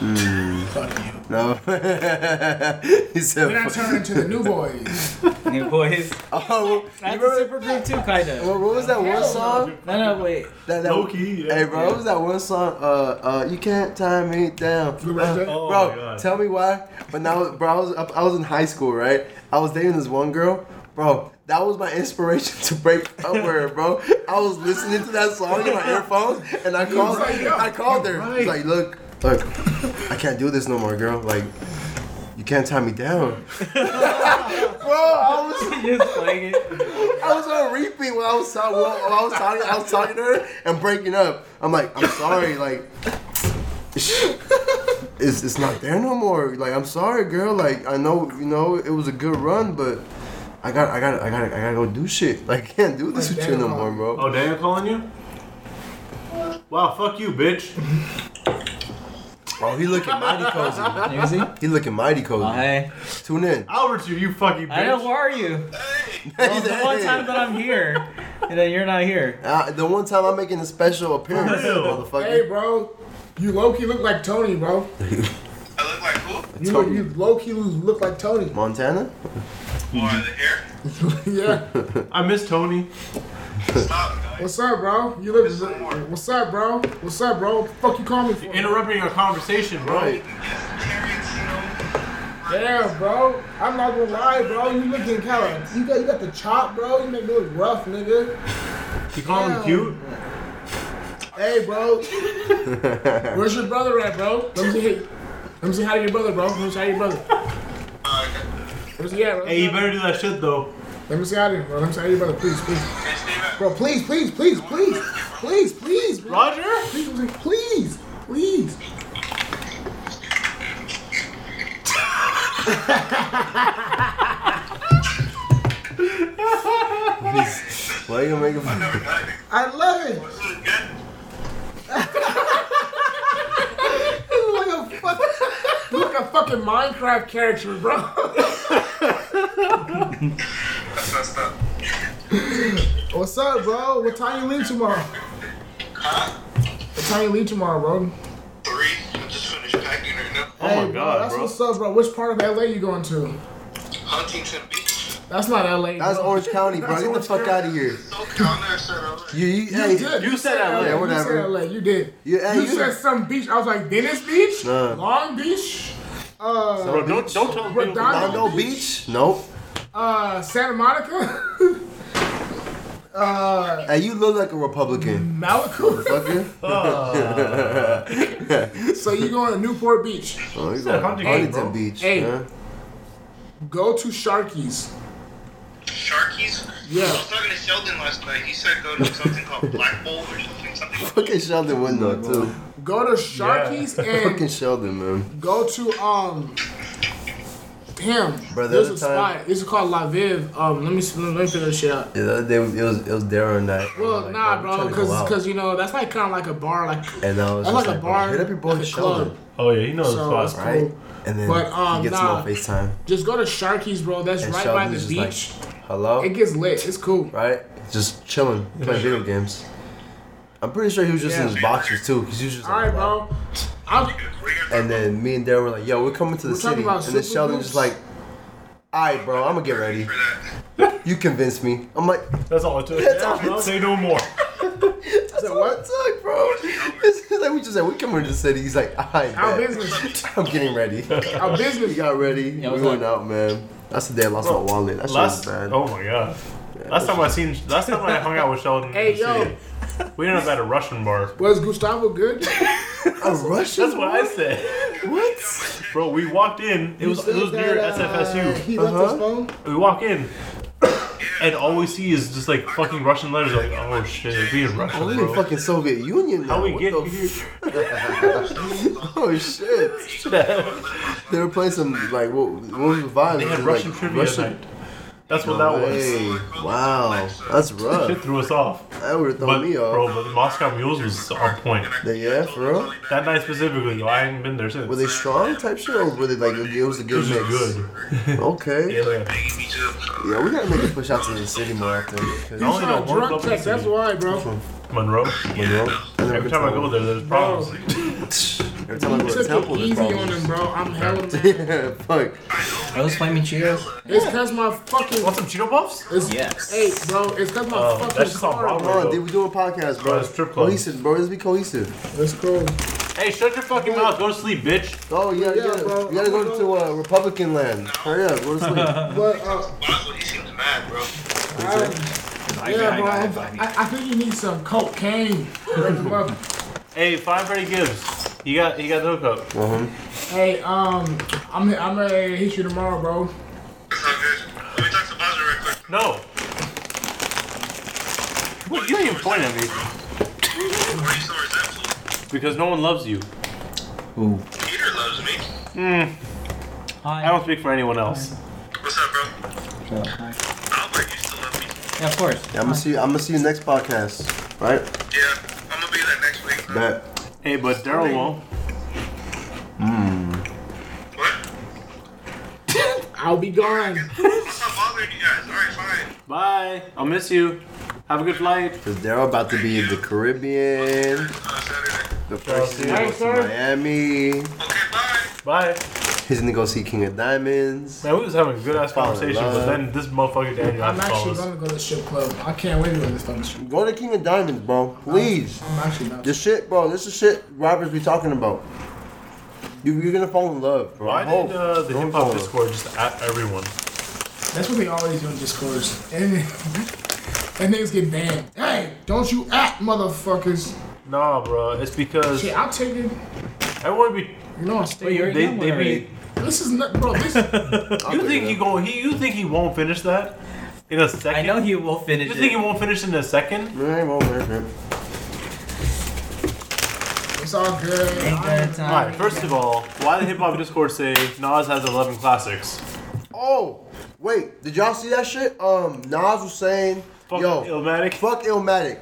[SPEAKER 8] Mm. No. he said,
[SPEAKER 1] Then I
[SPEAKER 8] fuck-
[SPEAKER 1] turned into the new boys.
[SPEAKER 6] New boys.
[SPEAKER 8] oh,
[SPEAKER 6] That's a super group too, kind of.
[SPEAKER 8] what what was that one song?
[SPEAKER 6] No, no, wait.
[SPEAKER 8] That, that
[SPEAKER 2] Low key. Yeah.
[SPEAKER 8] Hey, bro, what was that one song? Uh, uh, you can't tie me down.
[SPEAKER 1] Loretta?
[SPEAKER 8] Uh,
[SPEAKER 2] Oh my
[SPEAKER 8] bro,
[SPEAKER 2] God.
[SPEAKER 8] tell me why. When I was, bro, I was, up, I was in high school, right? I was dating this one girl, bro. That was my inspiration to break up with her, bro. I was listening to that song in my earphones, and I called,
[SPEAKER 1] right, yo.
[SPEAKER 8] I called her.
[SPEAKER 2] You're
[SPEAKER 8] She's like, look, look, I can't do this no more, girl. Like. You can't tie me down, bro. I was
[SPEAKER 6] Just playing it.
[SPEAKER 8] I was on repeat when I was ta- when I was talking. I was talking to her and breaking up. I'm like, I'm sorry. Like, it's it's not there no more. Like, I'm sorry, girl. Like, I know you know it was a good run, but I got I got I got I gotta go do shit. Like, I can't do this with you no more, bro.
[SPEAKER 2] Oh, Daniel calling you? Wow, fuck you, bitch.
[SPEAKER 8] Oh, he looking mighty cozy.
[SPEAKER 6] Newsy?
[SPEAKER 8] He looking mighty
[SPEAKER 6] Oh,
[SPEAKER 8] cozy.
[SPEAKER 6] hey.
[SPEAKER 8] Tune in.
[SPEAKER 2] Albert's here, you fucking bitch.
[SPEAKER 6] I know, where are you? Well, the one time that I'm here, and then you're not here.
[SPEAKER 8] Uh, the one time I'm making a special appearance,
[SPEAKER 2] Ew.
[SPEAKER 1] Hey,
[SPEAKER 8] motherfucker.
[SPEAKER 1] bro, you low key look like Tony, bro.
[SPEAKER 9] I look like who?
[SPEAKER 1] You,
[SPEAKER 8] Tony.
[SPEAKER 1] you low key look like Tony.
[SPEAKER 8] Montana?
[SPEAKER 9] Or the hair?
[SPEAKER 1] yeah.
[SPEAKER 2] I miss Tony.
[SPEAKER 9] Stop, dog.
[SPEAKER 1] What's up, bro? You live. What's up, bro? What's up, bro? What the fuck you call me for?
[SPEAKER 2] Interrupting our conversation, bro.
[SPEAKER 8] Right.
[SPEAKER 1] Yeah, bro. I'm not gonna lie, bro. You looking kinda you got you got the chop, bro. You make me look rough, nigga.
[SPEAKER 2] You call him cute?
[SPEAKER 1] Hey bro. Where's your brother at, bro? Let me see Let me see how your brother, bro. Let me see how your brother. Where's he at, bro?
[SPEAKER 2] Hey, you better do that shit though.
[SPEAKER 1] Let me see how bro. Let me see how your brother, please, please. Bro, please, please, please, please, please, please, bro.
[SPEAKER 2] Roger?
[SPEAKER 1] Please, please, please.
[SPEAKER 8] Why you gonna make a
[SPEAKER 1] I love it. Look like a fucking, look like a fucking Minecraft character, bro. What's up, bro? What time you leave tomorrow? What time you leave tomorrow, bro?
[SPEAKER 2] Oh
[SPEAKER 1] Hey,
[SPEAKER 2] my
[SPEAKER 1] bro,
[SPEAKER 2] god,
[SPEAKER 1] that's
[SPEAKER 2] bro.
[SPEAKER 1] what's up, bro. Which part of LA you going to?
[SPEAKER 9] Huntington Beach.
[SPEAKER 1] That's not LA.
[SPEAKER 8] That's
[SPEAKER 1] bro.
[SPEAKER 8] Orange County, bro.
[SPEAKER 1] That's
[SPEAKER 8] Get the
[SPEAKER 1] Orange
[SPEAKER 8] fuck out
[SPEAKER 1] County.
[SPEAKER 8] of here.
[SPEAKER 9] So counter, I said, uh, all right.
[SPEAKER 8] You, you,
[SPEAKER 1] You
[SPEAKER 8] hey,
[SPEAKER 1] did.
[SPEAKER 2] you said LA.
[SPEAKER 8] Yeah,
[SPEAKER 1] You
[SPEAKER 8] whatever.
[SPEAKER 1] said LA. You did.
[SPEAKER 8] You- hey,
[SPEAKER 1] you,
[SPEAKER 8] you-
[SPEAKER 1] said some beach. I was like Venice Beach,
[SPEAKER 8] Nah.
[SPEAKER 1] Long Beach, uh,
[SPEAKER 2] Bro, don't, don't tell people.
[SPEAKER 1] Redondo-
[SPEAKER 8] Redondo Beach? Nope.
[SPEAKER 1] uh, Santa Monica, uh,
[SPEAKER 8] Hey, you look like a Republican,
[SPEAKER 1] Malibu.
[SPEAKER 8] fucker.
[SPEAKER 1] so you going to Newport Beach?
[SPEAKER 8] Oh, he's
[SPEAKER 2] said
[SPEAKER 8] on
[SPEAKER 2] Huntington, bro.
[SPEAKER 8] Huntington Beach.
[SPEAKER 1] Hey.
[SPEAKER 8] huh?
[SPEAKER 1] Go to Sharky's.
[SPEAKER 9] Sharkies?
[SPEAKER 1] Yeah.
[SPEAKER 9] I was talking to Sheldon last night. He said go to something called Black Bowl or something. something.
[SPEAKER 8] Fucking Sheldon Window, too.
[SPEAKER 1] Go to Sharky's
[SPEAKER 8] Fucking
[SPEAKER 1] and
[SPEAKER 8] Sheldon, man.
[SPEAKER 1] go to um. Damn,
[SPEAKER 8] Bro, the
[SPEAKER 1] there's
[SPEAKER 8] other
[SPEAKER 1] a
[SPEAKER 8] time-
[SPEAKER 1] spot. It's called La Vive. Um, let me let me figure this shit out.
[SPEAKER 8] Yeah, the other day, it was, it was Darren and I.
[SPEAKER 1] Well,
[SPEAKER 8] like,
[SPEAKER 1] nah,
[SPEAKER 8] Oh I'm
[SPEAKER 1] bro,
[SPEAKER 8] trying to
[SPEAKER 1] because
[SPEAKER 8] go out.
[SPEAKER 1] you know that's like kind of like a bar, like
[SPEAKER 8] And I was
[SPEAKER 1] that's
[SPEAKER 8] just
[SPEAKER 1] like,
[SPEAKER 8] like,
[SPEAKER 1] a
[SPEAKER 8] bro,
[SPEAKER 1] bar,
[SPEAKER 8] hit up your boy
[SPEAKER 1] like a
[SPEAKER 8] Sheldon.
[SPEAKER 1] club.
[SPEAKER 2] Oh yeah, he knows
[SPEAKER 1] So
[SPEAKER 2] the
[SPEAKER 1] it's
[SPEAKER 2] spot.
[SPEAKER 8] right?
[SPEAKER 1] cool.
[SPEAKER 8] And then
[SPEAKER 1] But, um,
[SPEAKER 8] he gets
[SPEAKER 1] nah.
[SPEAKER 8] him on FaceTime.
[SPEAKER 1] Just go to Sharky's, bro. That's
[SPEAKER 8] And
[SPEAKER 1] right
[SPEAKER 8] Sheldon
[SPEAKER 1] by the
[SPEAKER 8] is
[SPEAKER 1] beach.
[SPEAKER 8] just like, hello?
[SPEAKER 1] it gets lit. It's cool.
[SPEAKER 8] right? Just chilling, playing video games. I'm pretty sure he was just
[SPEAKER 1] Yeah.
[SPEAKER 8] in his boxers, too, because he was just
[SPEAKER 1] All right,
[SPEAKER 8] like, wow.
[SPEAKER 1] bro. I'm,
[SPEAKER 8] And then me and Darren were like, yo, we're coming to the
[SPEAKER 1] We're talking
[SPEAKER 8] city.
[SPEAKER 1] about
[SPEAKER 8] And then
[SPEAKER 1] super
[SPEAKER 8] Sheldon
[SPEAKER 1] groups?
[SPEAKER 8] just like, all right, bro, I'm going to get ready. You convinced me. I'm like,
[SPEAKER 2] That's all it took.
[SPEAKER 8] That's all it took.
[SPEAKER 2] Say no more.
[SPEAKER 8] that's what it took, bro. It's like, we just said, we're coming to the city. He's like, all right,
[SPEAKER 1] our
[SPEAKER 8] bet.
[SPEAKER 1] business.
[SPEAKER 8] I'm getting ready.
[SPEAKER 1] Our
[SPEAKER 8] We
[SPEAKER 1] business.
[SPEAKER 8] got ready. we
[SPEAKER 6] what's
[SPEAKER 8] went out, man. That's the day I lost my wallet. That shit was
[SPEAKER 2] Last,
[SPEAKER 8] bad.
[SPEAKER 2] oh my god. Last time I seen, last time I hung out with Sheldon. in
[SPEAKER 1] Hey,
[SPEAKER 2] the
[SPEAKER 1] yo.
[SPEAKER 2] city, We ended up at a Russian bar.
[SPEAKER 1] Was Gustavo good?
[SPEAKER 8] A Russian?
[SPEAKER 2] That's what I said.
[SPEAKER 8] What?
[SPEAKER 2] Bro, we walked in. It was it was near
[SPEAKER 1] Uh,
[SPEAKER 2] SFSU.
[SPEAKER 1] he left
[SPEAKER 8] Uh-huh.
[SPEAKER 1] his phone.
[SPEAKER 2] We walk in, and all we see is just like fucking Russian letters. Like, oh shit, we in Russia,
[SPEAKER 8] Oh, we in
[SPEAKER 2] bro.
[SPEAKER 8] fucking Soviet Union now.
[SPEAKER 2] How we
[SPEAKER 8] What
[SPEAKER 2] get
[SPEAKER 8] the
[SPEAKER 2] here?
[SPEAKER 8] f- Oh shit! they were playing some like what, what was the vibe?
[SPEAKER 2] They
[SPEAKER 8] It
[SPEAKER 2] had
[SPEAKER 8] was,
[SPEAKER 2] Russian
[SPEAKER 8] like,
[SPEAKER 2] trivia night. That's what that was.
[SPEAKER 8] Hey, wow, that's
[SPEAKER 2] Shit
[SPEAKER 8] rough.
[SPEAKER 2] threw us off.
[SPEAKER 8] That would have
[SPEAKER 2] But
[SPEAKER 8] thrown me
[SPEAKER 2] bro,
[SPEAKER 8] off.
[SPEAKER 2] but the Moscow Mules was on point.
[SPEAKER 8] They, yeah, for real.
[SPEAKER 2] That night specifically, though, I haven't been there since.
[SPEAKER 8] Were they strong type shit or were they like it was a
[SPEAKER 2] it
[SPEAKER 8] good
[SPEAKER 2] was
[SPEAKER 8] mix?
[SPEAKER 2] just good.
[SPEAKER 8] Okay.
[SPEAKER 2] Yeah,
[SPEAKER 8] Yeah.
[SPEAKER 2] like,
[SPEAKER 8] we gotta make a push out to the city more often. 'cause-
[SPEAKER 1] He's
[SPEAKER 2] I only
[SPEAKER 1] on
[SPEAKER 2] know
[SPEAKER 1] a
[SPEAKER 2] one
[SPEAKER 1] drunk
[SPEAKER 2] club in
[SPEAKER 1] text.
[SPEAKER 2] the
[SPEAKER 1] That's
[SPEAKER 2] city.
[SPEAKER 1] why, bro.
[SPEAKER 2] Monroe.
[SPEAKER 8] Monroe. I never
[SPEAKER 2] Every
[SPEAKER 8] been
[SPEAKER 2] time I
[SPEAKER 8] to
[SPEAKER 2] go
[SPEAKER 8] one.
[SPEAKER 2] there, there's problems.
[SPEAKER 8] Every time I go
[SPEAKER 1] Took
[SPEAKER 8] to temple,
[SPEAKER 1] it
[SPEAKER 8] there's
[SPEAKER 1] easy on him,
[SPEAKER 8] problems.
[SPEAKER 1] bro. I'm hella mad.
[SPEAKER 8] Yeah, fuck.
[SPEAKER 6] Those flaming Cheetos?
[SPEAKER 1] It's cause my fucking.
[SPEAKER 2] Want some Cheeto Puffs?
[SPEAKER 1] It's,
[SPEAKER 6] Yes.
[SPEAKER 1] Hey, bro. It's cause my
[SPEAKER 2] Oh,
[SPEAKER 1] fucking
[SPEAKER 2] that's just on
[SPEAKER 1] car.
[SPEAKER 2] Broadway.
[SPEAKER 8] Come on, dude, we doing a podcast, bro.
[SPEAKER 2] Bro, it's strip club.
[SPEAKER 8] cohesive, bro. Let's be cohesive.
[SPEAKER 1] Let's go.
[SPEAKER 2] Hey, shut your fucking mouth. Go to sleep, bitch.
[SPEAKER 8] Oh yeah,
[SPEAKER 1] Yeah,
[SPEAKER 8] yeah.
[SPEAKER 1] bro.
[SPEAKER 8] You gotta go to uh, Republican land. Hurry up, go to sleep.
[SPEAKER 1] But uh,
[SPEAKER 9] He seems mad, bro.
[SPEAKER 1] I, yeah, bro. I, I think you need some cocaine. Break him up.
[SPEAKER 2] Hey, find Freddie Gibbs. He got he got the hookup.
[SPEAKER 1] Hey, um, I'm I'm gonna hit you tomorrow, bro.
[SPEAKER 9] It's all good. Let me talk to Bowser real quick.
[SPEAKER 2] No. What? You ain't even pointing at me
[SPEAKER 9] Why are you so resentful?
[SPEAKER 2] because no one loves you.
[SPEAKER 6] Ooh.
[SPEAKER 9] Peter loves me.
[SPEAKER 2] I
[SPEAKER 6] Hi.
[SPEAKER 2] don't speak for anyone else.
[SPEAKER 9] What's up, bro?
[SPEAKER 6] Oh, hi.
[SPEAKER 9] Albert, you still love me.
[SPEAKER 6] Yeah, of course.
[SPEAKER 8] I'm gonna see. You, I'm gonna see you next podcast. Right?
[SPEAKER 9] Yeah, I'm gonna be there next week. bro.
[SPEAKER 8] Bet.
[SPEAKER 2] Hey, but Daryl won't.
[SPEAKER 9] What?
[SPEAKER 1] I'll be gone.
[SPEAKER 9] I'm not bothering you guys. Alright, fine.
[SPEAKER 2] Bye. I'll miss you. Have a good flight.
[SPEAKER 8] Cause they're about to be in the Caribbean.
[SPEAKER 9] Uh, Saturday.
[SPEAKER 8] The first
[SPEAKER 2] see
[SPEAKER 8] team
[SPEAKER 2] you.
[SPEAKER 8] goes to Miami.
[SPEAKER 9] Okay, bye.
[SPEAKER 2] Bye.
[SPEAKER 8] He's gonna go see King of Diamonds.
[SPEAKER 2] Man, we was having a good ass
[SPEAKER 8] Fall in
[SPEAKER 2] conversation, but
[SPEAKER 8] love.
[SPEAKER 2] then this motherfucker Daniel
[SPEAKER 1] I'm
[SPEAKER 2] had to
[SPEAKER 1] actually
[SPEAKER 2] call us.
[SPEAKER 1] gonna go to the strip club. I can't wait to go to this fucking strip.
[SPEAKER 8] Go to King of Diamonds, bro. Please.
[SPEAKER 1] I'm actually not.
[SPEAKER 8] This shit, bro. This is shit rappers be talking about. You, you're gonna fall in love, bro.
[SPEAKER 2] Why
[SPEAKER 8] I hope.
[SPEAKER 2] did uh, the
[SPEAKER 8] Don't
[SPEAKER 2] hip
[SPEAKER 8] fall
[SPEAKER 2] hop
[SPEAKER 8] in-
[SPEAKER 2] Discord just at everyone?
[SPEAKER 1] That's what they always do in Discords. And and niggas get banned. Hey, don't you act, motherfuckers.
[SPEAKER 2] Nah, bro. It's because
[SPEAKER 1] Shit, I'll take it.
[SPEAKER 2] everyone be
[SPEAKER 1] You know I'm staying.
[SPEAKER 6] you're-
[SPEAKER 2] they
[SPEAKER 6] Don't
[SPEAKER 2] they
[SPEAKER 6] worry.
[SPEAKER 2] be.
[SPEAKER 1] this is not, bro. This
[SPEAKER 2] You
[SPEAKER 8] figure
[SPEAKER 2] think
[SPEAKER 8] it
[SPEAKER 2] he
[SPEAKER 8] out.
[SPEAKER 2] going? He you think he won't finish that in a second?
[SPEAKER 6] I know he will finish
[SPEAKER 2] You
[SPEAKER 6] it.
[SPEAKER 2] think he won't finish in a second?
[SPEAKER 8] Man, well, man, man.
[SPEAKER 1] it's all good.
[SPEAKER 6] Ain't got
[SPEAKER 1] I,
[SPEAKER 6] time.
[SPEAKER 2] All right. First of all, why the hip hop Discord say Nas has 11 classics?
[SPEAKER 8] Oh, wait. Did y'all see that shit? Um, Nas was saying,
[SPEAKER 2] Fuck
[SPEAKER 8] yo,
[SPEAKER 2] Illmatic.
[SPEAKER 8] fuck Illmatic.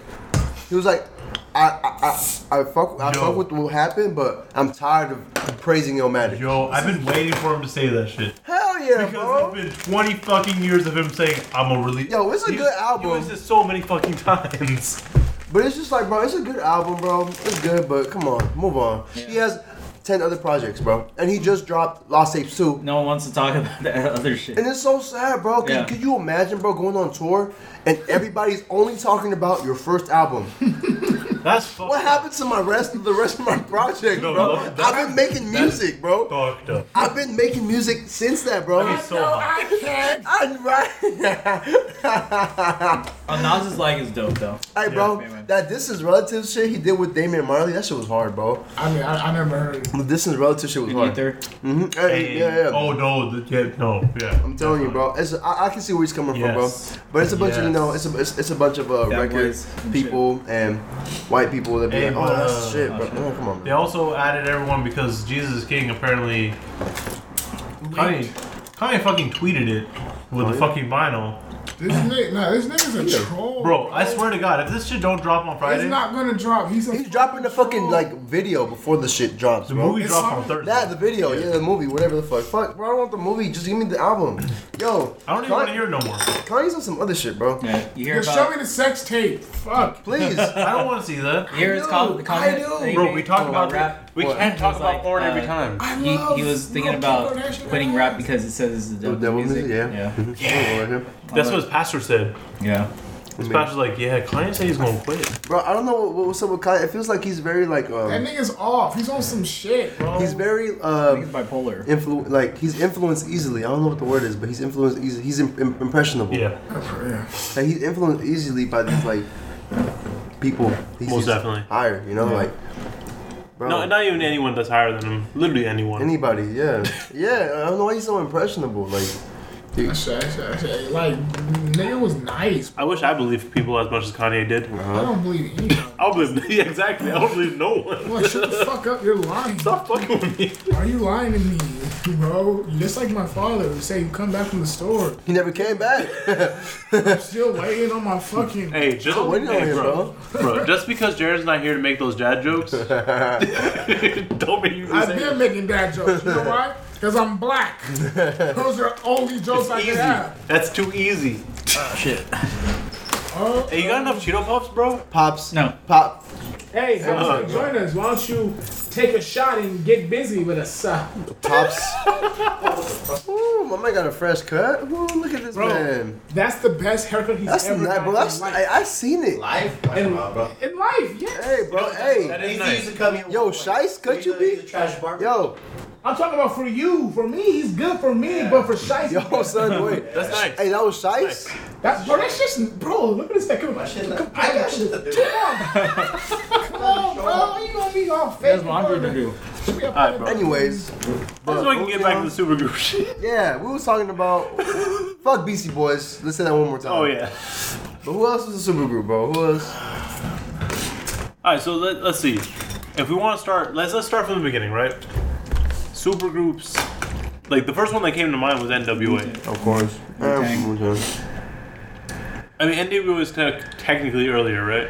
[SPEAKER 8] He was like, I, I, I, I fuck, I
[SPEAKER 2] Yo.
[SPEAKER 8] fuck with what happened, but I'm tired of praising Illmatic.
[SPEAKER 2] Yo, I've been waiting for him to say that shit.
[SPEAKER 8] Hell yeah,
[SPEAKER 2] Because
[SPEAKER 8] bro.
[SPEAKER 2] it's been 20 fucking years of him saying, I'm a release.
[SPEAKER 8] Yo, it's a
[SPEAKER 2] He-
[SPEAKER 8] good album.
[SPEAKER 2] He was this so many fucking times.
[SPEAKER 8] But it's just like, bro, it's a good album, bro. It's good, but come on, move on. He has ten other projects, bro, and he just dropped Lost Tapes too.
[SPEAKER 6] No one wants to talk about that other shit.
[SPEAKER 8] And it's so sad, bro. Could,
[SPEAKER 6] Yeah.
[SPEAKER 8] could you imagine, bro, going on tour and everybody's only talking about your first album?
[SPEAKER 2] That's fucked
[SPEAKER 8] what happened to my rest of the rest of my project,
[SPEAKER 2] No,
[SPEAKER 8] bro?
[SPEAKER 2] that-
[SPEAKER 8] I've been making music, bro.
[SPEAKER 2] fucked up.
[SPEAKER 8] I've been making music since that, bro.
[SPEAKER 2] That'd be so hot.
[SPEAKER 1] I can't.
[SPEAKER 8] I'm right.
[SPEAKER 6] Oh, Nas's like is dope though.
[SPEAKER 8] hey, bro,
[SPEAKER 6] Yeah, man.
[SPEAKER 8] that this is relative shit he did with Damian Marley. That shit was hard, bro.
[SPEAKER 1] I mean, I, I never heard it.
[SPEAKER 8] The distance relative shit was hard.
[SPEAKER 6] Ether.
[SPEAKER 8] hmm Hey, yeah, yeah.
[SPEAKER 2] Oh, no. The, yeah, no. Yeah.
[SPEAKER 8] I'm telling you, bro. It's I, I can see where he's coming
[SPEAKER 2] Yes.
[SPEAKER 8] from, bro. But it's a bunch of you know, it's a it's, it's a bunch of uh,
[SPEAKER 6] Families
[SPEAKER 8] record
[SPEAKER 6] and
[SPEAKER 8] people and white people that be
[SPEAKER 2] Hey,
[SPEAKER 8] like, oh,
[SPEAKER 2] but,
[SPEAKER 8] that's
[SPEAKER 2] uh,
[SPEAKER 8] shit, bro. Oh, come on,
[SPEAKER 2] They
[SPEAKER 8] man.
[SPEAKER 2] also added everyone because Jesus is King apparently. Kanye, Kanye fucking tweeted it with the fucking vinyl.
[SPEAKER 1] This nigga, nah, this nigga's a troll.
[SPEAKER 2] Bro, I swear to God, if this shit don't drop on
[SPEAKER 1] It's
[SPEAKER 2] Friday,
[SPEAKER 1] not gonna drop. He's, a
[SPEAKER 8] He's dropping the fucking like video before the shit drops,
[SPEAKER 2] the
[SPEAKER 8] bro.
[SPEAKER 2] movie
[SPEAKER 1] it's
[SPEAKER 2] drops
[SPEAKER 1] not-
[SPEAKER 2] on Thursday.
[SPEAKER 8] That the video, yeah, the movie, whatever the fuck. Fuck, bro, I don't want the movie. Just give me the album. Yo,
[SPEAKER 2] I don't even
[SPEAKER 8] Kan-
[SPEAKER 2] want to hear it no more.
[SPEAKER 8] Kanye's on some other shit, bro.
[SPEAKER 6] Yeah, you hear
[SPEAKER 1] Yo, show me
[SPEAKER 6] about
[SPEAKER 1] the sex tape. Fuck.
[SPEAKER 8] Please,
[SPEAKER 2] I don't want to see that.
[SPEAKER 6] you hear his
[SPEAKER 8] I
[SPEAKER 6] com-
[SPEAKER 8] do,
[SPEAKER 6] the comment.
[SPEAKER 8] I do.
[SPEAKER 6] that he
[SPEAKER 2] Bro, we
[SPEAKER 6] made
[SPEAKER 2] talked
[SPEAKER 6] about
[SPEAKER 2] about
[SPEAKER 6] rap.
[SPEAKER 2] We
[SPEAKER 8] What?
[SPEAKER 2] can't talk
[SPEAKER 6] It's
[SPEAKER 2] about
[SPEAKER 6] like,
[SPEAKER 2] porn every
[SPEAKER 6] uh,
[SPEAKER 2] time.
[SPEAKER 1] I
[SPEAKER 6] He,
[SPEAKER 1] love
[SPEAKER 6] he was thinking
[SPEAKER 1] Lil
[SPEAKER 6] about
[SPEAKER 1] Peep on that shit.
[SPEAKER 6] quitting rap because it says it's
[SPEAKER 8] the
[SPEAKER 6] the
[SPEAKER 8] devil
[SPEAKER 6] devil
[SPEAKER 8] music,
[SPEAKER 6] music.
[SPEAKER 8] yeah.
[SPEAKER 6] yeah,
[SPEAKER 8] yeah.
[SPEAKER 2] That's what his pastor said.
[SPEAKER 6] yeah.
[SPEAKER 2] His pastor's like, yeah, Kanye said he's gonna quit.
[SPEAKER 8] Bro, I don't know what, what's up with Kanye. It feels like he's very like
[SPEAKER 1] That
[SPEAKER 8] um,
[SPEAKER 1] nigga's off. He's on some shit, bro.
[SPEAKER 8] he's very
[SPEAKER 6] I think
[SPEAKER 8] um,
[SPEAKER 6] it's bipolar.
[SPEAKER 8] influ- like he's influenced easily. I don't know what the word is, but he's influenced. He's, he's im- im- impressionable.
[SPEAKER 2] Yeah,
[SPEAKER 1] Yeah.
[SPEAKER 8] Like he's influenced easily by these like people. He's
[SPEAKER 2] Most
[SPEAKER 8] just
[SPEAKER 2] definitely.
[SPEAKER 8] higher. You know, like bro,
[SPEAKER 2] no, not even anyone that's higher than him. Literally anyone.
[SPEAKER 8] anybody. Yeah, yeah. I don't know why he's so impressionable. Like,
[SPEAKER 1] That shit, that shit, that shit. Like, nigga was nice.
[SPEAKER 2] I wish I believed people as much as Kanye did.
[SPEAKER 1] I don't believe anything.
[SPEAKER 2] I'll believe yeah, exactly. I don't believe no one.
[SPEAKER 1] Well, shut the fuck up. You're lying.
[SPEAKER 2] Stop fucking with me.
[SPEAKER 1] Are you lying to me, bro? You're Just like my father would say, you come back from the store.
[SPEAKER 8] he never came back.
[SPEAKER 1] Still waiting on my fucking.
[SPEAKER 2] Hey, just
[SPEAKER 8] I'm waiting
[SPEAKER 2] hey,
[SPEAKER 8] on him,
[SPEAKER 2] bro. bro, Just because Jared's not here to make those dad jokes, don't make you.
[SPEAKER 1] I've
[SPEAKER 2] say
[SPEAKER 1] been
[SPEAKER 2] it.
[SPEAKER 1] making dad jokes. You know why? Because I'm black. Those are only jokes I can
[SPEAKER 2] Easy.
[SPEAKER 1] have.
[SPEAKER 2] That's too easy.
[SPEAKER 6] shit.
[SPEAKER 1] Oh,
[SPEAKER 2] Hey, you got enough Cheeto Puffs, bro?
[SPEAKER 8] Pops.
[SPEAKER 6] No.
[SPEAKER 8] Pop.
[SPEAKER 1] hey, Hamza, join us. Why don't you take a shot and get busy with us? uh?
[SPEAKER 8] Pops. Ooh, my man got a fresh cut. Ooh, look at this
[SPEAKER 1] Bro.
[SPEAKER 8] man.
[SPEAKER 1] That's the best haircut he's
[SPEAKER 8] That's
[SPEAKER 1] ever
[SPEAKER 8] not,
[SPEAKER 1] had
[SPEAKER 8] bro. That's
[SPEAKER 1] in
[SPEAKER 8] I,
[SPEAKER 1] life.
[SPEAKER 8] I seen it.
[SPEAKER 4] Life? Like,
[SPEAKER 1] And-
[SPEAKER 4] bro.
[SPEAKER 1] In life, yes.
[SPEAKER 8] Hey, bro. Hey.
[SPEAKER 2] That is
[SPEAKER 4] Easy
[SPEAKER 2] nice.
[SPEAKER 4] used to come here.
[SPEAKER 8] Yo, Shice, could you be?
[SPEAKER 4] Trash barber.
[SPEAKER 8] Yo,
[SPEAKER 1] I'm talking about for you. For me, he's good for me, but for Shice,
[SPEAKER 8] yo, son, wait.
[SPEAKER 2] That's nice.
[SPEAKER 8] Hey, that was Shice?
[SPEAKER 1] That, bro, that's just, bro, look at this guy. Come on,
[SPEAKER 4] Shit, like, I got shit to do.
[SPEAKER 1] bro, bro, you gonna be all fake.
[SPEAKER 6] There's laundry to do.
[SPEAKER 2] Alright, bro.
[SPEAKER 8] Anyways.
[SPEAKER 2] This is when we can get back to the super group shit.
[SPEAKER 8] Yeah, we was talking about fuck BC Boys. Let's say that one more time.
[SPEAKER 2] Oh yeah.
[SPEAKER 8] But who else was a supergroup, bro? Who else?
[SPEAKER 2] All right, so let, let's see. If we want to start, let's let's start from the beginning, right? Supergroups. Like the first one that came to mind was NWA.
[SPEAKER 8] Of course.
[SPEAKER 6] Wu-Tang.
[SPEAKER 2] I mean, NWA was kind of technically earlier, right?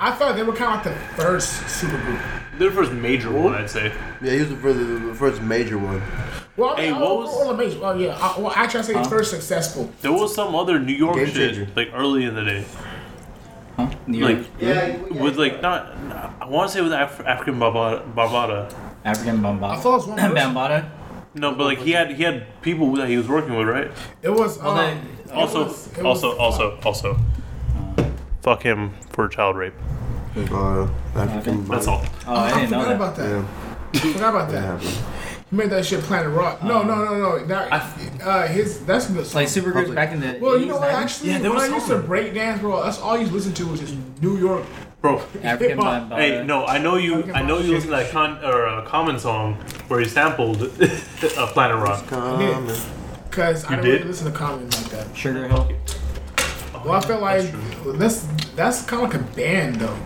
[SPEAKER 1] I felt they were kind of like the first super group.
[SPEAKER 2] Their first major one, I'd say.
[SPEAKER 8] Yeah, he was the first, the first major one.
[SPEAKER 1] Well, I mean,
[SPEAKER 2] Hey,
[SPEAKER 1] I-
[SPEAKER 2] what was-
[SPEAKER 1] all the major, well, yeah. I, well, actually, I say first successful.
[SPEAKER 2] There was some other New York
[SPEAKER 8] Game
[SPEAKER 2] shit,
[SPEAKER 8] changer.
[SPEAKER 2] like early in the day,
[SPEAKER 6] Huh? New York.
[SPEAKER 2] like with like not. not- I want to say with Af- African Barbada. Barbada.
[SPEAKER 6] African
[SPEAKER 1] I
[SPEAKER 6] Bombada.
[SPEAKER 1] thought it was one person.
[SPEAKER 6] Bambada.
[SPEAKER 2] No, but like he had he had people that he was working with, right?
[SPEAKER 1] It was
[SPEAKER 6] Well,
[SPEAKER 1] um,
[SPEAKER 6] they-
[SPEAKER 1] it
[SPEAKER 2] Also,
[SPEAKER 1] was- it was-
[SPEAKER 2] also, also, also, Fuck him for child rape.
[SPEAKER 8] Uh, African.
[SPEAKER 2] That's all.
[SPEAKER 6] Oh, I
[SPEAKER 1] I
[SPEAKER 6] didn't know
[SPEAKER 1] forgot about
[SPEAKER 6] that.
[SPEAKER 8] Yeah,
[SPEAKER 1] that. Forgot about
[SPEAKER 8] that
[SPEAKER 1] that.
[SPEAKER 8] happened.
[SPEAKER 1] You made that shit Planet Rock.
[SPEAKER 2] Uh-huh.
[SPEAKER 1] No, no, no, no. That, uh, his that's the
[SPEAKER 6] Like Supergroups back in the
[SPEAKER 1] Well,
[SPEAKER 6] 80s,
[SPEAKER 1] you know what?
[SPEAKER 6] 90s?
[SPEAKER 1] Actually,
[SPEAKER 2] Yeah, there
[SPEAKER 1] when
[SPEAKER 2] was
[SPEAKER 1] I used to
[SPEAKER 2] something.
[SPEAKER 1] break dance, bro, that's all you listened to was just New York.
[SPEAKER 2] Bro,
[SPEAKER 6] African
[SPEAKER 1] hip-hop.
[SPEAKER 6] Bambaataa.
[SPEAKER 2] hey, no, I know you. I know you listen to that con or uh, common song where he sampled uh, Planet Rock.
[SPEAKER 8] Um,
[SPEAKER 1] Cause I didn't
[SPEAKER 2] You did? Oh,
[SPEAKER 1] really listen to comedy like that.
[SPEAKER 6] Sugar Hill.
[SPEAKER 1] Well, I felt like that's that's kind of like a band though.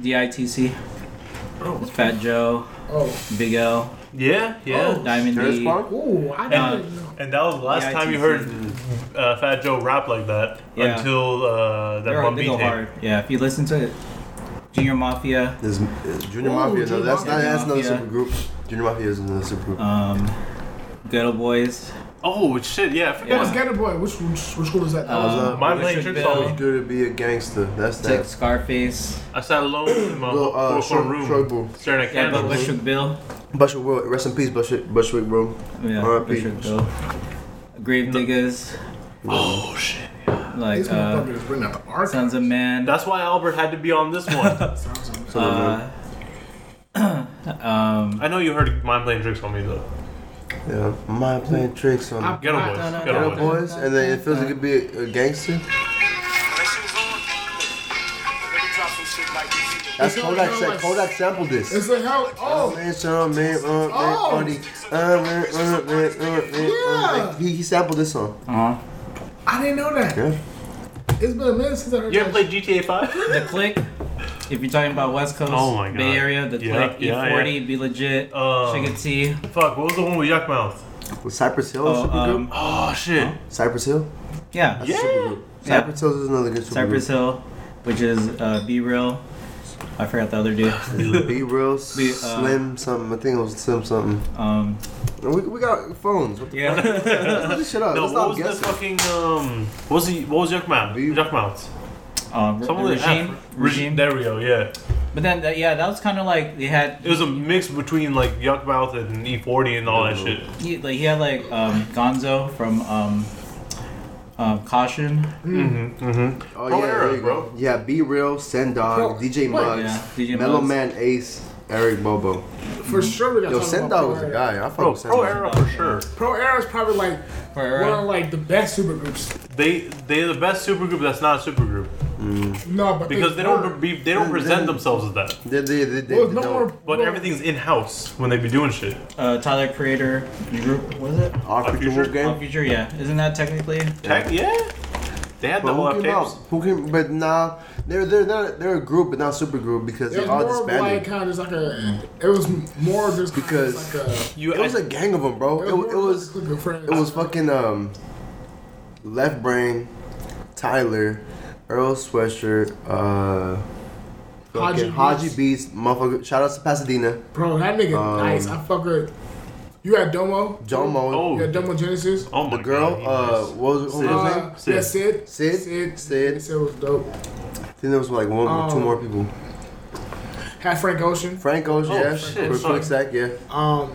[SPEAKER 6] DITC. Fat Joe.
[SPEAKER 1] Oh,
[SPEAKER 6] Big O.
[SPEAKER 2] Yeah, yeah.
[SPEAKER 6] Diamond
[SPEAKER 8] Terrence
[SPEAKER 6] D.
[SPEAKER 8] Park?
[SPEAKER 1] ooh, I
[SPEAKER 6] And-
[SPEAKER 1] didn't know.
[SPEAKER 2] And that was the last
[SPEAKER 6] Oh. Yeah,
[SPEAKER 2] time you heard
[SPEAKER 6] ITC.
[SPEAKER 2] uh, Fat Joe rap like that
[SPEAKER 6] Yeah.
[SPEAKER 2] until uh, that
[SPEAKER 6] They're-
[SPEAKER 2] one
[SPEAKER 6] they
[SPEAKER 2] beat
[SPEAKER 6] go
[SPEAKER 2] tape.
[SPEAKER 6] hard. Yeah, if you listen to it. Junior Mafia.
[SPEAKER 8] There's, there's Junior
[SPEAKER 1] Ooh,
[SPEAKER 8] Mafia. No,
[SPEAKER 1] Junior
[SPEAKER 8] that's not.
[SPEAKER 6] Mafia.
[SPEAKER 8] That's another
[SPEAKER 6] Mafia.
[SPEAKER 8] super group. Junior Mafia is another super group.
[SPEAKER 6] Um, Ghetto Boys.
[SPEAKER 2] Oh shit! Yeah, I forgot.
[SPEAKER 1] That was
[SPEAKER 6] Yeah.
[SPEAKER 1] Ghetto Boy. Which which, which school was that? That was,
[SPEAKER 8] uh,
[SPEAKER 6] Um,
[SPEAKER 2] Mind Playing
[SPEAKER 6] Richard
[SPEAKER 2] Tricks on
[SPEAKER 6] Bell.
[SPEAKER 8] It's good to be a gangster. That's
[SPEAKER 6] Took
[SPEAKER 8] that.
[SPEAKER 6] Scarface.
[SPEAKER 2] I sat alone in my
[SPEAKER 8] Well, uh,
[SPEAKER 2] four
[SPEAKER 8] Shug-
[SPEAKER 2] room,
[SPEAKER 8] Shugbull.
[SPEAKER 2] staring at
[SPEAKER 6] Yeah, but
[SPEAKER 2] candles.
[SPEAKER 6] Bushwick Bill.
[SPEAKER 8] Bushwick, bro. Rest in peace, Bushwick, Bushwick bro.
[SPEAKER 6] Yeah,
[SPEAKER 8] R.I.P.
[SPEAKER 6] Bushwick Bill. Grave Diggers.
[SPEAKER 2] oh shit!
[SPEAKER 6] Like
[SPEAKER 1] these
[SPEAKER 6] uh,
[SPEAKER 1] motherfuckers bring out the art.
[SPEAKER 6] Sons of Man.
[SPEAKER 2] That's why Albert had to be on this one.
[SPEAKER 8] So,
[SPEAKER 6] Uh, um,
[SPEAKER 2] I know you heard Mind Playing Tricks on me though.
[SPEAKER 8] yeah, mind playing tricks on
[SPEAKER 2] Get 'em, boys. Get 'em,
[SPEAKER 8] the
[SPEAKER 2] boys.
[SPEAKER 8] boys, and then it feels like it be a, a gangster. That's Kodak. Said, Kodak sampled this.
[SPEAKER 1] It's a hell. Oh,
[SPEAKER 8] Man, Sean, man, uh, man,
[SPEAKER 1] Oh.
[SPEAKER 8] Audi, uh, man, uh, man, uh, man, uh,
[SPEAKER 1] Yeah.
[SPEAKER 8] man. He, he sampled this song.
[SPEAKER 6] uh-huh.
[SPEAKER 1] I didn't know that.
[SPEAKER 8] Yeah.
[SPEAKER 1] It's been a minute since I heard
[SPEAKER 2] You ever
[SPEAKER 1] that.
[SPEAKER 2] played GTA Five?
[SPEAKER 6] The Click. If you're talking about West Coast,
[SPEAKER 2] Oh my God.
[SPEAKER 6] Bay Area, the
[SPEAKER 2] Yeah,
[SPEAKER 6] Click,
[SPEAKER 2] yeah,
[SPEAKER 6] E40, Be Legit,
[SPEAKER 2] Um,
[SPEAKER 6] Chicka T.
[SPEAKER 2] Fuck! What was the one with Yuck Mouth?
[SPEAKER 8] With Cypress Hill,
[SPEAKER 6] Oh,
[SPEAKER 8] super group.
[SPEAKER 6] um,
[SPEAKER 2] Oh shit!
[SPEAKER 8] Cypress Hill.
[SPEAKER 6] yeah,
[SPEAKER 8] That's a super group.
[SPEAKER 6] Yeah.
[SPEAKER 8] Cypress Hill is another good super
[SPEAKER 6] Cypress Hill, which is uh, B Real. I forgot the other dude.
[SPEAKER 8] group. Be real,
[SPEAKER 6] Be, uh,
[SPEAKER 8] slim something. I think it was slim something.
[SPEAKER 6] Um,
[SPEAKER 8] And We, we got phones. What the
[SPEAKER 6] yeah.
[SPEAKER 8] fuck? Look this shit up.
[SPEAKER 2] No,
[SPEAKER 8] Let's
[SPEAKER 2] what
[SPEAKER 8] not
[SPEAKER 2] was the
[SPEAKER 8] guess.
[SPEAKER 2] fucking um? What was he? What was Yuck Mouth?
[SPEAKER 8] V-
[SPEAKER 2] Yuck Mouth.
[SPEAKER 6] um, the
[SPEAKER 2] Someone with an
[SPEAKER 6] regime,
[SPEAKER 2] F.
[SPEAKER 6] regime.
[SPEAKER 2] There we go. Yeah,
[SPEAKER 6] But then, that, yeah, that was kind of like they had.
[SPEAKER 2] it was a mix between like Yuck Mouth and E40 and all that shit.
[SPEAKER 6] He, like he had like um, Gonzo from um, uh, Caution.
[SPEAKER 8] Oh
[SPEAKER 2] Pro
[SPEAKER 8] yeah,
[SPEAKER 2] era,
[SPEAKER 8] there you go.
[SPEAKER 2] bro.
[SPEAKER 8] Yeah, Be Real, Send Dog, DJ Muggs,
[SPEAKER 6] yeah, DJ
[SPEAKER 8] Mellow
[SPEAKER 6] Muggs.
[SPEAKER 8] Man Ace, Eric Bobo.
[SPEAKER 1] For sure, we got.
[SPEAKER 8] Yo, Send Dog was a guy. I
[SPEAKER 2] Bro,
[SPEAKER 8] fuck with Send
[SPEAKER 2] Pro
[SPEAKER 8] Dog.
[SPEAKER 2] Era for sure.
[SPEAKER 1] Pro Era is probably like
[SPEAKER 6] For uh,
[SPEAKER 1] one of like the best supergroups.
[SPEAKER 2] They they're the best supergroup that's not a supergroup
[SPEAKER 1] No, but
[SPEAKER 2] because they
[SPEAKER 1] were.
[SPEAKER 2] don't be, they don't present themselves as that.
[SPEAKER 8] They, they, they, they,
[SPEAKER 1] Well,
[SPEAKER 8] they
[SPEAKER 1] no
[SPEAKER 8] don't.
[SPEAKER 1] more.
[SPEAKER 2] But
[SPEAKER 1] well,
[SPEAKER 2] everything's in house when they be doing shit.
[SPEAKER 6] uh, Tyler Creator group. Was it?
[SPEAKER 8] Our Future
[SPEAKER 2] Future-
[SPEAKER 8] Wolf
[SPEAKER 6] On
[SPEAKER 8] Gang.
[SPEAKER 6] Future, yeah. Isn't that technically?
[SPEAKER 2] Tech, yeah. They had the
[SPEAKER 8] But
[SPEAKER 2] whole
[SPEAKER 8] who
[SPEAKER 2] F
[SPEAKER 8] came out?
[SPEAKER 2] tapes.
[SPEAKER 8] Who came? But nah, they're they're not they're a group, but not super group because
[SPEAKER 1] It was
[SPEAKER 8] they're all
[SPEAKER 1] more of like
[SPEAKER 8] disbanded.
[SPEAKER 1] kind of just like a. It was more of just
[SPEAKER 8] Because-
[SPEAKER 1] because like a.
[SPEAKER 2] You,
[SPEAKER 8] it was a gang of them, bro. It, wa- it was
[SPEAKER 1] more of like friends.
[SPEAKER 8] it was fucking um, Left Brain, Tyler, Earl Sweatshirt, uh,
[SPEAKER 1] Haji
[SPEAKER 8] Haji, Haji Beats, motherfucker. Shout out to Pasadena,
[SPEAKER 1] bro. That nigga
[SPEAKER 8] Um,
[SPEAKER 1] nice. I fuck with. You had Domo.
[SPEAKER 8] John Moe,
[SPEAKER 2] Oh.
[SPEAKER 1] You had Domo Genesis.
[SPEAKER 2] oh my
[SPEAKER 8] the girl.
[SPEAKER 2] God,
[SPEAKER 8] uh, what was, what was her
[SPEAKER 1] Uh,
[SPEAKER 8] name?
[SPEAKER 2] Sid.
[SPEAKER 1] Yeah, Sid.
[SPEAKER 8] Sid?
[SPEAKER 1] Sid.
[SPEAKER 8] Sid.
[SPEAKER 1] Sid was dope.
[SPEAKER 8] I think there was like one, or two
[SPEAKER 1] Um,
[SPEAKER 8] more people.
[SPEAKER 1] Had Frank Ocean.
[SPEAKER 8] Frank Ocean,
[SPEAKER 2] Oh,
[SPEAKER 8] yeah,
[SPEAKER 2] shit,
[SPEAKER 8] for
[SPEAKER 2] sorry.
[SPEAKER 8] quick sack, yeah.
[SPEAKER 1] Um.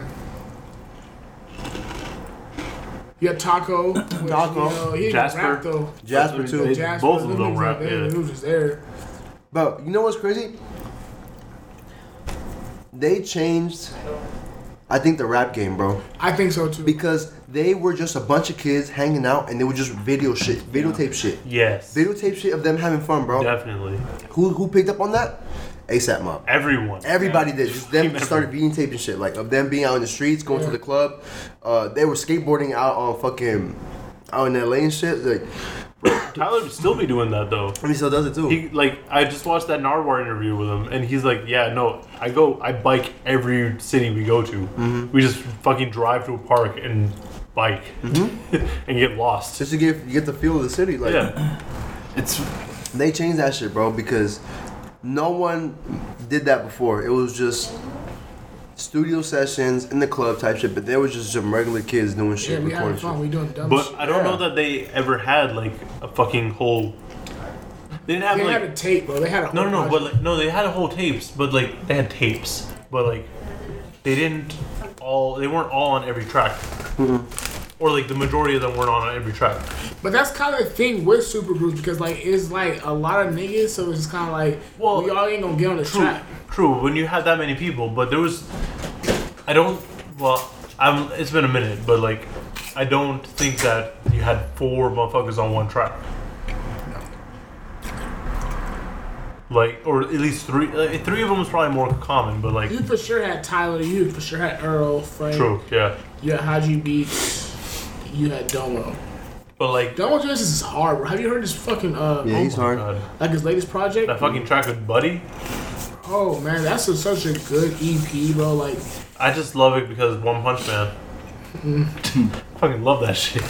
[SPEAKER 1] You had Taco. which,
[SPEAKER 8] Taco.
[SPEAKER 1] You know, he didn't
[SPEAKER 2] Jasper.
[SPEAKER 1] rap, though.
[SPEAKER 8] Jasper
[SPEAKER 2] They-
[SPEAKER 8] too.
[SPEAKER 1] Jasper.
[SPEAKER 2] Both of
[SPEAKER 1] them
[SPEAKER 2] them
[SPEAKER 1] niggas
[SPEAKER 2] rap,
[SPEAKER 1] out there,
[SPEAKER 2] yeah.
[SPEAKER 1] He was just there.
[SPEAKER 8] Bro, you know what's crazy? They changed, I think, the rap game, bro.
[SPEAKER 1] I think so too.
[SPEAKER 8] Because they were just a bunch of kids hanging out and they would just video shit, videotape shit.
[SPEAKER 2] Yes,
[SPEAKER 8] Videotape shit of them having fun, bro.
[SPEAKER 2] definitely.
[SPEAKER 8] Who who picked up on that? ASAP Mob.
[SPEAKER 2] Everyone.
[SPEAKER 8] Everybody did. Just them just started videotaping shit. Like, of them being out in the streets, going to the club. Uh, they were skateboarding out on fucking, out in LA and shit. Like,
[SPEAKER 2] Tyler would still be doing that though.
[SPEAKER 8] and he still does it too.
[SPEAKER 2] He like I just watched that Narwhal interview with him, and he's like, "Yeah, no, I go, I bike every city we go to.
[SPEAKER 8] Mm-hmm.
[SPEAKER 2] We just fucking drive to a park and bike
[SPEAKER 8] Mm-hmm.
[SPEAKER 2] and get lost."
[SPEAKER 8] just to get, you get the feel of the city. Like,
[SPEAKER 2] yeah, it's
[SPEAKER 8] They changed that shit, bro, because no one did that before. It was just studio sessions in the club type shit, but there was just some regular kids doing
[SPEAKER 1] yeah,
[SPEAKER 8] shit,
[SPEAKER 1] we having
[SPEAKER 8] recording
[SPEAKER 1] fun.
[SPEAKER 8] shit.
[SPEAKER 1] We doing dumb
[SPEAKER 2] but
[SPEAKER 1] shit.
[SPEAKER 2] I don't know
[SPEAKER 8] Yeah.
[SPEAKER 2] that they ever had like a fucking whole. They didn't have
[SPEAKER 1] They
[SPEAKER 2] like
[SPEAKER 1] had a tape, bro. They had a
[SPEAKER 2] no no
[SPEAKER 1] whole
[SPEAKER 2] no,
[SPEAKER 1] project.
[SPEAKER 2] but like no, they had a whole tapes, but like they had tapes, but like they didn't all they weren't all on every track,
[SPEAKER 1] Mm-hmm.
[SPEAKER 2] or like the majority of them weren't on every track.
[SPEAKER 1] But that's kind of the thing with supergroups because like it's like a lot of niggas, so it's just kind of like
[SPEAKER 2] Well,
[SPEAKER 1] we all ain't gonna get on the
[SPEAKER 2] True,
[SPEAKER 1] track.
[SPEAKER 2] true. When you had that many people, but there was, I don't. Well, I'm. It's been a minute, but like, I don't think that you had four motherfuckers on one track. Like, or at least three. Like, three of them was probably more common, but like,
[SPEAKER 1] You for sure had Tyler. You for sure had Earl. Frank.
[SPEAKER 2] true, yeah.
[SPEAKER 1] You had Haji Beats. You had Domo.
[SPEAKER 2] But like, oh
[SPEAKER 1] Domo Genesis is hard. Bro. Have you heard his fucking uh?
[SPEAKER 8] Yeah, he's hard.
[SPEAKER 2] God,
[SPEAKER 1] Like his latest project.
[SPEAKER 2] that fucking track with Buddy,
[SPEAKER 1] Oh man, that's a, such a good EP, bro. Like
[SPEAKER 2] I just love it because One Punch Man. fucking love that shit.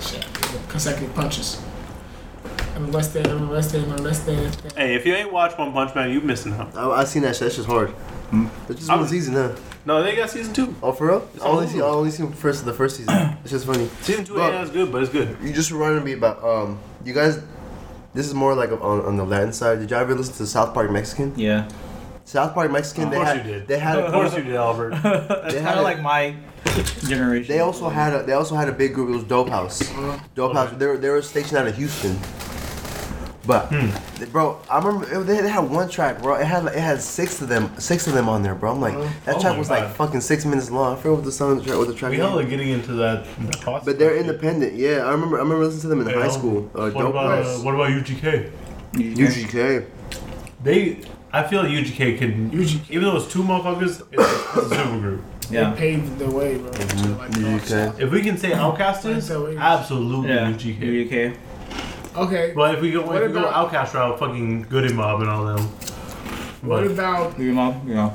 [SPEAKER 1] shit, consecutive punches. Unless they, unless they, unless they. unless they-
[SPEAKER 2] Hey, if you ain't watched One Punch Man, you missing out.
[SPEAKER 8] I, I seen that shit. That's just hard. It's just
[SPEAKER 2] I'm-
[SPEAKER 8] one season, huh?
[SPEAKER 2] No, they got season two.
[SPEAKER 8] Oh, for real? I
[SPEAKER 2] on
[SPEAKER 8] only, see, I
[SPEAKER 2] Hulu.
[SPEAKER 8] only seen first the first season. it's just funny.
[SPEAKER 2] Season two
[SPEAKER 8] But-
[SPEAKER 2] ain't as good, but it's good.
[SPEAKER 8] You just reminded me about um. You guys, this is more like on, on the Latin side. Did you all ever listen to South Park Mexican?
[SPEAKER 6] Yeah.
[SPEAKER 8] South Park Mexican.
[SPEAKER 2] Of
[SPEAKER 8] they
[SPEAKER 2] course
[SPEAKER 8] had,
[SPEAKER 2] you did.
[SPEAKER 8] They had. A,
[SPEAKER 2] of course you did, Albert.
[SPEAKER 6] That's
[SPEAKER 8] They
[SPEAKER 6] kind
[SPEAKER 8] had
[SPEAKER 6] of
[SPEAKER 8] it.
[SPEAKER 6] like my generation.
[SPEAKER 8] They also had a. They also had a big group. It was Dope House. Dope House. They were, they were stationed out of Houston. But,
[SPEAKER 2] Hmm.
[SPEAKER 8] they- bro, I remember they, they had one track, bro. It had like, it had six of them, six of them on there, bro. I'm like, that
[SPEAKER 2] Oh
[SPEAKER 8] track
[SPEAKER 2] my
[SPEAKER 8] was
[SPEAKER 2] God.
[SPEAKER 8] like fucking six minutes long. I forget what the song, what the track.
[SPEAKER 2] we
[SPEAKER 8] is.
[SPEAKER 2] hella getting into that. that process.
[SPEAKER 8] But they're independent. Yeah, I remember. I remember listening to them in
[SPEAKER 2] You
[SPEAKER 8] high
[SPEAKER 2] know?
[SPEAKER 8] school. Uh,
[SPEAKER 2] what
[SPEAKER 8] Dope
[SPEAKER 2] about uh,
[SPEAKER 8] House.
[SPEAKER 2] what about UGK?
[SPEAKER 8] UGK.
[SPEAKER 2] They, I feel like UGK can
[SPEAKER 1] UGK.
[SPEAKER 2] even though it's two motherfuckers, it's, it's a supergroup.
[SPEAKER 1] They
[SPEAKER 6] Yeah.
[SPEAKER 1] paved the way, bro.
[SPEAKER 8] Mm-hmm.
[SPEAKER 1] to, like, dark
[SPEAKER 8] UGK.
[SPEAKER 1] side.
[SPEAKER 2] If we can say Outcast is absolutely
[SPEAKER 6] Yeah.
[SPEAKER 2] UGK.
[SPEAKER 6] UGK.
[SPEAKER 1] Okay.
[SPEAKER 2] But if we go
[SPEAKER 1] What
[SPEAKER 2] if we go
[SPEAKER 1] about-
[SPEAKER 2] Outcast route, fucking Goody Mob and all them.
[SPEAKER 1] What
[SPEAKER 2] But
[SPEAKER 1] about
[SPEAKER 6] Your mom? Your mom.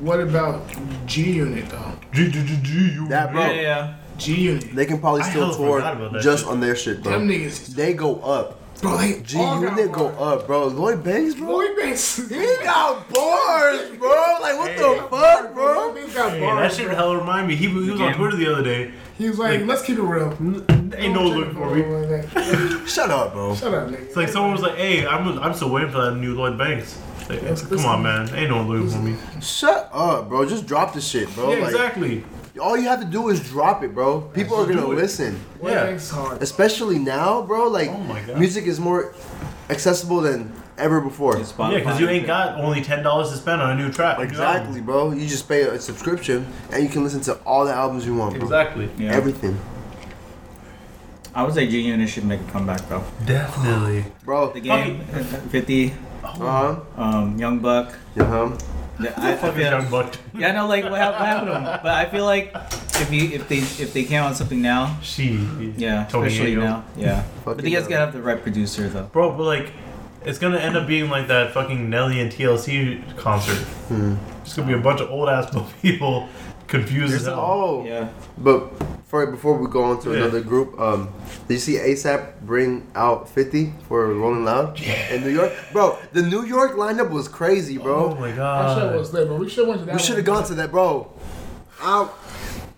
[SPEAKER 1] what about G Unit though?
[SPEAKER 2] G- G- G- G- U-
[SPEAKER 8] That bro,
[SPEAKER 6] Yeah, yeah, yeah.
[SPEAKER 1] G Unit.
[SPEAKER 8] they can probably
[SPEAKER 2] I
[SPEAKER 8] still
[SPEAKER 2] hella
[SPEAKER 8] tour
[SPEAKER 2] forgot about that
[SPEAKER 8] just
[SPEAKER 2] shit.
[SPEAKER 8] on their shit, bro.
[SPEAKER 1] Them niggas,
[SPEAKER 8] They go up.
[SPEAKER 1] bro. They
[SPEAKER 8] G
[SPEAKER 1] all got
[SPEAKER 8] Unit go
[SPEAKER 1] bars.
[SPEAKER 8] up, bro. Lloyd Banks, bro.
[SPEAKER 1] Lloyd Banks,
[SPEAKER 8] He got bars, bro. Like what the
[SPEAKER 1] bro.
[SPEAKER 8] fuck, bro?
[SPEAKER 1] Lloyd Banks got
[SPEAKER 2] Hey, that
[SPEAKER 1] bars.
[SPEAKER 2] shit hella remind me. He, he was on Twitter the other day.
[SPEAKER 1] He was like, let's keep it real.
[SPEAKER 2] Ain't no
[SPEAKER 1] Don't
[SPEAKER 2] look for me.
[SPEAKER 1] check for me.
[SPEAKER 8] Shut up, bro.
[SPEAKER 1] Shut up, nigga.
[SPEAKER 2] It's like someone was like, "Hey, I'm I'm still waiting for that new Lloyd Banks." Like, come on, man, ain't no one looking for me.
[SPEAKER 8] Shut up, bro. Just drop the shit, bro.
[SPEAKER 2] Yeah,
[SPEAKER 8] like
[SPEAKER 2] exactly.
[SPEAKER 8] all you have to do is drop it, bro. People are gonna
[SPEAKER 2] do it.
[SPEAKER 8] listen,
[SPEAKER 1] Lloyd
[SPEAKER 2] yeah.
[SPEAKER 1] Banks hard.
[SPEAKER 8] especially now, bro. Like
[SPEAKER 2] Oh my God.
[SPEAKER 8] music is more accessible than ever before.
[SPEAKER 6] Spotify.
[SPEAKER 2] Yeah, because you ain't got only ten dollars to spend on a new track.
[SPEAKER 8] Exactly, bro. You just pay a subscription and you can listen to all the albums you want, bro.
[SPEAKER 2] Exactly.
[SPEAKER 6] Yeah.
[SPEAKER 8] Everything,
[SPEAKER 6] I would say G Unit should make a comeback though.
[SPEAKER 2] Definitely.
[SPEAKER 8] bro.
[SPEAKER 6] The game, Fifty,
[SPEAKER 8] Uh huh.
[SPEAKER 6] um, Young Buck.
[SPEAKER 8] Uh huh.
[SPEAKER 6] Yeah, I, I
[SPEAKER 2] Fucking
[SPEAKER 6] feel-
[SPEAKER 2] Young Buck.
[SPEAKER 6] yeah, I know, like what, hap- what happened to him. But I feel like if you if they if they came on something now,
[SPEAKER 2] She.
[SPEAKER 6] yeah,
[SPEAKER 2] Tony
[SPEAKER 6] especially
[SPEAKER 2] Ayo.
[SPEAKER 6] now, yeah. but they
[SPEAKER 8] Fucking
[SPEAKER 6] guys
[SPEAKER 8] hell.
[SPEAKER 6] gotta have the right producer though.
[SPEAKER 2] Bro, but like, it's gonna end up being like that fucking Nelly and TLC concert.
[SPEAKER 8] Hmm.
[SPEAKER 2] It's gonna be a bunch of old ass people confused as hell.
[SPEAKER 8] Oh.
[SPEAKER 6] Yeah,
[SPEAKER 8] But for, before we go on to
[SPEAKER 2] Yeah.
[SPEAKER 8] another group, um, did you see ASAP bring out 50 for Rolling Loud yeah. in New York? Bro, the New York lineup was crazy,
[SPEAKER 2] Oh
[SPEAKER 8] bro.
[SPEAKER 2] my
[SPEAKER 1] That
[SPEAKER 2] god.
[SPEAKER 1] shit was lit, bro. We should have went to that.
[SPEAKER 8] we should have
[SPEAKER 1] one.
[SPEAKER 8] gone to that, bro. Ow.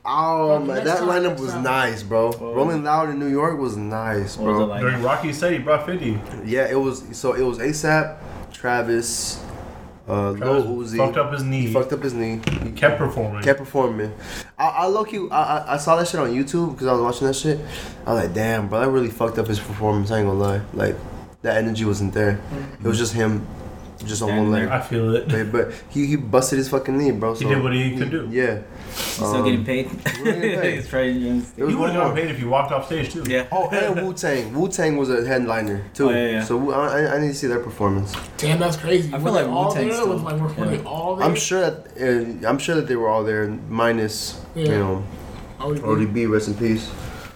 [SPEAKER 8] Oh,
[SPEAKER 1] Fuck,
[SPEAKER 8] man,
[SPEAKER 1] next
[SPEAKER 8] that
[SPEAKER 1] time,
[SPEAKER 8] lineup
[SPEAKER 1] next
[SPEAKER 8] was
[SPEAKER 1] time.
[SPEAKER 8] nice, bro.
[SPEAKER 2] Oh.
[SPEAKER 8] Rolling Loud in New York was nice,
[SPEAKER 6] what was it
[SPEAKER 8] bro.
[SPEAKER 6] like?
[SPEAKER 2] During Rocky City, he brought Fifty.
[SPEAKER 8] Yeah, it was. So it was ASAP, Travis, uh,
[SPEAKER 2] Travis
[SPEAKER 8] Lil Uzi.
[SPEAKER 2] fucked up his knee.
[SPEAKER 8] He fucked up his knee. He
[SPEAKER 2] Kept performing.
[SPEAKER 8] Kept performing. I, I low key, I, I- I saw that shit on YouTube because I was watching that shit. I was like, damn, bro, that really fucked up his performance. I ain't gonna lie. Like, that energy wasn't there. It was just him, just on one leg.
[SPEAKER 2] I feel it.
[SPEAKER 8] But, but he, he busted his fucking knee, bro. So
[SPEAKER 2] He did what he could do.
[SPEAKER 8] Yeah.
[SPEAKER 6] He's still getting paid.
[SPEAKER 8] getting paid.
[SPEAKER 6] He's probably doing his thing.
[SPEAKER 8] There was
[SPEAKER 2] You would
[SPEAKER 8] one
[SPEAKER 2] have gotten
[SPEAKER 8] more.
[SPEAKER 2] paid if you walked off stage too.
[SPEAKER 6] Yeah.
[SPEAKER 8] Oh, and Wu Tang. Wu Tang was a headliner too.
[SPEAKER 6] Oh, yeah, yeah.
[SPEAKER 8] So Wu- I, I- I need to see their performance.
[SPEAKER 1] Damn, that's crazy.
[SPEAKER 6] I
[SPEAKER 1] Were
[SPEAKER 6] feel like
[SPEAKER 1] they all
[SPEAKER 6] Wu-Tang's
[SPEAKER 1] there?
[SPEAKER 6] still-
[SPEAKER 1] Was like, were
[SPEAKER 6] yeah.
[SPEAKER 1] they all there?
[SPEAKER 8] I'm sure that uh, I'm sure that they were all there, minus you
[SPEAKER 1] Yeah.
[SPEAKER 8] know
[SPEAKER 1] Oh, we-
[SPEAKER 8] ODB, rest in peace.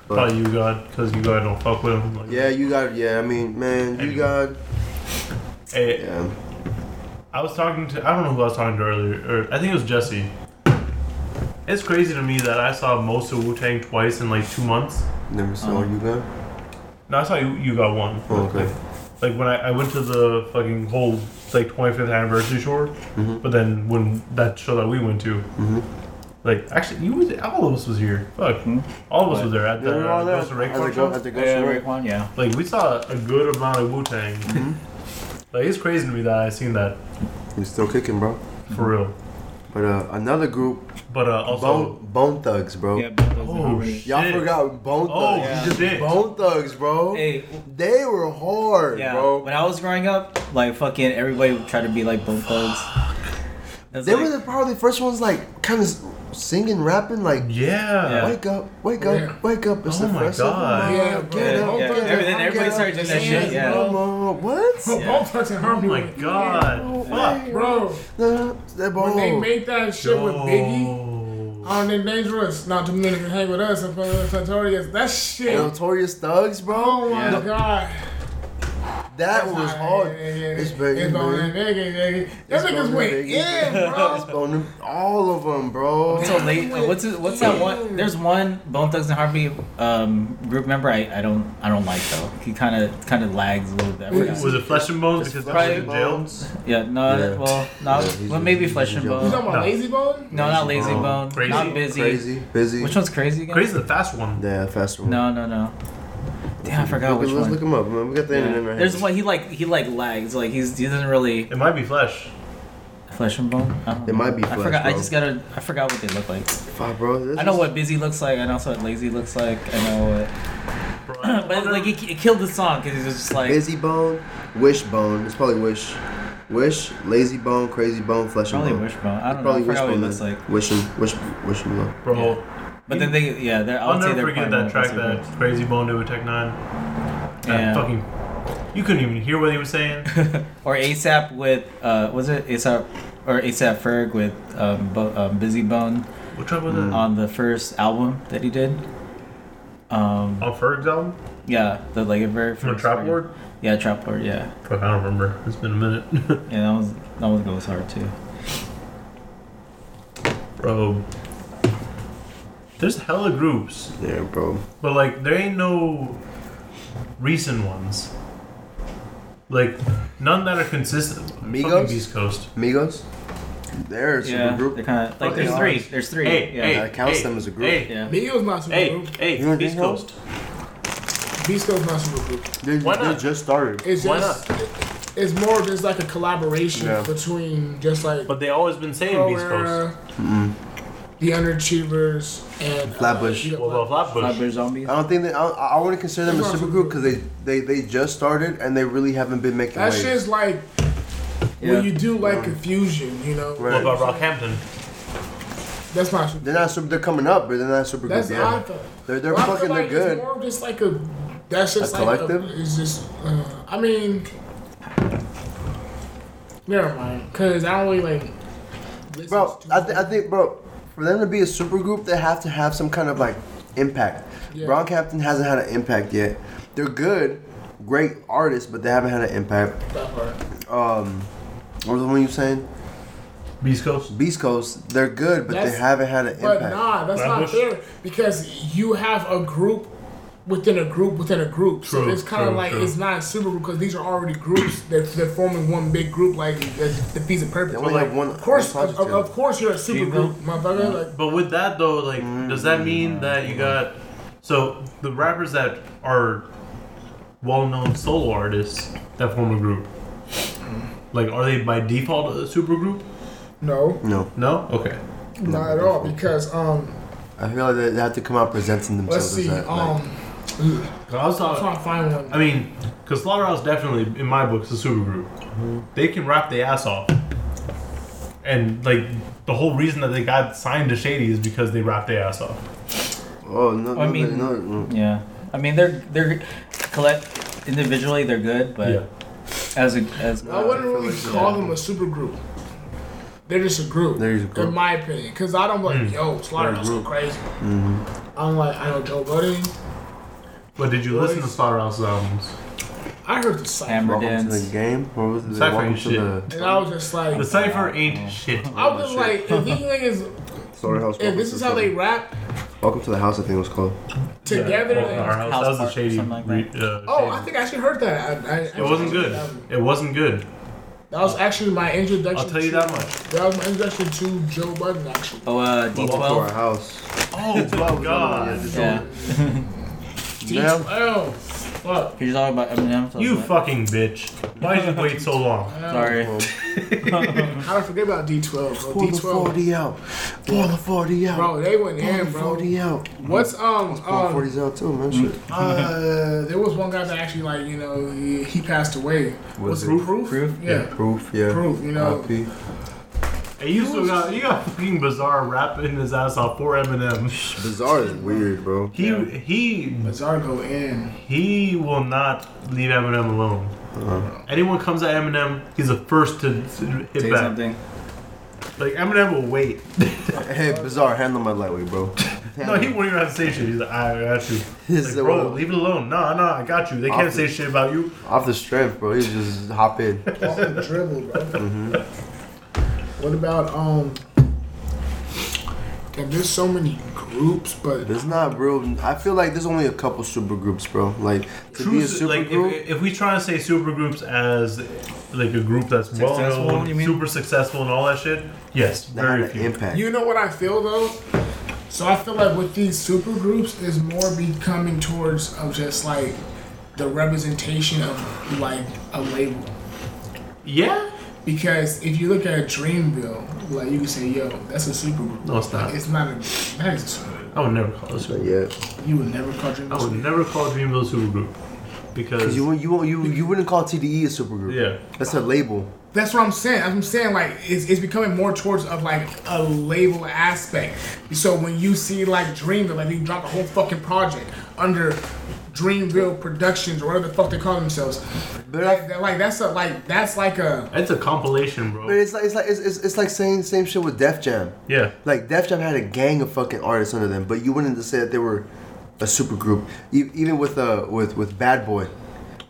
[SPEAKER 2] Probably you God, because you God don't fuck with him. Like,
[SPEAKER 8] Yeah, you got. Yeah, I mean, man, you
[SPEAKER 2] Anyway.
[SPEAKER 8] got.
[SPEAKER 2] Hey,
[SPEAKER 8] Yeah.
[SPEAKER 2] I was talking to I don't know who I was talking to earlier. Or I think it was Jesse. It's crazy to me that I saw most of Wu Tang twice in like two months.
[SPEAKER 8] Never
[SPEAKER 6] Uh-huh.
[SPEAKER 8] saw you got.
[SPEAKER 2] No, I saw you. You got one.
[SPEAKER 8] Oh, okay.
[SPEAKER 2] Like when I, I went to the fucking whole like 25th anniversary show,
[SPEAKER 8] Mm-hmm.
[SPEAKER 2] but then when that show that we went to, like actually you was all of us was here. Fuck, all of us
[SPEAKER 6] What?
[SPEAKER 2] was there at the uh,
[SPEAKER 8] Mm-hmm. Yeah, we were all there.
[SPEAKER 2] Ghost of Raycon
[SPEAKER 8] At the
[SPEAKER 2] show.
[SPEAKER 8] Go- at the Ghost
[SPEAKER 6] Yeah,
[SPEAKER 8] of Ray-
[SPEAKER 6] Raekwon, yeah.
[SPEAKER 2] Like we saw a good amount of Wu Tang. Like it's crazy to me that I seen that
[SPEAKER 8] He's still kicking, bro.
[SPEAKER 2] for real.
[SPEAKER 8] But uh, another group,
[SPEAKER 2] But uh, also,
[SPEAKER 8] Bone, Bone Thugs, bro.
[SPEAKER 6] Yeah, but those
[SPEAKER 2] Oh,
[SPEAKER 6] are
[SPEAKER 2] shit.
[SPEAKER 8] Y'all forgot Bone Thugs.
[SPEAKER 2] Oh,
[SPEAKER 6] Yeah.
[SPEAKER 2] shit.
[SPEAKER 8] Bone Thugs, bro.
[SPEAKER 6] Hey,
[SPEAKER 8] They were hard,
[SPEAKER 6] yeah.
[SPEAKER 8] bro.
[SPEAKER 6] When I was growing up, like fucking everybody would try to be like Bone Thugs. That's
[SPEAKER 8] They
[SPEAKER 6] like-
[SPEAKER 8] were the, probably the first ones, like, kind of singing, rapping, like,
[SPEAKER 2] yeah.
[SPEAKER 8] wake up, wake up,
[SPEAKER 1] Yeah.
[SPEAKER 8] wake up. It's
[SPEAKER 2] Oh
[SPEAKER 8] the
[SPEAKER 2] my
[SPEAKER 8] first of the
[SPEAKER 2] God.
[SPEAKER 8] month.
[SPEAKER 1] Yeah, bro.
[SPEAKER 8] Get
[SPEAKER 6] Yeah,
[SPEAKER 8] up,
[SPEAKER 6] yeah.
[SPEAKER 8] get up,
[SPEAKER 6] Every- then
[SPEAKER 8] get
[SPEAKER 6] everybody
[SPEAKER 8] up.
[SPEAKER 6] started doing that
[SPEAKER 1] shit,
[SPEAKER 8] Yes,
[SPEAKER 1] yeah.
[SPEAKER 8] come on. What?
[SPEAKER 1] Bro, Bone Thugs and
[SPEAKER 2] Oh
[SPEAKER 1] Harmony.
[SPEAKER 2] my god. Fuck.
[SPEAKER 1] Bro,
[SPEAKER 8] The, the
[SPEAKER 1] when they
[SPEAKER 8] bone.
[SPEAKER 1] made that shit with Biggie
[SPEAKER 2] Yo.
[SPEAKER 1] on they dangerous, not too many can hang with us and fuck with Sartorius. That shit.
[SPEAKER 8] Notorious Thugs,
[SPEAKER 1] Oh
[SPEAKER 8] bro.
[SPEAKER 1] my
[SPEAKER 6] Yeah.
[SPEAKER 1] god.
[SPEAKER 8] That was hard. It's very
[SPEAKER 1] It's on that
[SPEAKER 8] man.
[SPEAKER 1] nigga, nigga. Them
[SPEAKER 8] It's
[SPEAKER 1] niggas
[SPEAKER 8] Bone
[SPEAKER 1] went
[SPEAKER 8] and
[SPEAKER 1] in,
[SPEAKER 8] Biggie. It's
[SPEAKER 1] bro.
[SPEAKER 8] Bone and- all of them, bro.
[SPEAKER 6] so late. uh, What's it- what's that one? There's one Bone Thugs and Harmony um, group member I, I don't I don't like though. He kind of kind of lags a little bit. I forgot.
[SPEAKER 2] Was it Flesh and Bones because that was in jail?
[SPEAKER 6] Yeah, no,
[SPEAKER 8] Yeah.
[SPEAKER 6] well, no,
[SPEAKER 8] Yeah, he's-
[SPEAKER 6] well, maybe
[SPEAKER 8] he's-
[SPEAKER 6] Flesh
[SPEAKER 8] he's
[SPEAKER 6] and
[SPEAKER 8] young.
[SPEAKER 1] You
[SPEAKER 6] Bone.
[SPEAKER 1] talking
[SPEAKER 2] No.
[SPEAKER 1] about Lazy Bone?
[SPEAKER 6] No, not Lazy Bone.
[SPEAKER 2] Oh, Crazy.
[SPEAKER 6] Not Busy.
[SPEAKER 8] Crazy, busy.
[SPEAKER 6] Which one's Crazy again?
[SPEAKER 2] Crazy, the fast one.
[SPEAKER 8] Yeah, faster one.
[SPEAKER 6] No, no, no. Damn, I forgot
[SPEAKER 8] Look-
[SPEAKER 6] which
[SPEAKER 8] let's
[SPEAKER 6] one.
[SPEAKER 8] look him up, man. We got the
[SPEAKER 6] Yeah.
[SPEAKER 8] internet right
[SPEAKER 6] There's
[SPEAKER 8] here.
[SPEAKER 6] one he like he like lags like he's he doesn't really
[SPEAKER 2] It might be Flesh.
[SPEAKER 6] flesh and bone. I don't
[SPEAKER 8] It
[SPEAKER 6] know.
[SPEAKER 8] might be
[SPEAKER 6] I
[SPEAKER 8] Flesh,
[SPEAKER 6] forgot. I
[SPEAKER 8] bro.
[SPEAKER 6] just gotta. I forgot what they look like.
[SPEAKER 8] Fuck, bro. this
[SPEAKER 6] I know
[SPEAKER 8] is-
[SPEAKER 6] what busy looks like. I know what lazy looks like. I know what. But like it, it killed the song because it was just like
[SPEAKER 8] Busy Bone, Wish Bone. It's probably Wish. Wish, Lazy Bone, Crazy Bone, Flesh and
[SPEAKER 6] probably
[SPEAKER 8] Bone.
[SPEAKER 6] wishbone. I don't know. I
[SPEAKER 8] Probably
[SPEAKER 6] forgot what it
[SPEAKER 8] Wishbone.
[SPEAKER 6] looks like.
[SPEAKER 8] Wishing, wish, wishing bone.
[SPEAKER 2] Bro,
[SPEAKER 6] But then they yeah they're. I
[SPEAKER 2] I'll
[SPEAKER 6] would say
[SPEAKER 2] never
[SPEAKER 6] they're
[SPEAKER 2] forget
[SPEAKER 6] prime
[SPEAKER 2] that track
[SPEAKER 6] Bone
[SPEAKER 2] that
[SPEAKER 6] Thugs
[SPEAKER 2] Crazy Bone did with Tech Nine. That
[SPEAKER 6] Yeah.
[SPEAKER 2] fucking. You couldn't even hear what he was saying.
[SPEAKER 6] or ASAP with uh was it ASAP or ASAP Ferg with um, Bo- um busy bone
[SPEAKER 2] What track was
[SPEAKER 8] Hmm.
[SPEAKER 2] that?
[SPEAKER 6] on the first album that he did. Um
[SPEAKER 2] On Ferg's album?
[SPEAKER 6] yeah the like a very
[SPEAKER 2] From
[SPEAKER 6] first
[SPEAKER 2] Trap
[SPEAKER 6] Ferg-
[SPEAKER 2] Ward?
[SPEAKER 6] Yeah, trap board. Yeah,
[SPEAKER 2] Fuck, I don't remember. It's been a minute.
[SPEAKER 6] yeah, that was that one goes hard too.
[SPEAKER 2] Bro. There's hella groups.
[SPEAKER 8] Yeah, bro.
[SPEAKER 2] But like, there ain't no recent ones. Like, none that are consistent.
[SPEAKER 8] Migos?
[SPEAKER 2] Fucking Beast Coast.
[SPEAKER 8] Migos. They're a
[SPEAKER 6] Yeah,
[SPEAKER 8] super group.
[SPEAKER 6] they're kind of like
[SPEAKER 2] Fucking
[SPEAKER 6] there's three.
[SPEAKER 2] artists.
[SPEAKER 6] There's three.
[SPEAKER 2] Hey,
[SPEAKER 6] yeah.
[SPEAKER 2] hey,
[SPEAKER 8] That counts
[SPEAKER 2] hey,
[SPEAKER 8] them as a group.
[SPEAKER 2] Hey,
[SPEAKER 6] yeah.
[SPEAKER 1] Biggie was not super
[SPEAKER 2] hey,
[SPEAKER 1] group.
[SPEAKER 2] hey,
[SPEAKER 8] You know
[SPEAKER 2] Beast
[SPEAKER 8] Dingo?
[SPEAKER 2] Coast.
[SPEAKER 1] Beasco's not super group.
[SPEAKER 8] They,
[SPEAKER 2] Why
[SPEAKER 8] they
[SPEAKER 2] not?
[SPEAKER 8] just started.
[SPEAKER 1] It's
[SPEAKER 2] Why
[SPEAKER 1] just it's more of just like a collaboration
[SPEAKER 8] Yeah.
[SPEAKER 1] between just like
[SPEAKER 2] But they always been saying
[SPEAKER 1] Pro
[SPEAKER 2] Beast Coast.
[SPEAKER 1] Era, Mm-hmm. the Underachievers, and
[SPEAKER 8] Flatbush.
[SPEAKER 1] Uh, you got
[SPEAKER 2] What about Flatbush?
[SPEAKER 6] Flatbush zombies.
[SPEAKER 8] I don't think that I, I wouldn't consider them a super group because they, they they just started and they really haven't been making
[SPEAKER 1] that
[SPEAKER 8] waves.
[SPEAKER 1] shit's like
[SPEAKER 6] Yeah.
[SPEAKER 1] when you do like confusion, you know.
[SPEAKER 8] Right.
[SPEAKER 2] What about Rockhampton?
[SPEAKER 1] That's not super.
[SPEAKER 8] They're not super. They're coming up, but they're not super
[SPEAKER 1] That's
[SPEAKER 8] group.
[SPEAKER 1] how I
[SPEAKER 8] yet.
[SPEAKER 1] felt.
[SPEAKER 8] They're they're
[SPEAKER 1] Well, I feel
[SPEAKER 8] fucking
[SPEAKER 1] like
[SPEAKER 8] they're good.
[SPEAKER 1] It's more of just like a. That's just
[SPEAKER 8] A
[SPEAKER 1] like
[SPEAKER 8] collective?
[SPEAKER 1] A, it's just. Uh, I mean. Never mind, cause I don't really like. listen
[SPEAKER 8] bro,
[SPEAKER 1] to-
[SPEAKER 8] I, th- I think, bro, for them to be a super group, they have to have some kind of like impact.
[SPEAKER 1] Yeah.
[SPEAKER 8] Brockhampton hasn't had an impact yet. They're good, great artists, but they haven't had an impact.
[SPEAKER 1] that part.
[SPEAKER 8] Um, what was the one you were saying?
[SPEAKER 2] Beast Coast.
[SPEAKER 8] Beast Coast. They're good, but
[SPEAKER 1] That's-
[SPEAKER 8] they haven't had an
[SPEAKER 1] But
[SPEAKER 8] impact.
[SPEAKER 1] nah, that's not
[SPEAKER 2] Flatbush?
[SPEAKER 1] fair because you have a group within a group within a group. so
[SPEAKER 2] True,
[SPEAKER 1] it's kind of
[SPEAKER 2] true,
[SPEAKER 1] like
[SPEAKER 2] true.
[SPEAKER 1] it's not super group because these are already groups that they're forming one big group like that defeats the purpose.
[SPEAKER 8] They only
[SPEAKER 1] But,
[SPEAKER 8] have
[SPEAKER 1] like,
[SPEAKER 8] one-
[SPEAKER 1] Of course,
[SPEAKER 8] one
[SPEAKER 1] of, of,
[SPEAKER 8] project
[SPEAKER 1] of course, you're a super group, motherfucker. Like,
[SPEAKER 2] But with that though, like, does that mean that you got so the rappers that are well-known solo artists that form a group? Like, are they by default a super group?
[SPEAKER 1] no,
[SPEAKER 8] no,
[SPEAKER 2] No. Okay.
[SPEAKER 1] not at all because um,
[SPEAKER 8] I feel like they they have to come out presenting
[SPEAKER 1] let's
[SPEAKER 8] themselves.
[SPEAKER 1] see,
[SPEAKER 8] as that,
[SPEAKER 1] um,
[SPEAKER 8] like,
[SPEAKER 2] I was
[SPEAKER 1] I'm trying to find one.
[SPEAKER 2] I mean, because Slaughterhouse definitely, in my books, is a super group. They can rap their ass off, and like the whole reason that they got signed to Shady is because they rap their ass off.
[SPEAKER 8] oh no, no,
[SPEAKER 6] I mean-
[SPEAKER 8] no, no, no.
[SPEAKER 6] Yeah, I mean they're they're collect individually they're good, but as a as
[SPEAKER 1] I wouldn't
[SPEAKER 8] feel
[SPEAKER 1] really
[SPEAKER 8] like,
[SPEAKER 1] call
[SPEAKER 8] yeah.
[SPEAKER 1] them a super group. They're just a group,
[SPEAKER 8] They're just a group.
[SPEAKER 1] in my opinion. Because I don't like,
[SPEAKER 2] Hmm.
[SPEAKER 1] yo, Slaughterhouse go crazy.
[SPEAKER 8] Mm-hmm.
[SPEAKER 1] I'm like, I know Joe Budden.
[SPEAKER 2] But did you listen to um,
[SPEAKER 1] Boys.
[SPEAKER 2] Slaughterhouse's albums?
[SPEAKER 1] I heard the cypher,
[SPEAKER 6] Hammer
[SPEAKER 8] Welcome to
[SPEAKER 6] Dance.
[SPEAKER 8] the game. What was it?
[SPEAKER 2] Cypher
[SPEAKER 8] Welcome
[SPEAKER 2] ain't
[SPEAKER 8] to
[SPEAKER 2] shit.
[SPEAKER 8] the
[SPEAKER 1] and I was just like,
[SPEAKER 2] The cipher ain't shit.
[SPEAKER 1] I was just like, if these niggas,
[SPEAKER 8] Slaughterhouse.
[SPEAKER 1] if
[SPEAKER 8] Welcome
[SPEAKER 1] this
[SPEAKER 8] to
[SPEAKER 1] is
[SPEAKER 8] the
[SPEAKER 1] how they
[SPEAKER 8] City.
[SPEAKER 1] rap
[SPEAKER 8] Welcome to the house. I think it was called.
[SPEAKER 1] together,
[SPEAKER 2] Yeah, our
[SPEAKER 1] then-
[SPEAKER 2] house.
[SPEAKER 6] House
[SPEAKER 2] That was a
[SPEAKER 6] Party,
[SPEAKER 2] shady.
[SPEAKER 6] something like
[SPEAKER 2] re- uh,
[SPEAKER 1] oh, I think I actually heard that. I, I,
[SPEAKER 2] it wasn't good. It wasn't good.
[SPEAKER 1] That was actually my introduction.
[SPEAKER 2] I'll tell you
[SPEAKER 1] to-
[SPEAKER 2] that much.
[SPEAKER 1] That was my introduction to Joe Budden, actually.
[SPEAKER 6] Oh, uh,
[SPEAKER 8] Welcome to our
[SPEAKER 6] D12.
[SPEAKER 8] house.
[SPEAKER 2] Oh my
[SPEAKER 8] God.
[SPEAKER 2] god.
[SPEAKER 6] Yeah,
[SPEAKER 1] D12.
[SPEAKER 10] fuck.
[SPEAKER 6] You're talking about Eminem. so
[SPEAKER 2] You
[SPEAKER 6] I'm like,
[SPEAKER 2] fucking bitch. Why did you wait so long?
[SPEAKER 6] Sorry.
[SPEAKER 1] Um, How did I forget about D12? Bro?
[SPEAKER 8] Pull the
[SPEAKER 1] D12.
[SPEAKER 8] 40 out. Pull the 40 out.
[SPEAKER 1] Bro, they went
[SPEAKER 8] Pull the
[SPEAKER 1] in, bro.
[SPEAKER 8] 40 out.
[SPEAKER 1] What's um
[SPEAKER 8] Pull the
[SPEAKER 1] um
[SPEAKER 8] 40s out too, man. Shit.
[SPEAKER 1] uh there was one guy that actually like you know he, he passed away. What's
[SPEAKER 8] Was it
[SPEAKER 1] proof? proof?
[SPEAKER 6] Proof?
[SPEAKER 1] Yeah.
[SPEAKER 8] Proof, yeah.
[SPEAKER 1] Proof, you know.
[SPEAKER 8] RP.
[SPEAKER 2] Hey, you still got you got fucking bizarre rapping his ass off for Eminem.
[SPEAKER 8] Bizarre is weird, bro.
[SPEAKER 2] He he
[SPEAKER 1] Bizarre go in.
[SPEAKER 2] he will not leave Eminem alone. Anyone comes at Eminem, he's the first to hit
[SPEAKER 6] Uh-huh. Say
[SPEAKER 2] back.
[SPEAKER 6] something.
[SPEAKER 2] Like Eminem will wait.
[SPEAKER 8] Hey, Bizarre, handle my lightweight, bro.
[SPEAKER 2] No, he won't even have to say shit. He's like, I got you.
[SPEAKER 8] He's
[SPEAKER 2] Like,
[SPEAKER 8] the
[SPEAKER 2] bro,
[SPEAKER 8] one-
[SPEAKER 2] leave it alone. Nah, nah, I got you. They can't say shit about you.
[SPEAKER 8] Off the strength, bro. He just hop in.
[SPEAKER 1] Off the dribble, bro.
[SPEAKER 2] Mm-hmm.
[SPEAKER 1] What about um? Damn, there's so many groups, but
[SPEAKER 8] There's not real. I feel like there's only a couple super groups, bro. Like to
[SPEAKER 2] True,
[SPEAKER 8] be a
[SPEAKER 2] su-
[SPEAKER 8] super
[SPEAKER 2] like
[SPEAKER 8] group.
[SPEAKER 2] If, if we try to say super groups as like a group that's well
[SPEAKER 6] Successful,
[SPEAKER 2] known,
[SPEAKER 6] you mean?
[SPEAKER 2] super successful, and all that shit, yes,
[SPEAKER 8] that had
[SPEAKER 2] very
[SPEAKER 8] an
[SPEAKER 2] few.
[SPEAKER 8] impact.
[SPEAKER 1] You know what I feel though? So I feel like with these super groups is more becoming towards of just like the representation of like a label.
[SPEAKER 2] Yeah,
[SPEAKER 1] Because if you look at Dreamville, like you can say, yo, that's a super group.
[SPEAKER 2] No, it's not.
[SPEAKER 1] Like, it's not a that is a super group.
[SPEAKER 2] I would never call this.
[SPEAKER 8] But yeah,
[SPEAKER 1] You would never call Dreamville.
[SPEAKER 2] I
[SPEAKER 1] super
[SPEAKER 2] would
[SPEAKER 1] group.
[SPEAKER 2] never call Dreamville super group because
[SPEAKER 8] because you wouldn't- you won't- you you wouldn't call TDE a super group.
[SPEAKER 2] yeah,
[SPEAKER 8] that's a label.
[SPEAKER 1] That's what I'm saying. I'm saying like it's, it's becoming more towards of like a label aspect. So when you see like Dreamville, like they dropped a whole fucking project under Dreamville Productions or whatever the fuck they call themselves.
[SPEAKER 8] But
[SPEAKER 1] Like,
[SPEAKER 8] I,
[SPEAKER 1] that- like that's a like that's like a
[SPEAKER 2] it's a compilation, bro.
[SPEAKER 8] but it's like it's like it's, it's, it's like saying the same shit with Def Jam.
[SPEAKER 2] yeah,
[SPEAKER 8] Like Def Jam had a gang of fucking artists under them, but you wouldn't just say that they were a super group. E- even with uh with with Bad Boy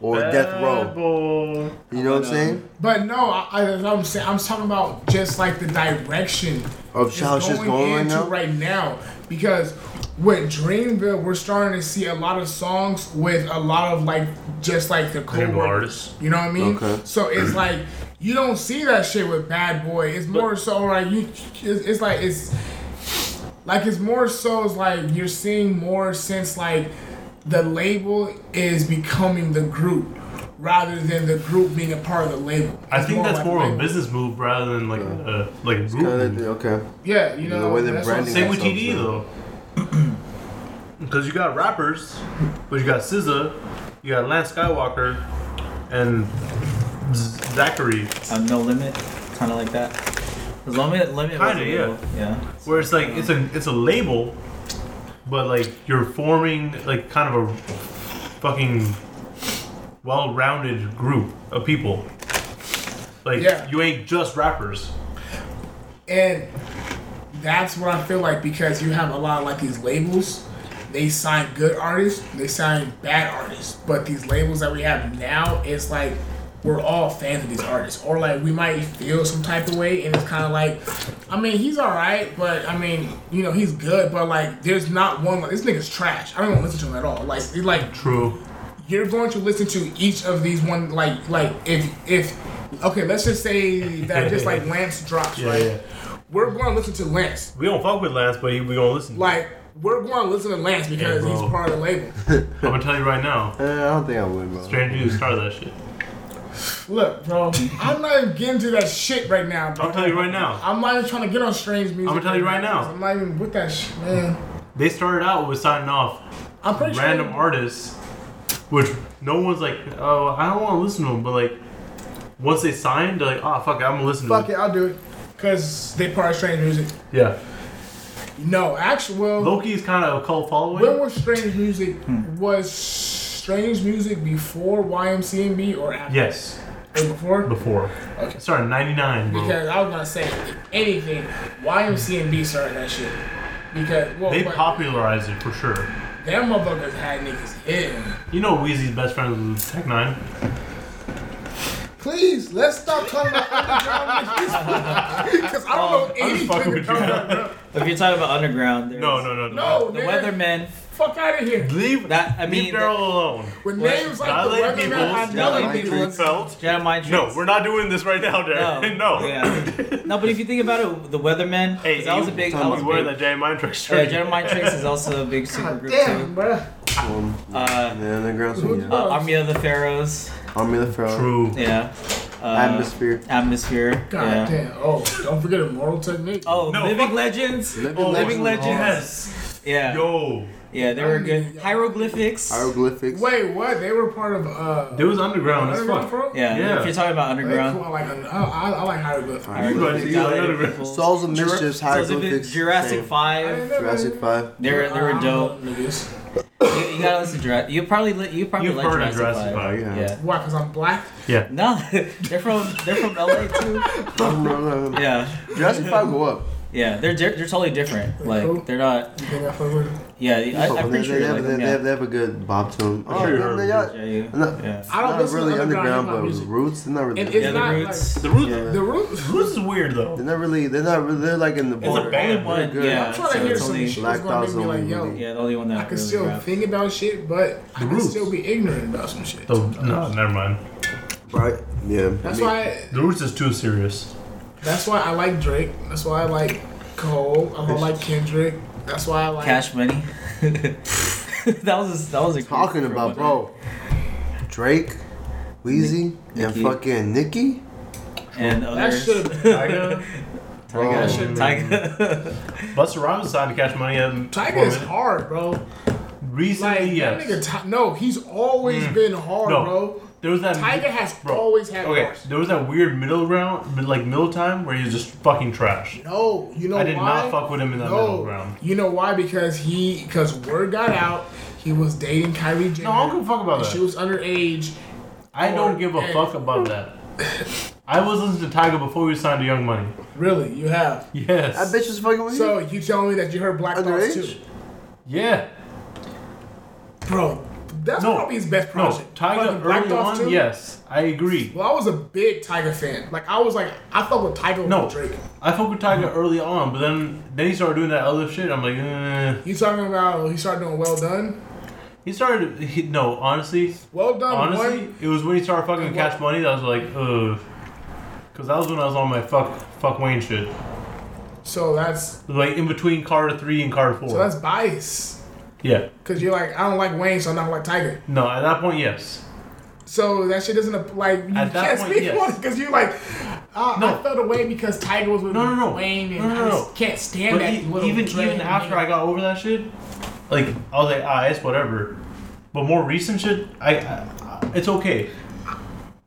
[SPEAKER 8] or Death Row.
[SPEAKER 2] Boy.
[SPEAKER 8] You know what I'm saying?
[SPEAKER 1] but no I, I I'm saying I'm talking about just like the direction
[SPEAKER 8] Of
[SPEAKER 1] it's
[SPEAKER 8] how shit's going right
[SPEAKER 1] into
[SPEAKER 8] now.
[SPEAKER 1] right now because with Dreamville we're starting to see a lot of songs with a lot of like just like the
[SPEAKER 2] Dreamville
[SPEAKER 1] co
[SPEAKER 2] artists.
[SPEAKER 1] You know what I mean?
[SPEAKER 8] Okay.
[SPEAKER 1] So it's like you don't see that shit with Bad Boy. It's more so like you. It's, it's like it's like it's more so it's like you're seeing more since like the label is becoming the group rather than the group being a part of the label.
[SPEAKER 2] I
[SPEAKER 1] It's
[SPEAKER 2] think that's
[SPEAKER 1] like
[SPEAKER 2] more of a
[SPEAKER 1] label.
[SPEAKER 2] business move rather than like a like a group.
[SPEAKER 8] Kinda,
[SPEAKER 2] move.
[SPEAKER 8] Uh, okay.
[SPEAKER 1] Yeah, you know
[SPEAKER 8] the way they're
[SPEAKER 1] that's what I'm
[SPEAKER 8] branding
[SPEAKER 2] Same
[SPEAKER 1] saying.
[SPEAKER 2] with
[SPEAKER 8] Myself,
[SPEAKER 2] TD
[SPEAKER 8] yeah.
[SPEAKER 2] though, because you got rappers, but you got SZA, you got Lance Skywalker, and Z- Zachary.
[SPEAKER 6] Um, no limit. Kind of like that. 'Cause limit, limit. was
[SPEAKER 2] Kinda,
[SPEAKER 6] a
[SPEAKER 2] yeah.
[SPEAKER 6] label, Yeah.
[SPEAKER 2] Where it's like it's a it's a label, but like you're forming like kind of a fucking well-rounded group of people. Like
[SPEAKER 1] Yeah.
[SPEAKER 2] you ain't just rappers.
[SPEAKER 1] And that's what I feel like because you have a lot of like these labels. They sign good artists, they sign bad artists. But these labels that we have now, it's like we're all fans of these artists. Or like we might feel some type of way and it's kinda like I mean, he's alright, but I mean, you know, he's good, but like there's not one like this nigga's trash. I don't even listen to him at all. Like he's like
[SPEAKER 2] True.
[SPEAKER 1] you're going to listen to each of these one like like if if okay let's just say that just like lance drops
[SPEAKER 2] Yeah,
[SPEAKER 1] right
[SPEAKER 2] yeah.
[SPEAKER 1] we're going to listen to lance
[SPEAKER 2] We don't fuck with Lance, but we gonna listen.
[SPEAKER 1] like we're going to listen to lance because he's
[SPEAKER 2] bro.
[SPEAKER 1] part of the label
[SPEAKER 2] I'm gonna tell you right now.
[SPEAKER 8] Eh, I don't think I would, bro.
[SPEAKER 2] Stranger you started that shit.
[SPEAKER 1] look bro i'm not even getting to that shit right now
[SPEAKER 2] I'll
[SPEAKER 1] bro.
[SPEAKER 2] tell you right now.
[SPEAKER 1] i'm not even trying to get on strange music
[SPEAKER 2] I'ma tell you right now.
[SPEAKER 1] i'm not even with that shit man
[SPEAKER 2] They started out with signing off
[SPEAKER 1] i'm pretty
[SPEAKER 2] random
[SPEAKER 1] sure
[SPEAKER 2] artists, which no one's like, oh, I don't want to listen to them. But like, once they signed, they're like, oh fuck, it, I'm gonna listen
[SPEAKER 1] fuck
[SPEAKER 2] to
[SPEAKER 1] it i'll do it because they part of strange music
[SPEAKER 2] Yeah,
[SPEAKER 1] no actually well
[SPEAKER 2] Loki's kind of a cult
[SPEAKER 1] When
[SPEAKER 2] following.
[SPEAKER 1] was Strange Music? Was Strange Music before YMCMB or after?
[SPEAKER 2] Yes,
[SPEAKER 1] Or before?
[SPEAKER 2] before. Okay. Started in '99, bro.
[SPEAKER 1] Because I was gonna say if anything. YMCMB started that shit because well,
[SPEAKER 2] they
[SPEAKER 1] but
[SPEAKER 2] popularized it for sure.
[SPEAKER 1] them motherfuckers had niggas hitting.
[SPEAKER 2] You know, Weezy's best friend was Tech Nine.
[SPEAKER 1] Please let's stop talking about underground niggas because I don't know
[SPEAKER 2] I'm Um, just fucking
[SPEAKER 1] anything
[SPEAKER 2] with you.
[SPEAKER 1] about that.
[SPEAKER 6] If you're talking about underground, there's
[SPEAKER 2] No, no, no,
[SPEAKER 1] No,
[SPEAKER 6] the
[SPEAKER 1] nigga.
[SPEAKER 6] Weathermen.
[SPEAKER 1] Fuck out of here.
[SPEAKER 2] Leave
[SPEAKER 6] That I mean,
[SPEAKER 2] leave Daryl alone.
[SPEAKER 1] With
[SPEAKER 6] What?
[SPEAKER 1] names like
[SPEAKER 2] I
[SPEAKER 1] the
[SPEAKER 2] like
[SPEAKER 1] Weatherman,
[SPEAKER 2] people.
[SPEAKER 1] I know
[SPEAKER 6] Jelly
[SPEAKER 1] them
[SPEAKER 6] people.
[SPEAKER 1] people.
[SPEAKER 2] Felt.
[SPEAKER 6] Jedi mind
[SPEAKER 2] No,
[SPEAKER 6] tricks.
[SPEAKER 2] we're not doing this right now, Darren. No.
[SPEAKER 6] Oh, yeah. no, but if you think about it, the Weathermen. 'cause
[SPEAKER 2] Hey,
[SPEAKER 6] that was a
[SPEAKER 2] you-
[SPEAKER 6] big. That
[SPEAKER 2] Tom,
[SPEAKER 6] was a
[SPEAKER 2] you wear that
[SPEAKER 6] big-
[SPEAKER 2] Jedi mind trick
[SPEAKER 6] Yeah,
[SPEAKER 2] shirt.
[SPEAKER 6] Jedi mind tricks is also a big super group
[SPEAKER 11] Damn,
[SPEAKER 6] too.
[SPEAKER 11] bruh.
[SPEAKER 8] Um,
[SPEAKER 6] Uh,
[SPEAKER 8] yeah, the girls. Yeah.
[SPEAKER 6] uh, Army of the Pharaohs.
[SPEAKER 8] Army of the Pharaoh.
[SPEAKER 2] True.
[SPEAKER 6] Yeah. Uh,
[SPEAKER 8] Atmosphere.
[SPEAKER 6] Atmosphere.
[SPEAKER 1] God
[SPEAKER 6] yeah.
[SPEAKER 1] damn. Oh, don't forget Immortal Technique.
[SPEAKER 6] Oh,
[SPEAKER 2] No,
[SPEAKER 6] Living
[SPEAKER 2] fuck-
[SPEAKER 6] Legends.
[SPEAKER 8] Living
[SPEAKER 6] Living
[SPEAKER 8] Legends.
[SPEAKER 6] Legends.
[SPEAKER 2] Yes.
[SPEAKER 6] Yeah.
[SPEAKER 2] Yo.
[SPEAKER 6] Yeah, they were good. Hieroglyphics.
[SPEAKER 8] Hieroglyphics.
[SPEAKER 1] Wait, what? They were part of uh.
[SPEAKER 2] It was underground as
[SPEAKER 1] Underground
[SPEAKER 2] fuck.
[SPEAKER 1] Pro?
[SPEAKER 6] yeah,
[SPEAKER 2] Yeah.
[SPEAKER 6] If you're talking about
[SPEAKER 1] Hey, cool.
[SPEAKER 6] underground.
[SPEAKER 1] I like I, I, I like Hieroglyphics.
[SPEAKER 8] Alright.
[SPEAKER 2] Right,
[SPEAKER 6] Hieroglyphics,
[SPEAKER 2] yeah,
[SPEAKER 6] Allied
[SPEAKER 2] underground.
[SPEAKER 6] peoples.
[SPEAKER 8] Souls of
[SPEAKER 6] Jura-
[SPEAKER 8] Mischiefs,
[SPEAKER 6] Souls of
[SPEAKER 8] Hieroglyphics,
[SPEAKER 6] Jurassic
[SPEAKER 8] same.
[SPEAKER 6] Five.
[SPEAKER 8] Jurassic Five.
[SPEAKER 6] They were they were dope.
[SPEAKER 1] Niggas.
[SPEAKER 6] You, you gotta listen to Jurassic. You probably li- you probably
[SPEAKER 2] You've
[SPEAKER 6] like
[SPEAKER 2] heard of Jurassic
[SPEAKER 6] Jurassic,
[SPEAKER 8] Oh
[SPEAKER 2] Five.
[SPEAKER 8] yeah.
[SPEAKER 6] Yeah.
[SPEAKER 1] Why? Cause I'm black.
[SPEAKER 2] Yeah.
[SPEAKER 6] No, they're from they're from LA too. Yeah,
[SPEAKER 8] Jurassic Five go up.
[SPEAKER 6] yeah, they're di- they're totally different. Like they're not.
[SPEAKER 1] You think I fuck with it?
[SPEAKER 6] Yeah, I, I'm
[SPEAKER 8] they,
[SPEAKER 6] pretty sure.
[SPEAKER 8] they, have,
[SPEAKER 6] Like,
[SPEAKER 8] they, they have,
[SPEAKER 6] yeah.
[SPEAKER 8] they have a good bop to them.
[SPEAKER 2] sure you
[SPEAKER 8] yeah,
[SPEAKER 2] heard
[SPEAKER 8] they
[SPEAKER 2] of
[SPEAKER 8] got,
[SPEAKER 6] Yeah, you-
[SPEAKER 8] not,
[SPEAKER 6] yeah.
[SPEAKER 1] I don't
[SPEAKER 8] not
[SPEAKER 1] listen
[SPEAKER 8] really
[SPEAKER 1] to underground
[SPEAKER 8] underground,
[SPEAKER 1] hip hop
[SPEAKER 8] but
[SPEAKER 1] music.
[SPEAKER 8] roots. They're not really.
[SPEAKER 1] And
[SPEAKER 6] Yeah,
[SPEAKER 1] it's
[SPEAKER 6] the
[SPEAKER 1] not
[SPEAKER 6] roots.
[SPEAKER 2] The roots.
[SPEAKER 8] Yeah.
[SPEAKER 1] like the roots.
[SPEAKER 2] Roots is weird though.
[SPEAKER 8] They're not really. They're not. Really, they're like in the
[SPEAKER 2] a
[SPEAKER 8] border.
[SPEAKER 2] band.
[SPEAKER 6] Only one,
[SPEAKER 8] good.
[SPEAKER 6] yeah.
[SPEAKER 1] I'm trying to
[SPEAKER 6] so
[SPEAKER 1] hear
[SPEAKER 6] it's
[SPEAKER 1] some
[SPEAKER 6] only,
[SPEAKER 1] shit that's gonna make me like, yo,
[SPEAKER 6] Yeah, the only one that
[SPEAKER 1] I can
[SPEAKER 6] really
[SPEAKER 1] still
[SPEAKER 6] rap.
[SPEAKER 1] think about shit, but I can
[SPEAKER 2] Roots.
[SPEAKER 1] still be ignorant about some shit.
[SPEAKER 2] The, no, never mind.
[SPEAKER 8] Right. Yeah.
[SPEAKER 1] That's
[SPEAKER 8] I mean,
[SPEAKER 1] why.
[SPEAKER 2] The roots is too serious.
[SPEAKER 1] That's why I like Drake. That's why I like Cole. I don't like Kendrick. That's why I like.
[SPEAKER 6] Cash Money. that was a, that was a
[SPEAKER 8] talking about, bro. Drake, Weezy, and
[SPEAKER 6] Nicki.
[SPEAKER 8] fucking Nicki.
[SPEAKER 6] and
[SPEAKER 1] That
[SPEAKER 6] others.
[SPEAKER 1] should have
[SPEAKER 2] Tyga.
[SPEAKER 8] Bro, Mm-hmm.
[SPEAKER 6] Tyga.
[SPEAKER 2] Busta Rhymes signed to Cash Money. um,
[SPEAKER 1] Tiger
[SPEAKER 2] Foreman.
[SPEAKER 1] is hard, bro.
[SPEAKER 2] Recently,
[SPEAKER 1] Like
[SPEAKER 2] yes. Mm.
[SPEAKER 1] that nigga. Ti- no, he's always been hard,
[SPEAKER 2] No.
[SPEAKER 1] bro.
[SPEAKER 2] there was that.
[SPEAKER 1] Tiger has
[SPEAKER 2] Bro.
[SPEAKER 1] always had
[SPEAKER 2] Okay,
[SPEAKER 1] bars.
[SPEAKER 2] there was that weird middle round, mid- like middle time, where he was just fucking trash.
[SPEAKER 1] No, you know
[SPEAKER 2] I did
[SPEAKER 1] why?
[SPEAKER 2] not fuck with him in that middle
[SPEAKER 1] no,
[SPEAKER 2] round.
[SPEAKER 1] you know why? Because he, because word got out, he was dating Kyrie Jenner.
[SPEAKER 2] No, I don't give a fuck about
[SPEAKER 1] and
[SPEAKER 2] that.
[SPEAKER 1] She was underage.
[SPEAKER 2] I don't give a fuck about that. I was listening to Tyga before he signed to Young Money.
[SPEAKER 1] Really, you have.
[SPEAKER 2] Yes.
[SPEAKER 8] that bitch was fucking with
[SPEAKER 1] So
[SPEAKER 8] you.
[SPEAKER 1] you telling me that you heard Black Thoughts
[SPEAKER 8] Underage.
[SPEAKER 1] too,
[SPEAKER 2] yeah.
[SPEAKER 1] bro? That's
[SPEAKER 2] No.
[SPEAKER 1] probably his best project.
[SPEAKER 2] No,
[SPEAKER 1] Fucking
[SPEAKER 2] Tyga
[SPEAKER 1] Black
[SPEAKER 2] early
[SPEAKER 1] Thoughts
[SPEAKER 2] on,
[SPEAKER 1] too?
[SPEAKER 2] yes, I agree.
[SPEAKER 1] Well, I was a big Tiger fan. Like I was like, I fuck with Tiger
[SPEAKER 2] No,
[SPEAKER 1] with Drake.
[SPEAKER 2] I fuck with Tyga early on, but then then he started doing that other shit. I'm like, eh.
[SPEAKER 1] You talking about he started doing Well Done?
[SPEAKER 2] he started. He, no, honestly,
[SPEAKER 1] Well Done
[SPEAKER 2] honestly,
[SPEAKER 1] one.
[SPEAKER 2] it was when he started fucking
[SPEAKER 1] What?
[SPEAKER 2] Cash Money that I was like, ugh, because that was when I was on my fuck fuck Wayne shit.
[SPEAKER 1] So that's
[SPEAKER 2] like in between Carter three and Carter four.
[SPEAKER 1] so that's bias.
[SPEAKER 2] yeah.
[SPEAKER 1] Cause you're like, I don't like Wayne, so I'm not like Tiger.
[SPEAKER 2] No, at that point, yes.
[SPEAKER 1] So that shit doesn't app- like you
[SPEAKER 2] At that
[SPEAKER 1] can't
[SPEAKER 2] point,
[SPEAKER 1] speak
[SPEAKER 2] yes.
[SPEAKER 1] on it because you're like, uh,
[SPEAKER 2] No.
[SPEAKER 1] I felt away because Tiger was with
[SPEAKER 2] No, no, no.
[SPEAKER 1] Wayne, and
[SPEAKER 2] No, no,
[SPEAKER 1] I
[SPEAKER 2] no.
[SPEAKER 1] just can't stand
[SPEAKER 2] But
[SPEAKER 1] that
[SPEAKER 2] e-
[SPEAKER 1] little
[SPEAKER 2] even
[SPEAKER 1] Dre
[SPEAKER 2] even after I
[SPEAKER 1] nigga.
[SPEAKER 2] got over that shit, like I was like, ah, it's whatever. But more recent shit, I, I it's okay.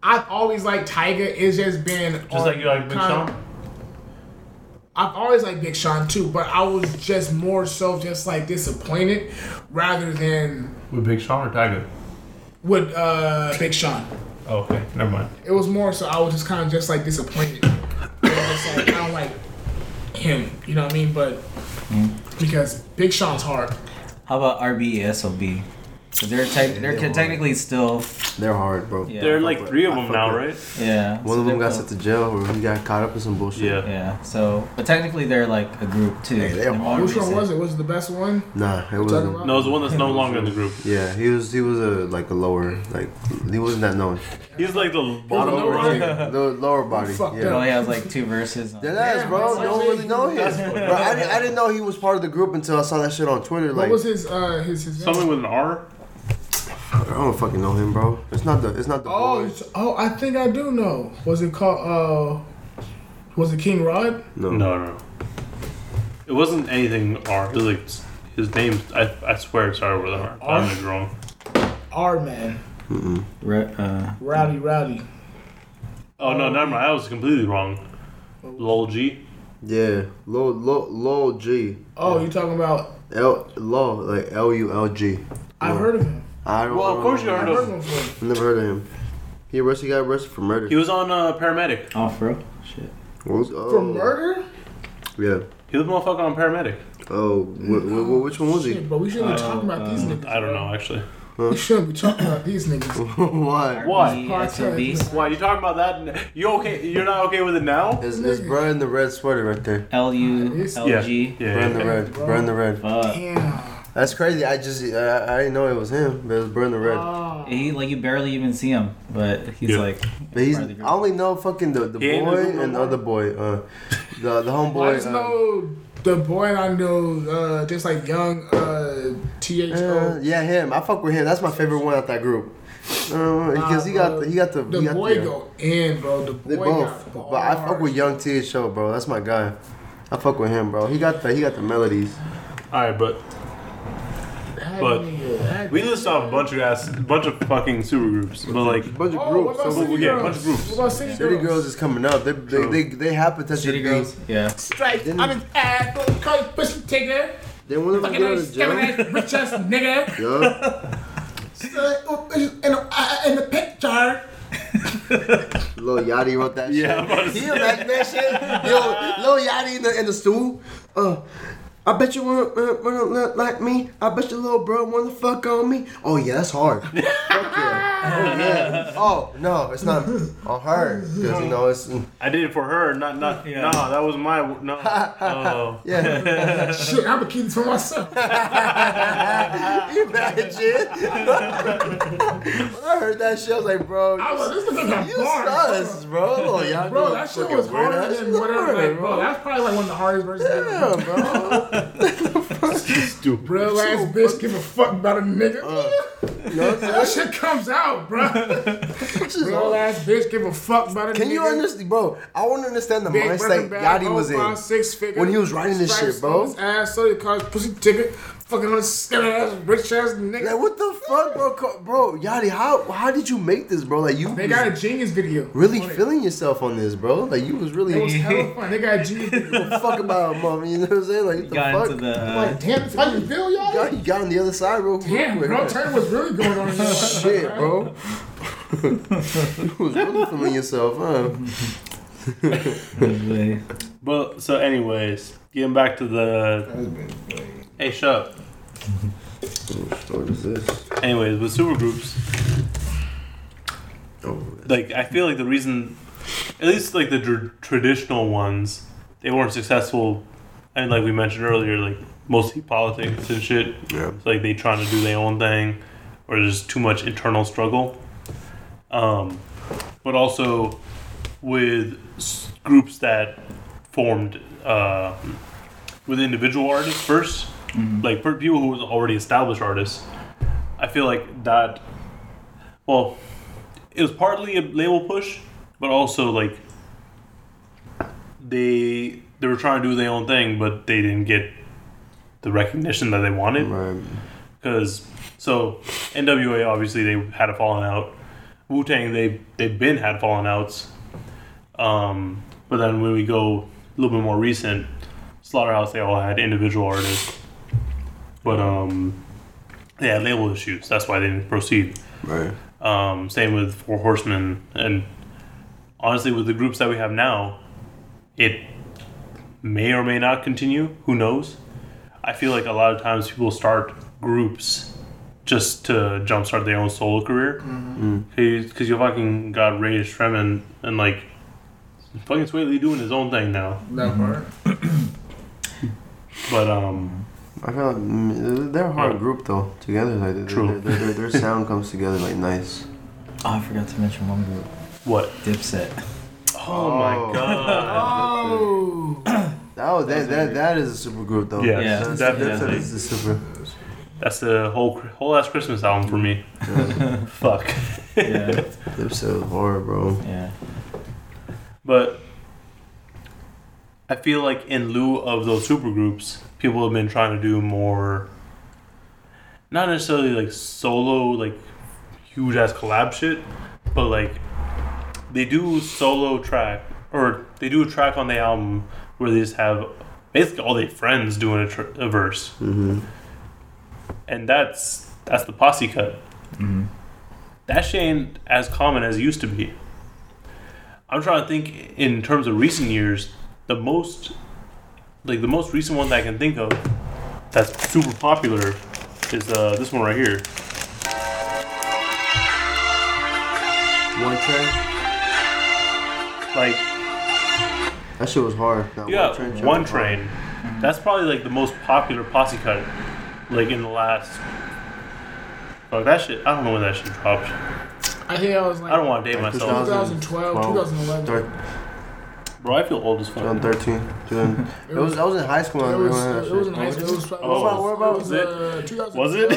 [SPEAKER 1] I've always liked Tiger. It's just been
[SPEAKER 2] Just like you like Big
[SPEAKER 1] kinda-
[SPEAKER 2] Sean.
[SPEAKER 1] I've always liked Big Sean too, but I was just more so just like disappointed rather than
[SPEAKER 2] With Big Sean or Tiger?
[SPEAKER 1] with uh, Big Sean.
[SPEAKER 2] Oh, okay, never mind.
[SPEAKER 1] It was more so I was just kind of just like disappointed. It was just like, I don't like him, you know what I mean? But because Big Sean's hard.
[SPEAKER 6] How about E RBESOB? Because they're tec- they're
[SPEAKER 8] they were.
[SPEAKER 6] technically still
[SPEAKER 8] They're hard, bro.
[SPEAKER 6] Yeah.
[SPEAKER 12] There are
[SPEAKER 6] I
[SPEAKER 12] like
[SPEAKER 8] fuck
[SPEAKER 12] three of
[SPEAKER 8] with- I
[SPEAKER 12] them
[SPEAKER 8] fuck
[SPEAKER 12] now,
[SPEAKER 8] with-
[SPEAKER 12] right?
[SPEAKER 6] yeah.
[SPEAKER 8] One
[SPEAKER 6] so
[SPEAKER 8] of them
[SPEAKER 6] they're
[SPEAKER 8] got
[SPEAKER 6] still-
[SPEAKER 8] sent to jail, or he got caught up in some bullshit.
[SPEAKER 12] Yeah.
[SPEAKER 6] Yeah. So, but technically they're like a group too.
[SPEAKER 8] Hey, they're
[SPEAKER 6] They're
[SPEAKER 8] hard.
[SPEAKER 1] Which one
[SPEAKER 6] recent.
[SPEAKER 1] was it? Was it the best one?
[SPEAKER 8] Nah, it
[SPEAKER 1] talking
[SPEAKER 8] wasn't.
[SPEAKER 1] about-
[SPEAKER 12] No, it's the one that's no longer in the group.
[SPEAKER 8] Yeah, he was. He was a like a lower. Like he wasn't that known.
[SPEAKER 12] He's like the
[SPEAKER 8] Bottom
[SPEAKER 12] bottom.
[SPEAKER 1] lower
[SPEAKER 8] body.
[SPEAKER 1] body.
[SPEAKER 8] Lower, lower body.
[SPEAKER 1] Fucked
[SPEAKER 6] Oh, It
[SPEAKER 8] Yeah.
[SPEAKER 1] up.
[SPEAKER 6] only has like two verses. on-
[SPEAKER 8] Dead ass,
[SPEAKER 1] Yeah,
[SPEAKER 8] bro.
[SPEAKER 1] that's
[SPEAKER 8] You don't
[SPEAKER 1] actually-
[SPEAKER 8] really know him. Bro, I, didn't, I didn't know he was part of the group until I saw that shit on Twitter.
[SPEAKER 1] What
[SPEAKER 8] Like,
[SPEAKER 1] was his uh his his
[SPEAKER 12] Something with an R.
[SPEAKER 8] I don't fucking know him, bro. It's not the. It's not the.
[SPEAKER 1] Oh,
[SPEAKER 8] boys.
[SPEAKER 1] it's, oh, I think I do know. Was it called uh was it King Rod?
[SPEAKER 8] no.
[SPEAKER 12] No, no. It wasn't anything R. It was like his name. I, I swear it started with an R.
[SPEAKER 1] R?
[SPEAKER 12] I'm like wrong.
[SPEAKER 1] R man.
[SPEAKER 6] Re- uh,
[SPEAKER 1] Rowdy Rowdy.
[SPEAKER 12] Oh no, never mind. I was completely wrong. Lol G.
[SPEAKER 8] Yeah, low, low, low G.
[SPEAKER 1] Oh, you talking about
[SPEAKER 8] L, low, like L U L G.
[SPEAKER 1] I heard of him.
[SPEAKER 8] I don't.
[SPEAKER 12] Well, of course you
[SPEAKER 1] I
[SPEAKER 12] heard
[SPEAKER 1] heard of
[SPEAKER 12] of.
[SPEAKER 1] him before.
[SPEAKER 8] Never heard of him. He arrested. He got arrested for murder.
[SPEAKER 12] He was on uh, paramedic.
[SPEAKER 6] off road. Shit.
[SPEAKER 8] What was- oh,
[SPEAKER 1] For murder?
[SPEAKER 8] Yeah.
[SPEAKER 12] He was a motherfucker on paramedic.
[SPEAKER 8] Oh, wh- wh- wh- which one was he?
[SPEAKER 1] Shit, but we shouldn't be talking about these niggas.
[SPEAKER 12] I don't know actually.
[SPEAKER 1] You shouldn't be talking about these niggas.
[SPEAKER 8] Why?
[SPEAKER 6] E
[SPEAKER 2] Why?
[SPEAKER 1] Podcast.
[SPEAKER 2] Why you talking about that? n- You okay? You're not okay with it now?
[SPEAKER 8] It's, it's bro in the red sweater right there.
[SPEAKER 6] L U L G.
[SPEAKER 2] Yeah.
[SPEAKER 8] Burn the red. Burn the red.
[SPEAKER 1] Damn.
[SPEAKER 8] That's crazy. I just I, I didn't know it was him, but it was burn the red.
[SPEAKER 1] Uh,
[SPEAKER 6] He like you barely even see him, but he's
[SPEAKER 2] Yeah.
[SPEAKER 6] like
[SPEAKER 8] But he's I only know fucking the, the
[SPEAKER 2] He ain't in the
[SPEAKER 8] boy
[SPEAKER 2] group no
[SPEAKER 8] and the
[SPEAKER 2] more.
[SPEAKER 8] other boy, uh, the the
[SPEAKER 1] I
[SPEAKER 8] homeboy.
[SPEAKER 1] just
[SPEAKER 8] uh,
[SPEAKER 1] know the boy I know, uh, just like young uh,
[SPEAKER 8] uh,
[SPEAKER 1] THO.
[SPEAKER 8] yeah, him. I fuck with him. That's my favorite one out that group. Uh, Because he got the, he got the,
[SPEAKER 1] The
[SPEAKER 8] he got
[SPEAKER 1] boy
[SPEAKER 8] the, uh,
[SPEAKER 1] go in, bro. The boy
[SPEAKER 8] They both,
[SPEAKER 1] got
[SPEAKER 8] but I fuck with Young T Show, bro. That's my guy. I fuck with him, bro. He got the he got the melodies.
[SPEAKER 2] All right, but but we list off a bunch of ass, bunch of fucking supergroups, but like
[SPEAKER 8] Bunch of
[SPEAKER 1] Oh, what
[SPEAKER 8] groups.
[SPEAKER 1] about
[SPEAKER 8] So
[SPEAKER 2] we-
[SPEAKER 1] City
[SPEAKER 2] yeah,
[SPEAKER 1] Girls?
[SPEAKER 2] bunch of groups.
[SPEAKER 1] What about City,
[SPEAKER 8] City
[SPEAKER 1] Girls?
[SPEAKER 8] Girls is coming up. They they,
[SPEAKER 2] True.
[SPEAKER 8] they, they have potential.
[SPEAKER 6] City
[SPEAKER 8] to be-
[SPEAKER 6] Girls. Yeah.
[SPEAKER 1] Strike.
[SPEAKER 8] Didn't-
[SPEAKER 1] I'm an asshole. Cause pussy tigger.
[SPEAKER 8] They want to
[SPEAKER 1] Fucking
[SPEAKER 8] get out
[SPEAKER 1] ass,
[SPEAKER 8] of
[SPEAKER 1] scamming
[SPEAKER 8] jail.
[SPEAKER 1] ass, rich ass nigga.
[SPEAKER 8] Yeah.
[SPEAKER 1] Uh, In the- uh, in the picture.
[SPEAKER 8] Lil Yachty wrote that
[SPEAKER 2] Yeah, I'm about to
[SPEAKER 8] shit. He imagine that shit. Yo, Lil Yachty in the, in the stool. Uh, I bet you wanna, uh, wanna look like me. I bet your little bro wanna fuck on me. Oh yeah, that's hard. fuck yeah. Oh yeah. Oh no, it's not on her because you know it's
[SPEAKER 2] I did it for her, not not.
[SPEAKER 6] Yeah.
[SPEAKER 2] No, that was my no. Oh.
[SPEAKER 8] yeah.
[SPEAKER 1] Shit, I'm gonna keep this for myself.
[SPEAKER 8] Imagine. when I heard that shit, I was like, bro,
[SPEAKER 1] I was this nigga got
[SPEAKER 8] you
[SPEAKER 1] bars.
[SPEAKER 8] sus, bro. Like, y'all
[SPEAKER 1] Bro,
[SPEAKER 8] doing
[SPEAKER 1] that shit
[SPEAKER 8] fucking
[SPEAKER 1] was
[SPEAKER 8] weird
[SPEAKER 1] harder
[SPEAKER 8] ass
[SPEAKER 1] than
[SPEAKER 8] shit,
[SPEAKER 1] whatever. Like, bro, that's probably like one of the hardest verses ever.
[SPEAKER 8] Damn, bro.
[SPEAKER 2] Stupid.
[SPEAKER 1] Real ass bitch, give a fuck about a nigga.
[SPEAKER 8] Uh. You know what I'm
[SPEAKER 1] that
[SPEAKER 8] saying?
[SPEAKER 1] shit comes out, bro.
[SPEAKER 8] It's just-
[SPEAKER 1] Real ass bitch, give a fuck about a nigga.
[SPEAKER 8] Can you understand, bro? I want to understand the
[SPEAKER 1] Big oh
[SPEAKER 8] mindset
[SPEAKER 1] Birkin bag,
[SPEAKER 8] Yachty was
[SPEAKER 1] whole five,
[SPEAKER 8] in.
[SPEAKER 1] six figure,
[SPEAKER 8] when he was writing this
[SPEAKER 1] stripes
[SPEAKER 8] shit, bro.
[SPEAKER 1] on His ass, so your car's pussy ticket, fucking on skinny ass, rich ass nigga.
[SPEAKER 8] Like, what the fuck, bro? Co- Bro, Yachty, how how did you make this, bro? Like, you
[SPEAKER 1] They
[SPEAKER 8] was
[SPEAKER 1] got a genius video.
[SPEAKER 8] really
[SPEAKER 1] on it.
[SPEAKER 8] feeling yourself on this, bro. Like, you was really
[SPEAKER 1] It was hella fun. They got a genius video.
[SPEAKER 8] Give a fuck about mom. You know what I'm saying? Like, what the
[SPEAKER 6] got
[SPEAKER 8] fuck?
[SPEAKER 6] into the
[SPEAKER 1] I'm
[SPEAKER 6] uh,
[SPEAKER 1] like, damn, that's how you feel,
[SPEAKER 8] You
[SPEAKER 1] y'all?
[SPEAKER 8] got- you got on the other side, bro.
[SPEAKER 1] Damn, bro, tell me what's really going on in your life.
[SPEAKER 8] Shit, bro. you was really feeling yourself, huh?
[SPEAKER 6] the-
[SPEAKER 2] But so, anyways, getting back to the. Hey, shut up.
[SPEAKER 8] What is this?
[SPEAKER 2] Anyways, with supergroups,
[SPEAKER 8] Oh,
[SPEAKER 2] like I feel like the reason, at least like the tr- traditional ones, they weren't successful, and like we mentioned earlier, like mostly politics and shit.
[SPEAKER 8] yeah.
[SPEAKER 2] It's like they trying to do their own thing, or there's too much internal struggle. Um, but also with s- groups that formed uh, with individual artists 1st like per- people who was already established artists. I feel like that. Well, it was partly a label push, but also like they they were trying to do their own thing, but they didn't get the recognition that they wanted
[SPEAKER 8] Right.
[SPEAKER 2] because so NWA obviously they had a falling out. Wu Tang they they've been had falling outs. Um, but then when we go a little bit more recent, Slaughterhouse they all had individual artists, but um, they had label issues. That's why they didn't proceed.
[SPEAKER 8] Right.
[SPEAKER 2] Um, same with Four Horsemen, and honestly, with the groups that we have now, it may or may not continue. Who knows? I feel like a lot of times people start groups just to jumpstart their own solo career. Mm. Because you fucking got Ray Shremmen and like fucking Sway Lee doing his own thing now.
[SPEAKER 1] That part.
[SPEAKER 2] But um,
[SPEAKER 8] I feel like mm, they're a hard
[SPEAKER 2] Yeah.
[SPEAKER 8] group though. Together, like their-
[SPEAKER 2] True.
[SPEAKER 8] Their, their, their, their sound comes together like nice.
[SPEAKER 6] oh, I forgot to mention one group.
[SPEAKER 2] what?
[SPEAKER 6] Dipset.
[SPEAKER 2] Oh, my god!
[SPEAKER 1] Oh.
[SPEAKER 8] Oh, that that that is a super group though.
[SPEAKER 2] Yeah,
[SPEAKER 6] Yeah.
[SPEAKER 8] That's, That's,
[SPEAKER 2] definitely.
[SPEAKER 8] that's a super.
[SPEAKER 2] That's the whole whole ass Christmas album for me. Fuck.
[SPEAKER 6] Yeah,
[SPEAKER 8] That's so hard, bro.
[SPEAKER 6] yeah.
[SPEAKER 2] But I feel like in lieu of those supergroups, people have been trying to do more not necessarily like solo like huge ass collab shit, but like they do solo track or they do a track on the album where they just have basically all their friends doing a, tr- a verse. And that's that's the posse cut. That shit ain't as common as it used to be. I'm trying to think in terms of recent years, the most like the most recent one that I can think of that's super popular is uh, this one right here.
[SPEAKER 8] One train.
[SPEAKER 2] Like
[SPEAKER 8] That shit was hard. That
[SPEAKER 2] you got
[SPEAKER 8] train shit
[SPEAKER 2] one
[SPEAKER 8] was hard.
[SPEAKER 2] train. That's probably like the most popular posse cut, like in the last. Fuck that shit. I don't know when that shit dropped.
[SPEAKER 1] I think I was like
[SPEAKER 2] I don't want to date myself,
[SPEAKER 1] 2012, 2011.
[SPEAKER 8] Thir-
[SPEAKER 2] bro. I feel old as fuck.
[SPEAKER 8] 2013. 2000. it was, I was in high school. when I
[SPEAKER 1] It
[SPEAKER 8] was,
[SPEAKER 1] was,
[SPEAKER 8] doing that
[SPEAKER 1] it
[SPEAKER 8] shit.
[SPEAKER 1] was in high school. It was, probably-
[SPEAKER 2] Oh,
[SPEAKER 1] it was,
[SPEAKER 2] was
[SPEAKER 1] it
[SPEAKER 2] it?
[SPEAKER 1] was, uh, 2000,
[SPEAKER 2] Was it?
[SPEAKER 1] 2000.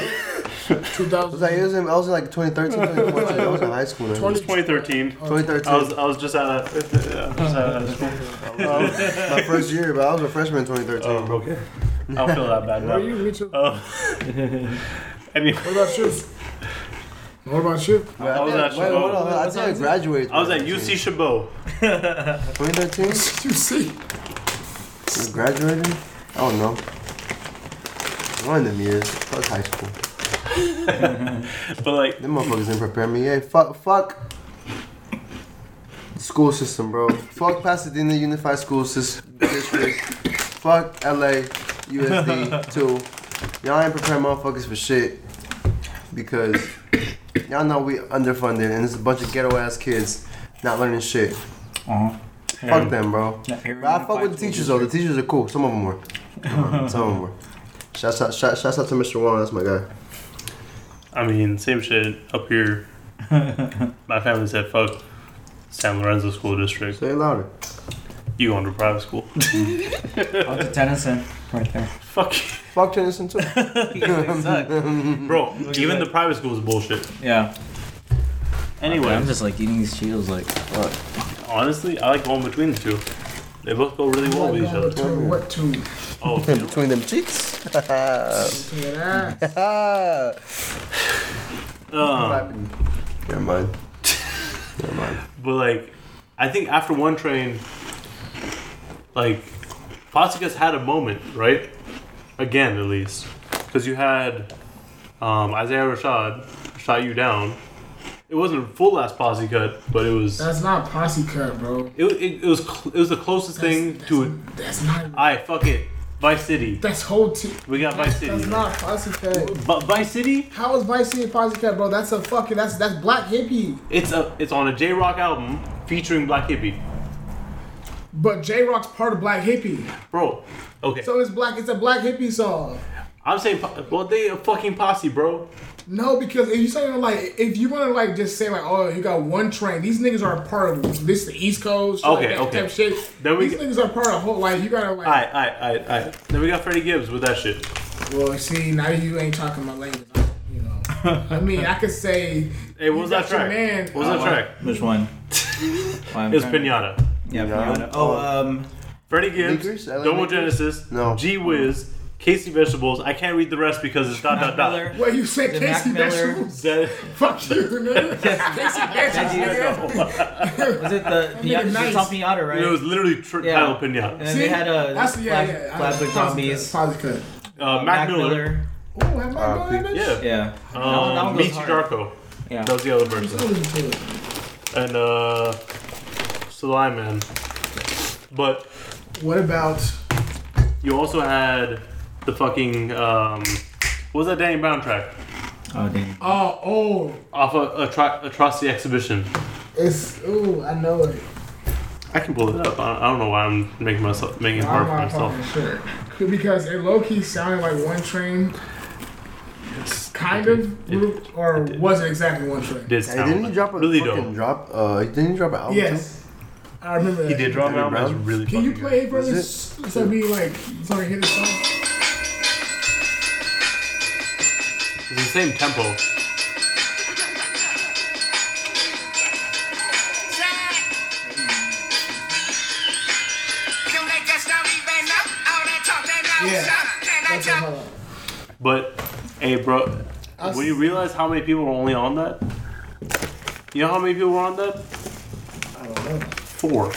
[SPEAKER 8] I was like, it was in, I was in like 2013, 2014. I was in high school. Then.
[SPEAKER 1] 20
[SPEAKER 2] 2013.
[SPEAKER 8] 2013.
[SPEAKER 2] I was I was just out of I was just out of school.
[SPEAKER 8] my first year, but I was a freshman in 2013.
[SPEAKER 2] Oh, okay. I don't feel that bad
[SPEAKER 1] Were
[SPEAKER 2] now.
[SPEAKER 1] you? Me too.
[SPEAKER 2] Oh. anyway,
[SPEAKER 1] What about you? What about you?
[SPEAKER 8] But
[SPEAKER 2] Oh. I was
[SPEAKER 8] think-
[SPEAKER 2] at
[SPEAKER 8] wait,
[SPEAKER 2] Chabot.
[SPEAKER 8] hold on, I think I graduated.
[SPEAKER 2] I was at UC Chabot.
[SPEAKER 8] 2013.
[SPEAKER 1] You see?
[SPEAKER 8] I graduated. I don't know. One of them years. Fuck high school.
[SPEAKER 2] But like,
[SPEAKER 8] Them motherfuckers didn't prepare me. Hey, fuck, fuck. School system, bro. fuck Pasadena Unified School System District. fuck LA USD too. Y'all ain't prepare motherfuckers for shit because y'all know we underfunded and it's a bunch of ghetto ass kids not learning shit. Fuck them, bro. But I fuck with the teachers though. The teachers are cool. Some of them were. Some of them were. Shouts out, shout, shouts out to Mr. Warren. That's my guy.
[SPEAKER 2] I mean, same shit up here. My family said, "Fuck San Lorenzo School District.
[SPEAKER 8] Say it louder.
[SPEAKER 2] You going to private school?
[SPEAKER 6] Out to Tennyson, right there.
[SPEAKER 2] Fuck,
[SPEAKER 8] Fuck Tennyson too.
[SPEAKER 2] you. bro. Even the private school is bullshit."
[SPEAKER 6] Yeah.
[SPEAKER 2] Anyway,
[SPEAKER 6] I'm just like eating these Cheetos. Like,
[SPEAKER 2] honestly, I like going between the two. They both go really well with each other.
[SPEAKER 1] To what to?
[SPEAKER 2] Oh,
[SPEAKER 8] In between them cheeks.
[SPEAKER 1] To that.
[SPEAKER 2] um,
[SPEAKER 8] Never mind. Never mind.
[SPEAKER 2] but like, I think after one train, like, Fossica's had a moment, right? Again, at least, because you had um, Isaiah Rashad shot you down. It wasn't full last posse cut, but it was.
[SPEAKER 1] That's not posse cut, bro.
[SPEAKER 2] It, it, it was cl- it was the closest thing to it.
[SPEAKER 1] That's not.
[SPEAKER 2] I fuck it, Vice City.
[SPEAKER 1] That's whole team.
[SPEAKER 2] We got Vice City.
[SPEAKER 1] That's not posse cut.
[SPEAKER 2] But Vice City,
[SPEAKER 1] How is Vice City posse cut, bro? That's a fucking. That's that's black hippie.
[SPEAKER 2] it's a it's on a J Rock album featuring Black Hippie,
[SPEAKER 1] But J Rock's part of black hippie,
[SPEAKER 2] bro. Okay,
[SPEAKER 1] so it's black. It's a black hippie song.
[SPEAKER 2] I'm saying, po- well, they a fucking posse, bro.
[SPEAKER 1] No, because if you say like if you want to like just say like oh you got one train, these niggas are a part of this the East Coast. shit
[SPEAKER 2] Okay,
[SPEAKER 1] like that
[SPEAKER 2] okay.
[SPEAKER 1] type of shit.
[SPEAKER 2] Then we
[SPEAKER 1] these
[SPEAKER 2] get-
[SPEAKER 1] niggas are part of whole like you gotta like.
[SPEAKER 2] I I I I. Then we got Freddie Gibbs with that shit.
[SPEAKER 1] Well, see now you ain't talking my language. You know, I mean I could say.
[SPEAKER 2] Hey, what was
[SPEAKER 1] you
[SPEAKER 2] that
[SPEAKER 1] got your
[SPEAKER 2] track?
[SPEAKER 1] Man,
[SPEAKER 2] What was that track?
[SPEAKER 6] which one? Why I'm
[SPEAKER 2] It was
[SPEAKER 6] trying-
[SPEAKER 2] Pinata.
[SPEAKER 6] Yeah,
[SPEAKER 8] Yeah.
[SPEAKER 6] Pinata. Oh, um,
[SPEAKER 2] Freddie Gibbs,
[SPEAKER 8] Lakers? LA
[SPEAKER 2] Domo
[SPEAKER 8] Lakers?
[SPEAKER 2] Genesis,
[SPEAKER 8] No.
[SPEAKER 2] G Wiz, Casey Vegetables. I can't read the rest because it's dot dot dot.
[SPEAKER 6] Miller.
[SPEAKER 1] Wait, you said
[SPEAKER 6] The
[SPEAKER 1] Casey
[SPEAKER 6] Mac Miller.
[SPEAKER 1] Vegetables?
[SPEAKER 2] That-
[SPEAKER 1] Fuck you, nigga. Casey Vegetables. nigga.
[SPEAKER 6] Was it the
[SPEAKER 1] nigga
[SPEAKER 6] Pinata?
[SPEAKER 1] nice.
[SPEAKER 6] Nice. on Pinata, right?
[SPEAKER 2] It was literally tr-
[SPEAKER 6] Yeah.
[SPEAKER 2] titled Pinata.
[SPEAKER 6] and then they had a
[SPEAKER 1] that's yeah,
[SPEAKER 6] Flash-
[SPEAKER 1] yeah.
[SPEAKER 6] Flash Black Zombies.
[SPEAKER 1] Pause cut.
[SPEAKER 2] Uh, Mac, Miller.
[SPEAKER 1] Oh, am I
[SPEAKER 8] Uh,
[SPEAKER 1] going?
[SPEAKER 8] Pete-
[SPEAKER 2] Yeah.
[SPEAKER 6] Yeah.
[SPEAKER 2] Um,
[SPEAKER 6] that one goes
[SPEAKER 2] Michi
[SPEAKER 6] hard.
[SPEAKER 2] Darko.
[SPEAKER 6] Yeah.
[SPEAKER 2] That was the other person. And uh, Sly Man. But
[SPEAKER 1] What about?
[SPEAKER 2] you also had the fucking um, what was that Danny Brown track
[SPEAKER 6] Oh, dang.
[SPEAKER 1] Oh, oh,
[SPEAKER 2] off of Atro- Atrocity Exhibition?
[SPEAKER 1] it's ooh, I know it.
[SPEAKER 2] I can pull it up. I, I don't know why I'm making myself making it
[SPEAKER 1] I'm
[SPEAKER 2] hard for
[SPEAKER 1] not
[SPEAKER 2] myself.
[SPEAKER 1] fucking sure because it low key sounded like one train, kind of,
[SPEAKER 2] it-
[SPEAKER 1] or was it exactly one train?
[SPEAKER 2] Did
[SPEAKER 8] Hey, didn't he drop a
[SPEAKER 2] really
[SPEAKER 8] fucking
[SPEAKER 2] dope?
[SPEAKER 8] drop? Uh, didn't he drop an album?
[SPEAKER 1] Yes, I remember. That.
[SPEAKER 2] He did drop an
[SPEAKER 8] Danny
[SPEAKER 2] album. That's
[SPEAKER 8] Brown?
[SPEAKER 2] really.
[SPEAKER 1] Can you
[SPEAKER 2] fucking
[SPEAKER 1] play
[SPEAKER 2] good.
[SPEAKER 1] for
[SPEAKER 8] Was
[SPEAKER 1] this? So be like, sorry, hit the song.
[SPEAKER 2] It's the same tempo.
[SPEAKER 1] Okay, hold on.
[SPEAKER 2] But hey, bro, when you realize how many people were only on that, you know how many people were on that?
[SPEAKER 1] I don't know.
[SPEAKER 2] Four.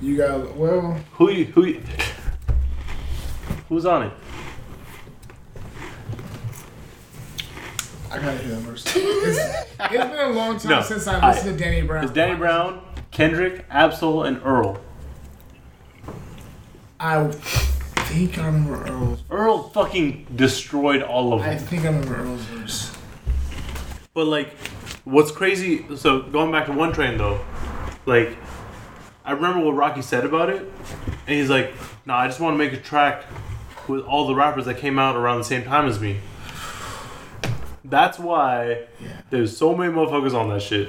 [SPEAKER 1] You got well.
[SPEAKER 2] Who you, who you, who's on it?
[SPEAKER 1] I gotta hear that verse. It's, it's been a long time
[SPEAKER 2] No,
[SPEAKER 1] since I
[SPEAKER 2] I-
[SPEAKER 1] listened to Danny Brown.
[SPEAKER 2] It's Danny Brown, Kendrick, Absol, and Earl.
[SPEAKER 1] I think I remember Earl's.
[SPEAKER 2] Earl fucking destroyed all of
[SPEAKER 1] I
[SPEAKER 2] them.
[SPEAKER 1] think I remember Earl's verse.
[SPEAKER 2] But like, what's crazy? So going back to One Train though, like, I remember what Rocky said about it, and he's like, "Nah, I just want to make a track with all the rappers that came out around the same time as me." That's why there's so many motherfuckers on that shit.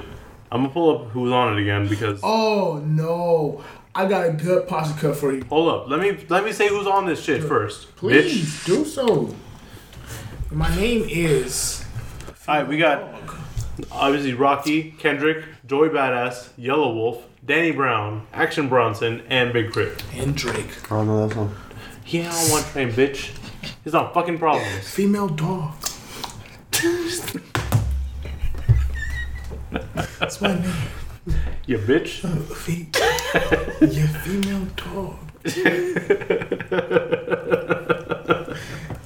[SPEAKER 2] I'm gonna pull up who was on it again because
[SPEAKER 1] Oh no! I got a good posse cut for you.
[SPEAKER 2] hold up, let me let me say who's on this shit first. Bitch.
[SPEAKER 1] Please do so. My name is.
[SPEAKER 2] All right, we got obviously Rocky, Kendrick, Joey Badass, Yellow Wolf, Danny Brown, Action Bronson, and Big Crit.
[SPEAKER 1] And Drake.
[SPEAKER 8] I don't know that song.
[SPEAKER 2] He ain't on one train, bitch. He's on fucking problems.
[SPEAKER 1] Female dog. That's my name.
[SPEAKER 2] You bitch.
[SPEAKER 1] Fe- yeah, female dog.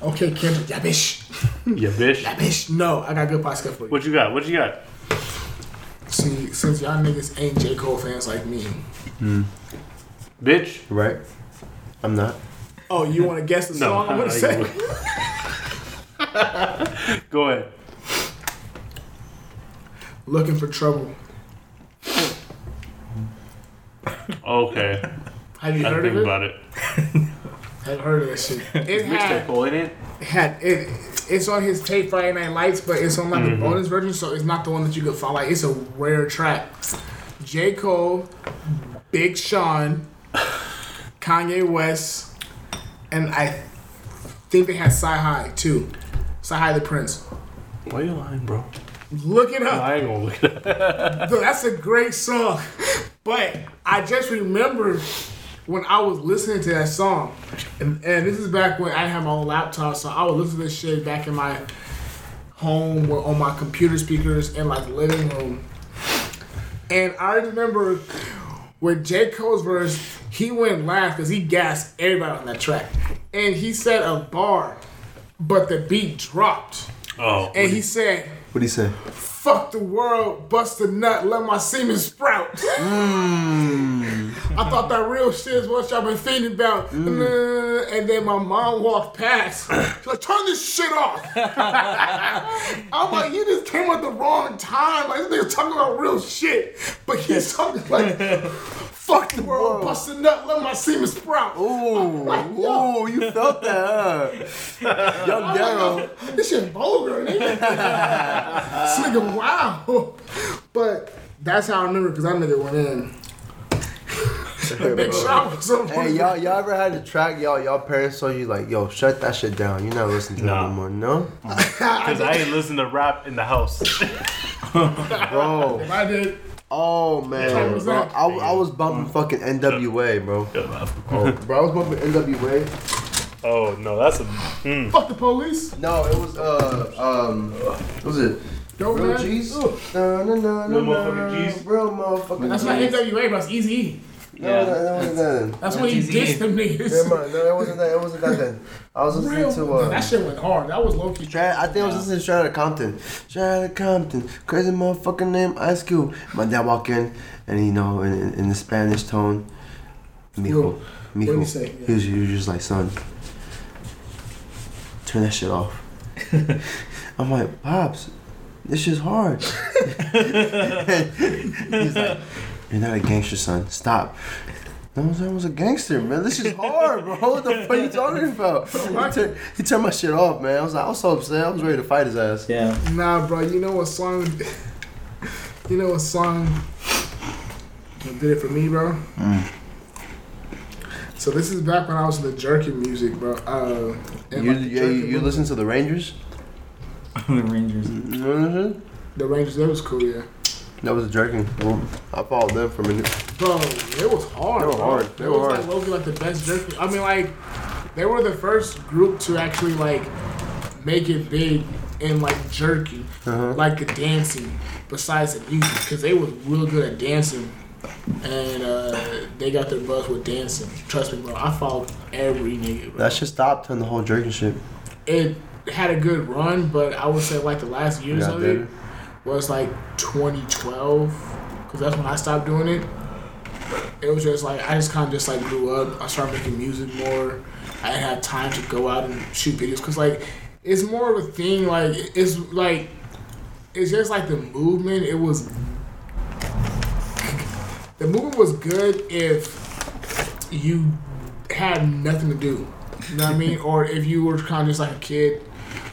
[SPEAKER 1] okay, Kendrick. Yeah, bitch.
[SPEAKER 2] You
[SPEAKER 1] Yeah,
[SPEAKER 2] bitch.
[SPEAKER 1] bitch. No, I got good posse cut for you.
[SPEAKER 2] What you got? What you got?
[SPEAKER 1] See, since y'all niggas ain't J. Cole fans like me.
[SPEAKER 2] Bitch.
[SPEAKER 8] Right? I'm not.
[SPEAKER 1] Oh, you want to guess the
[SPEAKER 2] No.
[SPEAKER 1] song I'm going to
[SPEAKER 2] I
[SPEAKER 1] say?
[SPEAKER 2] don't Go ahead.
[SPEAKER 1] Looking for Trouble.
[SPEAKER 2] Okay.
[SPEAKER 1] Have you
[SPEAKER 2] I
[SPEAKER 1] heard
[SPEAKER 2] think
[SPEAKER 1] of it?
[SPEAKER 2] about it.
[SPEAKER 1] I've heard of that shit. It
[SPEAKER 2] Mixtape
[SPEAKER 1] had,
[SPEAKER 2] Cole, ain't it?
[SPEAKER 1] had it, it's on his tape Friday Night Lights, but it's on like a bonus version, so it's not the one that you could find. Like it's a rare track. J. Cole, Big Sean, Kanye West, and I think they had Sci High too. Sci High the Prince.
[SPEAKER 2] Why you lying, bro?
[SPEAKER 1] Look it up.
[SPEAKER 2] I ain't gonna look at that.
[SPEAKER 1] Dude, that's a great song. But I just remember when I was listening to that song, and, and this is back when I didn't have my own laptop, so I would listen to this shit back in my home or on my computer speakers in like the living room. And I remember with J. Cole's verse, he went last because he gassed everybody on that track. And he said a bar, but the beat dropped.
[SPEAKER 2] Oh.
[SPEAKER 1] And he said,
[SPEAKER 8] What'd he say?
[SPEAKER 1] Fuck the world, bust a nut, let my semen sprout. I thought that real shit is what y'all been thinking about. Uh, And then my mom walked past. She's like, turn this shit off. I'm like, you just came at the wrong time. Like, this nigga's talking about real shit. But he's talking like, fuck the world, bust a nut, let my semen sprout.
[SPEAKER 8] Ooh, ooh, you felt that, huh? Young Darrow.
[SPEAKER 1] This shit vulgar, nigga. this nigga, wow. But that's how I remember because I nigga went in. Big shot was on.
[SPEAKER 8] Hey, y'all, y'all ever had a track y'all y'all parents told you like, yo, shut that shit down. You're not listening to
[SPEAKER 2] Nah.
[SPEAKER 8] it no more. No,
[SPEAKER 2] Because I ain't listen to rap in the house.
[SPEAKER 8] bro.
[SPEAKER 1] I did.
[SPEAKER 8] Oh
[SPEAKER 1] What
[SPEAKER 8] man,
[SPEAKER 1] was
[SPEAKER 8] bro.
[SPEAKER 1] that?
[SPEAKER 8] I, I was
[SPEAKER 2] Mm.
[SPEAKER 8] bumping fucking NWA, bro. Bro, I was bumping NWA.
[SPEAKER 2] oh, no, that's a.
[SPEAKER 1] Fuck the police.
[SPEAKER 8] No, it was uh um, what was it?
[SPEAKER 1] Don't
[SPEAKER 8] Real
[SPEAKER 1] man.
[SPEAKER 8] G's.
[SPEAKER 1] Ooh,
[SPEAKER 8] No, no, no, no,
[SPEAKER 2] Real motherfucking G's.
[SPEAKER 8] Real motherfucking
[SPEAKER 1] That's not
[SPEAKER 8] G's.
[SPEAKER 1] NWA, bro. It's Easy.
[SPEAKER 8] No, no, that wasn't that. Then.
[SPEAKER 1] That's when he
[SPEAKER 6] That's Eazy-E.
[SPEAKER 1] dissed them
[SPEAKER 8] Never
[SPEAKER 1] niggas.
[SPEAKER 8] mind. No, it wasn't that. It wasn't that. Then I was listening
[SPEAKER 1] Real.
[SPEAKER 8] to uh.
[SPEAKER 1] that shit went hard. That was low key.
[SPEAKER 8] Straight- I think I was listening to Straight Outta Compton. Straight Outta Compton, crazy motherfucking name, Ice Cube. My dad walk in, and you know, in, in, in the Spanish tone, mijo,
[SPEAKER 1] Yo,
[SPEAKER 8] mijo.
[SPEAKER 1] what'd he say?
[SPEAKER 8] He was, he was just like, son, turn that shit off. I'm like, pops, this shit's hard. He's like, you're not a gangster, son. Stop. No, I was- I was a gangster, man. This is hard, bro. What the fuck you talking about? He, tur- he turned my shit off, man. I was like, I was so upset. I was ready to fight his ass.
[SPEAKER 6] Yeah.
[SPEAKER 1] Nah, bro. You know what song? you know what song that did it for me, bro?
[SPEAKER 8] Mm.
[SPEAKER 1] So this is back when I was in the jerky music, bro. Uh, and
[SPEAKER 8] You,
[SPEAKER 1] like the
[SPEAKER 8] yeah,
[SPEAKER 1] jerky
[SPEAKER 8] you, you
[SPEAKER 1] movement.
[SPEAKER 8] listen to the Rangers?
[SPEAKER 6] the Rangers.
[SPEAKER 8] You know what I'm saying?
[SPEAKER 1] the Rangers. That was cool, yeah.
[SPEAKER 8] That was a jerking. Well, I followed them for a minute.
[SPEAKER 1] Bro, it was hard.
[SPEAKER 8] They were
[SPEAKER 1] bro.
[SPEAKER 8] hard. They
[SPEAKER 1] It
[SPEAKER 8] were
[SPEAKER 1] was
[SPEAKER 8] hard.
[SPEAKER 1] like Loki, like the best jerky. I mean, like they were the first group to actually like make it big in like jerky, like the dancing. Besides the music, because they was real good at dancing, and uh, they got their buzz with dancing. Trust me, bro. I followed every nigga. Bro.
[SPEAKER 8] That shit stopped on the whole jerking shit.
[SPEAKER 1] it had a good run, but I would say like the last years
[SPEAKER 8] Yeah,
[SPEAKER 1] of
[SPEAKER 8] dude.
[SPEAKER 1] it was like 2012, because that's when I stopped doing it. It was just like I just kind of just like grew up. I started making music more. I didn't have time to go out and shoot videos because like it's more of a thing. Like it's like It's just like the movement. It was the movement was good if you had nothing to do. You know what I mean? or if you were kind of just like a kid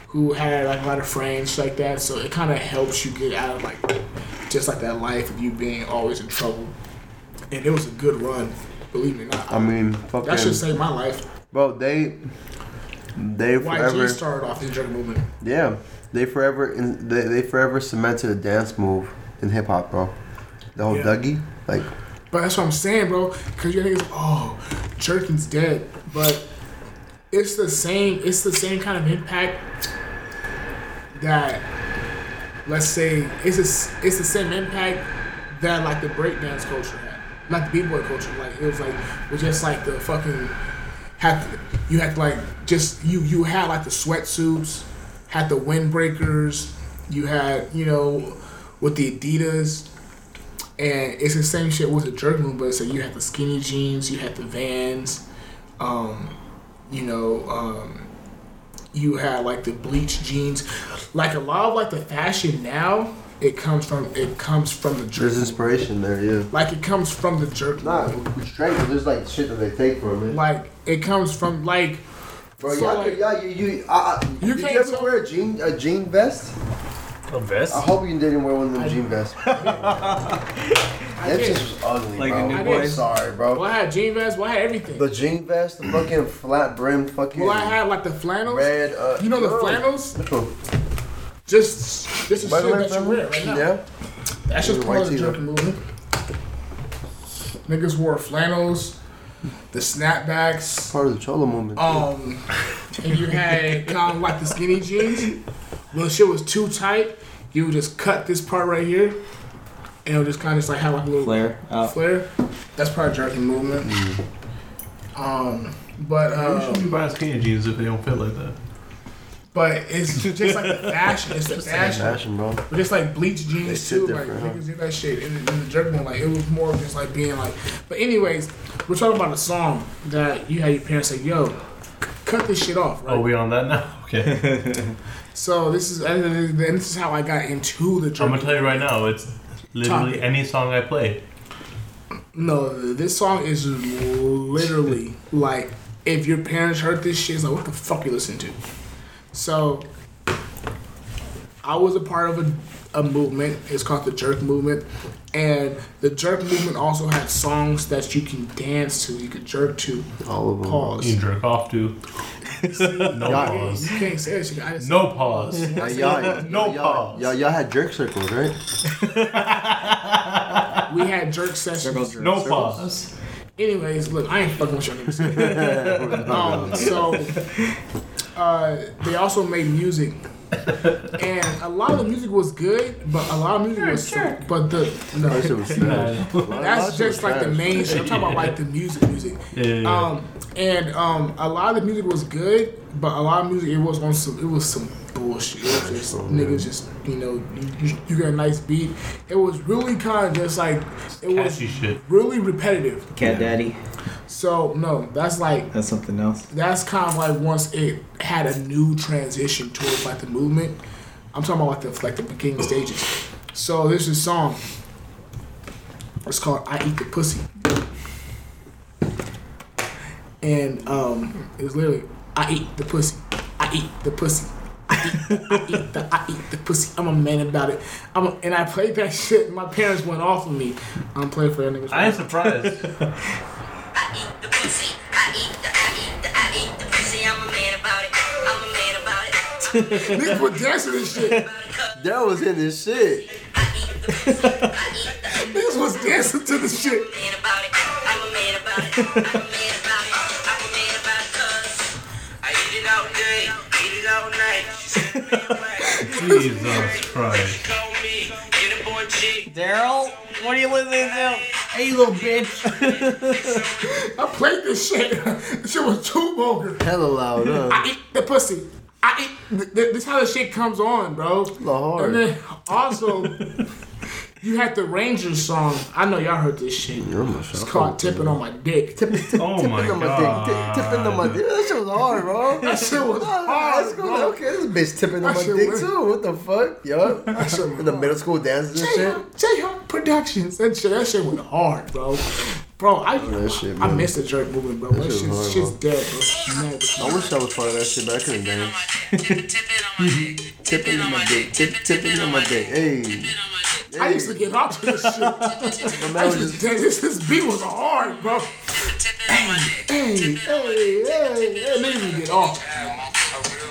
[SPEAKER 1] who had like a lot of friends like that. So it kind of helps you get out of like just like that life of you being always in trouble. And it was a good run. Believe me or not.
[SPEAKER 8] I mean, fucking.
[SPEAKER 1] that should save my life.
[SPEAKER 8] Bro, they they forever.
[SPEAKER 1] YG started off the drug movement.
[SPEAKER 8] Yeah, they forever in, they, they forever cemented a dance move in hip hop, bro. The whole
[SPEAKER 1] Yeah.
[SPEAKER 8] Dougie, like
[SPEAKER 1] But that's what I'm saying, bro. Because you niggas, oh, Jerkin's dead. But it's the same. It's the same kind of impact that, let's say, it's the s it's the same impact that like the breakdance culture had, not the b boy culture. Like it was like was just like the fucking had to, you had to like just you you had like the sweatsuits, had the windbreakers, you had you know with the Adidas. And it's the same shit with the jerk move, but so you have the skinny jeans, you have the Vans, um, you know, um, you have like the bleach jeans. Like a lot of like the fashion now, it comes from it comes from the jerk.
[SPEAKER 8] there's inspiration there, yeah.
[SPEAKER 1] Like it comes from the jerk.
[SPEAKER 8] Nah, straight, but there's like shit that they take from it.
[SPEAKER 1] Like it comes from like.
[SPEAKER 8] Bro,
[SPEAKER 1] so,
[SPEAKER 8] y'all,
[SPEAKER 1] like-
[SPEAKER 8] could- y'all, you, you, uh,
[SPEAKER 1] You
[SPEAKER 8] you did
[SPEAKER 1] can't
[SPEAKER 8] you ever
[SPEAKER 1] tell-
[SPEAKER 8] wear a jean, a jean vest?
[SPEAKER 2] A vest?
[SPEAKER 8] I hope you didn't wear one of them jean vests. that
[SPEAKER 1] did.
[SPEAKER 8] just was ugly,
[SPEAKER 2] Like
[SPEAKER 8] bro.
[SPEAKER 2] the new
[SPEAKER 8] I'm
[SPEAKER 1] boys?
[SPEAKER 8] sorry, bro.
[SPEAKER 1] well, I had jean vests. Well, I had everything.
[SPEAKER 8] The jean vest, the fucking flat brim, fucking
[SPEAKER 1] well, I had like the flannels.
[SPEAKER 8] red. Uh,
[SPEAKER 1] You know the
[SPEAKER 8] bro.
[SPEAKER 1] flannels?
[SPEAKER 8] Which one?
[SPEAKER 1] Just this is shit
[SPEAKER 8] White line
[SPEAKER 1] that you
[SPEAKER 8] flannel?
[SPEAKER 1] wear right now.
[SPEAKER 8] Yeah.
[SPEAKER 1] That's just
[SPEAKER 8] Yeah,
[SPEAKER 1] part
[SPEAKER 8] white
[SPEAKER 1] of the
[SPEAKER 8] tee,
[SPEAKER 1] jerking movement. Niggas wore flannels, the snapbacks,
[SPEAKER 8] Part of the cholo movement.
[SPEAKER 1] um, and you had kind of like the skinny jeans. When shit was too tight, you would just cut this part right here, and it would just kind of just like have like a little
[SPEAKER 6] Flare out.
[SPEAKER 1] flare. That's part of jerking movement.
[SPEAKER 8] Mm.
[SPEAKER 1] Um, but
[SPEAKER 13] Why should
[SPEAKER 1] um,
[SPEAKER 13] be buying skinny jeans if they don't fit like that?
[SPEAKER 1] but it's just like the fashion. It's the fashion.
[SPEAKER 8] fashion, bro.
[SPEAKER 1] But just like bleach
[SPEAKER 8] They
[SPEAKER 1] jeans
[SPEAKER 8] sit
[SPEAKER 1] too, like
[SPEAKER 8] different, huh?
[SPEAKER 1] niggas did that shit in the, in the jerk one. Like it was more of just like being like. But anyways, we're talking about a song that you had your parents say, "Yo, c- cut this shit off." Right.
[SPEAKER 13] Oh, we on that now? Okay.
[SPEAKER 1] So this is and then this is how I got into the
[SPEAKER 13] I'm
[SPEAKER 1] jerk.
[SPEAKER 13] gonna tell you right now, it's literally any song I play.
[SPEAKER 1] no, this song is literally like if your parents heard this shit, it's like what the fuck you listen to. So I was a part of a, a movement. It's called the Jerk Movement, and the Jerk Movement also had songs that you can dance to, you can jerk to.
[SPEAKER 8] All of them.
[SPEAKER 13] You
[SPEAKER 1] Pause.
[SPEAKER 13] jerk off to. No pause.
[SPEAKER 1] You can't say that shit. I just
[SPEAKER 13] No pause.
[SPEAKER 8] Yeah, y'all,
[SPEAKER 13] No
[SPEAKER 8] y'all,
[SPEAKER 13] pause.
[SPEAKER 8] Y'all, y'all had jerk circles, right?
[SPEAKER 1] we had jerk sessions.
[SPEAKER 6] Circles,
[SPEAKER 13] No
[SPEAKER 6] circles.
[SPEAKER 13] pause.
[SPEAKER 1] Anyways, look, I ain't fucking with your niggas. Um,
[SPEAKER 8] Um,
[SPEAKER 1] so uh, they also made music, and a lot of the music was good, but a lot of music was but the no,
[SPEAKER 8] That shit was trash.
[SPEAKER 1] that's just like the main shit. I'm talking about like the music, music.
[SPEAKER 13] Yeah, yeah, yeah.
[SPEAKER 1] Um, and um, a lot of the music was good, but a lot of music it was on some it was some bullshit. It was just niggas just you know you, you- you got a nice beat. It was really kind of just like it was
[SPEAKER 13] Catchy shit.
[SPEAKER 1] really repetitive.
[SPEAKER 6] Cat Daddy.
[SPEAKER 1] So no, that's like
[SPEAKER 6] That's something else.
[SPEAKER 1] that's kind of like once it had a new transition towards like the movement. I'm talking about like the like the beginning stages. So there's this song. It's called "I Eat the Pussy," and um, it's literally "I eat the pussy, I eat the pussy, I eat, I eat the, I eat the pussy." I'm a man about it. I'm a, and I played that shit. My parents went off on me. I'm playing for that niggas.
[SPEAKER 13] I am surprised.
[SPEAKER 14] the pussy. I eat the, I eat the, I eat the pussy. I'm a man about it. I'm a man about it.
[SPEAKER 1] Niggas were dancing and shit.
[SPEAKER 8] That was in this shit.
[SPEAKER 1] Niggas was dancing to the shit.
[SPEAKER 14] Man about it. I'm a man about it. I'm a man about it. I'm a man about it. 'cause I eat it all day. Eat it all night. She said, man, right.
[SPEAKER 13] Jesus Christ.
[SPEAKER 14] Call me. Get a boy G.
[SPEAKER 6] Daryl, what are you listening to? Hey, you little bitch.
[SPEAKER 1] I played this shit. this shit was too vulgar.
[SPEAKER 8] Hella loud, huh?
[SPEAKER 1] I eat the pussy. I eat. Th- th- this how the shit comes on, bro.
[SPEAKER 8] hard.
[SPEAKER 1] And then also, You had the Rangers song. I know y'all heard this shit. It's called "Tipping on My Dick."
[SPEAKER 2] oh my
[SPEAKER 8] on my dick. Tip, tipping on my dick. That shit was hard, bro.
[SPEAKER 1] That shit was
[SPEAKER 8] hard.
[SPEAKER 1] bro.
[SPEAKER 8] Okay, this bitch tipping on
[SPEAKER 1] That
[SPEAKER 8] my
[SPEAKER 1] shit
[SPEAKER 8] dick
[SPEAKER 1] was-
[SPEAKER 8] too. What the fuck, yo? In the middle school dances and shit.
[SPEAKER 1] J-Hawk, J-Hawk Productions. That shit, that shit went hard, bro. Bro, I
[SPEAKER 8] Oh, that shit,
[SPEAKER 1] I
[SPEAKER 8] man.
[SPEAKER 1] missed the jerk movement, bro. That,
[SPEAKER 8] shit
[SPEAKER 1] shit's,
[SPEAKER 8] was hard,
[SPEAKER 1] shit's
[SPEAKER 8] bro.
[SPEAKER 1] dead, bro. Mad as
[SPEAKER 8] I wish I was part of that shit, but I couldn't dance. tipping on my dick, tip, tipping on my dick. Hey,
[SPEAKER 1] fuck. I used to get off to this shit. I used to dance. This, this beat was hard, bro. Hey, hey, hey, hey, hey, made me get off.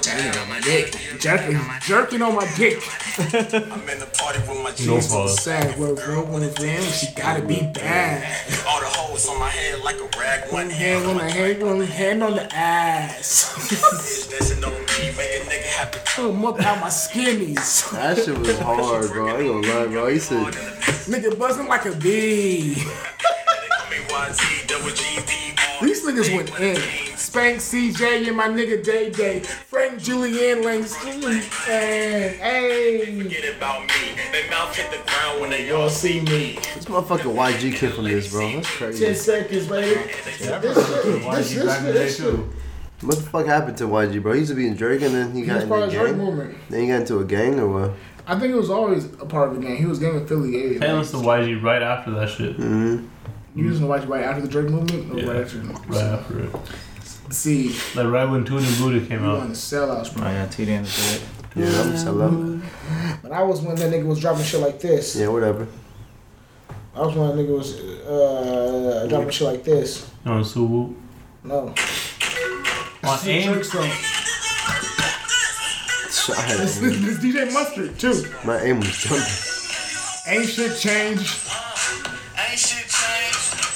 [SPEAKER 1] Jerking on my dick. Jerking, jerking on my dick.
[SPEAKER 15] I'm in the party with my
[SPEAKER 1] No
[SPEAKER 15] jeans.
[SPEAKER 1] pause. Sad where a girl one of them, she gotta be bad.
[SPEAKER 15] All the hoes on my head like a rag. One
[SPEAKER 1] One hand on the hand, one hand on the ass.
[SPEAKER 15] dancing on me, make a nigga happy.
[SPEAKER 1] Come up out my skinnies.
[SPEAKER 8] that shit was hard, bro. I ain't gonna lie, bro. I used to.
[SPEAKER 1] Nigga buzzing like a bee. These niggas went in. Spank CJ and my nigga Day Day. Frank Julianne Langston. Hey, hey.
[SPEAKER 15] Forget about me. They mouth hit the ground when they all see me.
[SPEAKER 8] This motherfucking YG kid from this, bro. That's
[SPEAKER 1] 10
[SPEAKER 8] crazy.
[SPEAKER 1] seconds, baby. This shit, this shit, this shit.
[SPEAKER 8] What the fuck happened to YG, bro? He used to be in Drake and then he got
[SPEAKER 1] was
[SPEAKER 8] in
[SPEAKER 1] part
[SPEAKER 8] a
[SPEAKER 1] of Drake
[SPEAKER 8] gang.
[SPEAKER 1] movement.
[SPEAKER 8] Then he got into a gang or what?
[SPEAKER 1] I think it was always a part of the game. He was gang affiliated.
[SPEAKER 13] They listed YG right after that shit.
[SPEAKER 2] Mm.
[SPEAKER 8] Mm-hmm.
[SPEAKER 1] You just watch right after the Drake movement or right after?
[SPEAKER 13] Right after it.
[SPEAKER 1] See,
[SPEAKER 13] Like right when Tune and Buddha came
[SPEAKER 1] you
[SPEAKER 13] out.
[SPEAKER 1] want to sell out, bro.
[SPEAKER 6] I got two damn to it.
[SPEAKER 8] Yeah, I'm selling.
[SPEAKER 1] But I was when that nigga was dropping shit like this.
[SPEAKER 8] Yeah, whatever.
[SPEAKER 1] I was when that nigga was uh, dropping shit like this.
[SPEAKER 13] No, Subu.
[SPEAKER 1] No.
[SPEAKER 13] On AIM.
[SPEAKER 8] Shit, I
[SPEAKER 1] This,
[SPEAKER 8] had
[SPEAKER 1] this, this DJ Mustard too.
[SPEAKER 8] my aim was jumping.
[SPEAKER 1] Ain't shit changed.
[SPEAKER 15] Ain't shit changed.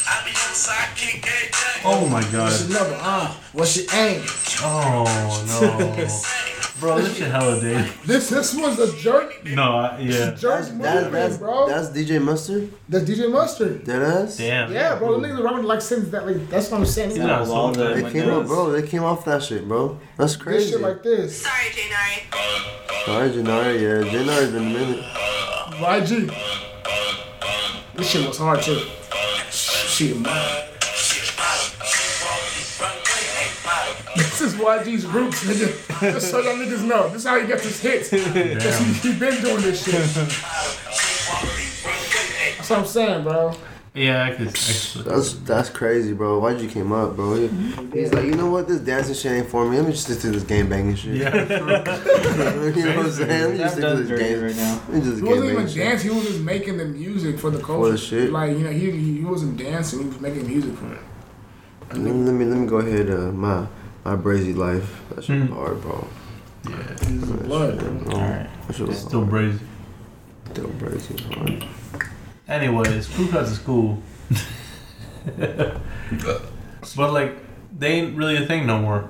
[SPEAKER 15] I be on sidekick every day.
[SPEAKER 13] Oh my
[SPEAKER 1] What's
[SPEAKER 13] god.
[SPEAKER 1] your number? Uh, what's your aim?
[SPEAKER 13] Oh no. bro, this shit hella day.
[SPEAKER 1] This this was a jerk
[SPEAKER 13] No, I, yeah.
[SPEAKER 1] jerk
[SPEAKER 8] That,
[SPEAKER 1] movement,
[SPEAKER 8] that's,
[SPEAKER 1] bro.
[SPEAKER 8] that's DJ Mustard?
[SPEAKER 1] That's DJ Mustard.
[SPEAKER 8] Dead ass?
[SPEAKER 13] Damn.
[SPEAKER 1] Yeah, bro. The niggas rapping like since that. Like that's what I'm saying. They
[SPEAKER 13] He's
[SPEAKER 1] got
[SPEAKER 13] not a song
[SPEAKER 8] They
[SPEAKER 13] that.
[SPEAKER 8] came up, bro. They came off that shit, bro. That's
[SPEAKER 1] This
[SPEAKER 8] crazy.
[SPEAKER 1] shit like this.
[SPEAKER 8] Sorry, Janari. Yeah, Janari's been a minute.
[SPEAKER 1] YG. This shit was hard too. Shit, man. This is YG's roots, nigga. Just so y'all niggas know. This is how he got his hits. Cause he, he been doing this shit. That's what I'm saying, bro.
[SPEAKER 13] Yeah, I could actually.
[SPEAKER 8] That's that's crazy, bro. Why'd you came up, bro? He- He's like, you know what? This dancing shit ain't for me. Let me just stick to this game banging shit.
[SPEAKER 13] Yeah.
[SPEAKER 8] you know what I'm saying? Let me just
[SPEAKER 6] I've
[SPEAKER 8] stick to
[SPEAKER 6] done
[SPEAKER 8] this
[SPEAKER 6] dirty
[SPEAKER 8] game.
[SPEAKER 6] right now.
[SPEAKER 8] Let me just
[SPEAKER 1] He
[SPEAKER 8] game
[SPEAKER 1] wasn't
[SPEAKER 8] banging
[SPEAKER 1] even
[SPEAKER 8] shit.
[SPEAKER 1] dancing. He was just making the music for the culture.
[SPEAKER 8] the shit.
[SPEAKER 1] Like you know, he he wasn't dancing. He was making music for it.
[SPEAKER 8] Let me, let me let me go ahead. Uh, my my brazy life. That shit was hard, bro.
[SPEAKER 13] Yeah.
[SPEAKER 1] He's blood. bro.
[SPEAKER 8] All right. That shit was
[SPEAKER 13] Still
[SPEAKER 8] hard.
[SPEAKER 13] brazy.
[SPEAKER 8] Still brazy. was Hard.
[SPEAKER 13] Anyways, crew cuts is cool. but like, they ain't really a thing no more.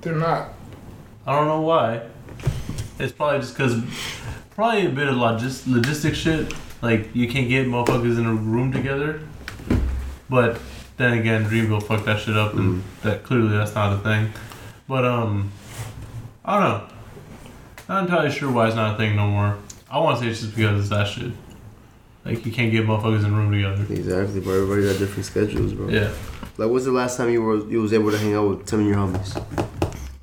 [SPEAKER 1] They're not.
[SPEAKER 13] I don't know why. It's probably just because, probably a bit of logis- logistic shit. Like you can't get motherfuckers in a room together. But then again, Dreamville fucked that shit up, and that clearly that's not a thing. But um, I don't know. Not entirely sure why it's not a thing no more. I want to say it's just because it's that shit. Like you can't get motherfuckers in a room together.
[SPEAKER 8] Exactly, bro. Everybody got different schedules, bro.
[SPEAKER 13] Yeah.
[SPEAKER 8] Like, when's the last time you were you was able to hang out with some of your homies,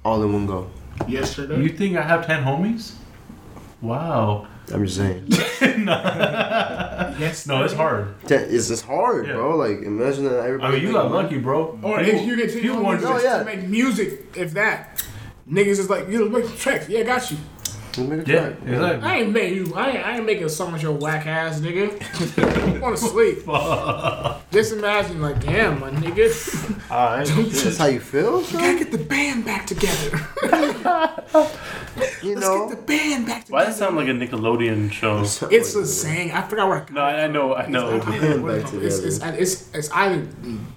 [SPEAKER 8] all in one go?
[SPEAKER 1] Yesterday.
[SPEAKER 13] You think I have ten homies? Wow.
[SPEAKER 8] I'm just saying.
[SPEAKER 1] Yes.
[SPEAKER 13] No, it's hard.
[SPEAKER 8] That- it's just hard,
[SPEAKER 13] Yeah.
[SPEAKER 8] bro. Like, imagine that
[SPEAKER 13] I
[SPEAKER 8] everybody.
[SPEAKER 13] mean, you got lucky, bro.
[SPEAKER 1] Or if you get to you
[SPEAKER 13] want
[SPEAKER 1] want
[SPEAKER 8] Oh,
[SPEAKER 1] just
[SPEAKER 8] yeah.
[SPEAKER 1] to make music, if that. Niggas is like, you know, make tracks. Yeah, got you.
[SPEAKER 13] Yeah, exactly.
[SPEAKER 1] I ain't make you. I ain't, I ain't making songs your whack ass nigga. want to sleep. Just imagine, like, damn, my nigga.
[SPEAKER 8] Ah,
[SPEAKER 13] Alright.
[SPEAKER 8] That's how you feel.
[SPEAKER 1] We
[SPEAKER 8] bro?
[SPEAKER 1] gotta get the band back together.
[SPEAKER 8] You
[SPEAKER 1] Let's
[SPEAKER 8] know.
[SPEAKER 1] get the band back
[SPEAKER 2] Why
[SPEAKER 1] together.
[SPEAKER 2] does it sound like a Nickelodeon show?
[SPEAKER 1] It's a saying. I forgot where. I-
[SPEAKER 2] No, I I know, I know.
[SPEAKER 1] I
[SPEAKER 2] I
[SPEAKER 1] forgot where
[SPEAKER 8] back
[SPEAKER 1] it's, it's, it's, it's, it's either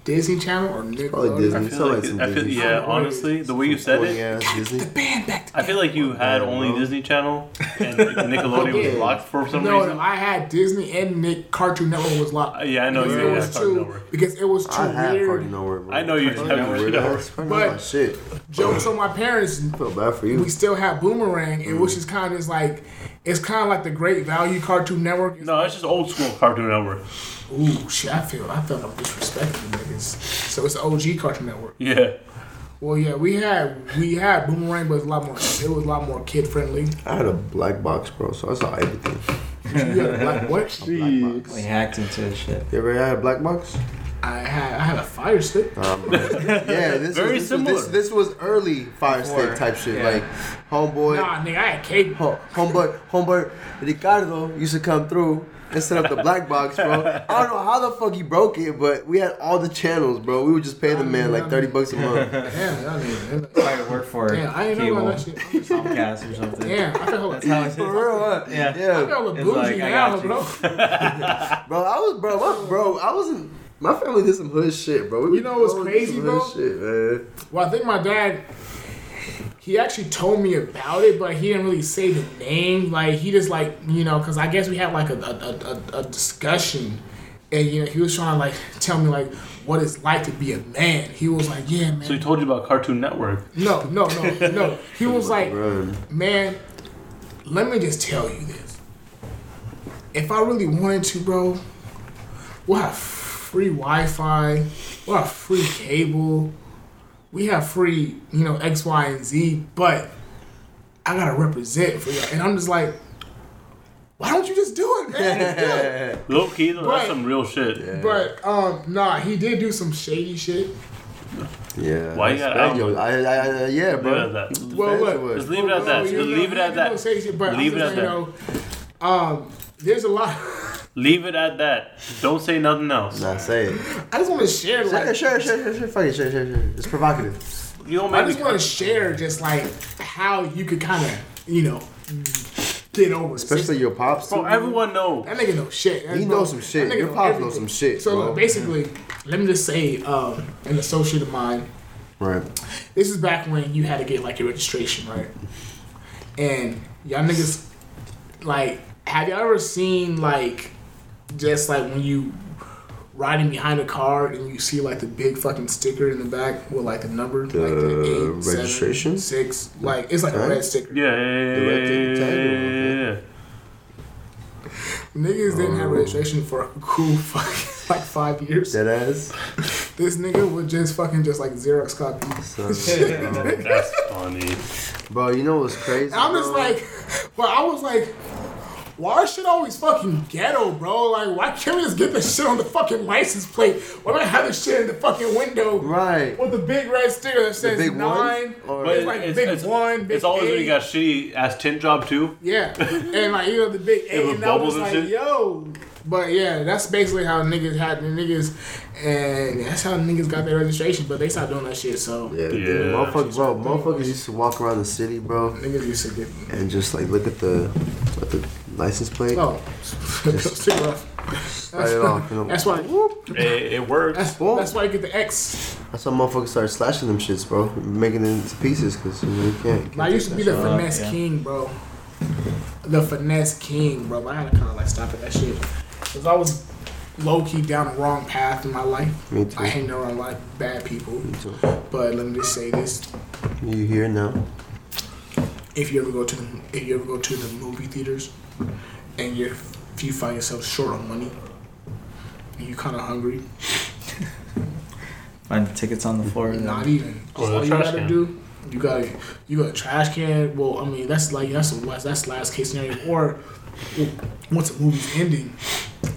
[SPEAKER 1] Disney Channel or
[SPEAKER 8] Probably
[SPEAKER 1] Nickelodeon.
[SPEAKER 8] Disney.
[SPEAKER 2] feel
[SPEAKER 8] Sound like
[SPEAKER 2] like,
[SPEAKER 8] some
[SPEAKER 2] I feel,
[SPEAKER 8] Disney.
[SPEAKER 2] yeah, honestly, the way you said
[SPEAKER 8] Boring
[SPEAKER 2] it,
[SPEAKER 8] ass Disney.
[SPEAKER 1] The band back
[SPEAKER 2] I
[SPEAKER 1] together.
[SPEAKER 2] feel like you had only Disney Channel and Nickelodeon was
[SPEAKER 8] Yeah.
[SPEAKER 2] locked for some
[SPEAKER 1] No,
[SPEAKER 2] reason.
[SPEAKER 1] no, I had Disney and Nick Cartoon Network was locked.
[SPEAKER 2] Uh, yeah, I know
[SPEAKER 1] because
[SPEAKER 2] you
[SPEAKER 1] it
[SPEAKER 2] had
[SPEAKER 1] was
[SPEAKER 2] Cartoon
[SPEAKER 1] too-
[SPEAKER 2] Network.
[SPEAKER 1] Because it was too
[SPEAKER 8] I have
[SPEAKER 1] weird.
[SPEAKER 8] party nowhere, bro.
[SPEAKER 2] I know you
[SPEAKER 8] Party
[SPEAKER 2] have
[SPEAKER 8] nowhere,
[SPEAKER 2] Party
[SPEAKER 8] that's
[SPEAKER 2] Nowhere.
[SPEAKER 8] Party
[SPEAKER 1] But-
[SPEAKER 8] Nowhere, shit.
[SPEAKER 1] Jokes on my parents.
[SPEAKER 8] I feel bad for
[SPEAKER 1] We
[SPEAKER 8] you.
[SPEAKER 1] still have Boomerang, and
[SPEAKER 8] Mm.
[SPEAKER 1] which is kind of is like it's kind of like the Great Value Cartoon Network.
[SPEAKER 2] No, it's just old school Cartoon Network.
[SPEAKER 1] Ooh, shit! I feel I felt I'm disrespecting niggas. So it's the OG Cartoon Network.
[SPEAKER 2] Yeah.
[SPEAKER 1] Well, yeah, we had we had Boomerang, but it was a lot more. It was a lot more kid friendly.
[SPEAKER 8] I had a black box, bro, so I saw everything.
[SPEAKER 1] You had a black what?
[SPEAKER 8] Jeez.
[SPEAKER 6] We hacked into this shit.
[SPEAKER 8] You ever had a black box?
[SPEAKER 1] I had I had a fire stick.
[SPEAKER 8] Um, yeah, this
[SPEAKER 1] Very
[SPEAKER 8] was, this,
[SPEAKER 1] similar.
[SPEAKER 8] Was, this, this was early fire stick type shit. Like homeboy,
[SPEAKER 1] Nah, nigga, I had cable.
[SPEAKER 8] ho- homeboy, homeboy Ricardo used to come through and set up the black box, bro. I don't know how the fuck he broke it, but we had all the channels, bro. We would just pay the man like thirty bucks a month.
[SPEAKER 1] Damn, that nigga.
[SPEAKER 6] Probably work for
[SPEAKER 1] Damn, I ain't know
[SPEAKER 6] cable,
[SPEAKER 1] about that shit.
[SPEAKER 6] Comcast or something.
[SPEAKER 1] Damn, I felt
[SPEAKER 6] That's how it's
[SPEAKER 8] for real, huh?
[SPEAKER 6] Yeah.
[SPEAKER 1] I felt
[SPEAKER 6] It's
[SPEAKER 1] bougie
[SPEAKER 6] like, I
[SPEAKER 1] now,
[SPEAKER 6] got you.
[SPEAKER 1] bro.
[SPEAKER 8] bro. I was, bro, my, bro, I wasn't. My family did some hood shit, bro. We
[SPEAKER 1] You know what's
[SPEAKER 8] we did
[SPEAKER 1] crazy,
[SPEAKER 8] some
[SPEAKER 1] bro?
[SPEAKER 8] hood Shit, man.
[SPEAKER 1] Well, I think my dad, he actually told me about it, but he didn't really say the name. Like he just like you know, because I guess we had like a a, a, a a discussion, and you know he was trying to like tell me like what it's like to be a man. He was like, yeah, man.
[SPEAKER 2] So he told you about Cartoon Network.
[SPEAKER 1] No, no, no, no. He was like,
[SPEAKER 8] Run.
[SPEAKER 1] man, let me just tell you this. If I really wanted to, bro, we'll have free Wi Fi, we'll have free cable, we have free, you know, X, Y, and Z, but I gotta represent for y'all. And I'm just like, why don't you just do it, man? It's good.
[SPEAKER 2] Low key though,
[SPEAKER 1] Right.
[SPEAKER 2] that's some real shit.
[SPEAKER 1] But um, nah, he did do some shady shit.
[SPEAKER 8] Yeah.
[SPEAKER 2] Why you gotta out-
[SPEAKER 8] That's bad, yo. I, I, I, yeah,
[SPEAKER 2] Leave it at
[SPEAKER 8] bro.
[SPEAKER 2] that.
[SPEAKER 1] Well,
[SPEAKER 8] Fancy
[SPEAKER 1] look,
[SPEAKER 8] wood.
[SPEAKER 2] Just leave it at
[SPEAKER 1] Well,
[SPEAKER 2] that.
[SPEAKER 1] you
[SPEAKER 2] Just
[SPEAKER 1] know,
[SPEAKER 2] leave it
[SPEAKER 1] you
[SPEAKER 2] at
[SPEAKER 1] know,
[SPEAKER 2] that.
[SPEAKER 1] say shit, but I'm
[SPEAKER 2] Leave it
[SPEAKER 1] just
[SPEAKER 2] at
[SPEAKER 1] saying, though, um, there's a lot.
[SPEAKER 2] Leave it at that. Don't say nothing else.
[SPEAKER 8] Nah, say it.
[SPEAKER 1] I just want to share.
[SPEAKER 8] Share,
[SPEAKER 1] Like,
[SPEAKER 8] share, share, share, share, fuck it, share, share, share. It's provocative.
[SPEAKER 2] You don't
[SPEAKER 1] I
[SPEAKER 2] make
[SPEAKER 1] just
[SPEAKER 2] me.
[SPEAKER 1] want to share just like how you could kind of, you know, get over. it.
[SPEAKER 8] Especially your pops.
[SPEAKER 2] Bro, everyone know.
[SPEAKER 1] that nigga know shit. That
[SPEAKER 8] He
[SPEAKER 1] bro-
[SPEAKER 8] knows some shit.
[SPEAKER 1] that nigga
[SPEAKER 8] Your pops
[SPEAKER 1] everything.
[SPEAKER 8] knows some shit,
[SPEAKER 1] So
[SPEAKER 8] bro.
[SPEAKER 1] basically, let me just say, um, an associate of mine.
[SPEAKER 8] Right.
[SPEAKER 1] This is back when you had to get like your registration, right? And y'all niggas, like, have y'all ever seen like, just like when you riding behind a car and you see like the big fucking sticker in the back with like the number, like
[SPEAKER 8] The
[SPEAKER 1] the eight, seven,
[SPEAKER 8] registration?
[SPEAKER 1] six, like it's like a
[SPEAKER 8] Tag?
[SPEAKER 1] red sticker.
[SPEAKER 2] Yeah, yeah,
[SPEAKER 8] The
[SPEAKER 2] yeah,
[SPEAKER 8] red
[SPEAKER 2] yeah,
[SPEAKER 8] thing,
[SPEAKER 2] yeah,
[SPEAKER 8] tiger,
[SPEAKER 2] yeah, yeah, yeah.
[SPEAKER 1] Niggas didn't
[SPEAKER 8] Oh.
[SPEAKER 1] have registration for a cool fucking like five years.
[SPEAKER 8] Dead ass.
[SPEAKER 1] This nigga would just fucking just like Xerox copies.
[SPEAKER 8] So,
[SPEAKER 2] That's funny.
[SPEAKER 8] bro, you know what's crazy?
[SPEAKER 1] I'm just
[SPEAKER 8] bro?
[SPEAKER 1] like, but I was like, why is shit always fucking ghetto, bro? Like, why can't we just get this shit on the fucking license plate? Why do I have this shit in the fucking window?
[SPEAKER 8] Right.
[SPEAKER 1] With the big red sticker that says
[SPEAKER 8] big one?
[SPEAKER 1] nine.
[SPEAKER 8] Or-
[SPEAKER 2] But
[SPEAKER 1] it's like big one, big
[SPEAKER 2] it's always when
[SPEAKER 1] eight.
[SPEAKER 2] you got shitty ass tin job too.
[SPEAKER 1] Yeah. And like, you know, the big eight.
[SPEAKER 2] with
[SPEAKER 1] And I was
[SPEAKER 2] bubbles and
[SPEAKER 1] like,
[SPEAKER 2] shit?
[SPEAKER 1] yo. But yeah, that's basically how niggas had the niggas, and that's how niggas got their registration. But they stopped doing that shit, so
[SPEAKER 8] Yeah,
[SPEAKER 2] Yeah.
[SPEAKER 8] dude, motherfuckers, bro, motherfuckers used to walk around the city, bro,
[SPEAKER 1] niggas used to get.
[SPEAKER 8] and just like look at the, at the license plate,
[SPEAKER 1] Oh, that's too rough.
[SPEAKER 8] write it off. You know?
[SPEAKER 1] That's why.
[SPEAKER 2] It, it works.
[SPEAKER 1] That's, that's why you get the X.
[SPEAKER 8] That's how motherfuckers started slashing them shits, bro, making it into pieces, cause you, know, you can't. you can't
[SPEAKER 1] I used to
[SPEAKER 8] take
[SPEAKER 1] be
[SPEAKER 8] that
[SPEAKER 1] the
[SPEAKER 8] shit.
[SPEAKER 1] finesse king, bro. The finesse king, bro. I had to kind of like stop at that shit because I was low key down the wrong path in my life.
[SPEAKER 8] Me too.
[SPEAKER 1] I hang around like bad people.
[SPEAKER 8] Me too.
[SPEAKER 1] But let me just say this:
[SPEAKER 8] You here now?
[SPEAKER 1] if you ever go to the, if you ever go to the movie theaters, and you if you find yourself short on money, and you kind of hungry,
[SPEAKER 6] Find the tickets on the floor.
[SPEAKER 1] Not even.
[SPEAKER 2] Or the
[SPEAKER 1] all you
[SPEAKER 2] trash
[SPEAKER 1] gotta
[SPEAKER 2] can.
[SPEAKER 1] do, you gotta you got a trash can. Well, I mean that's like that's the last that's last case scenario. Or well, once the movie's ending,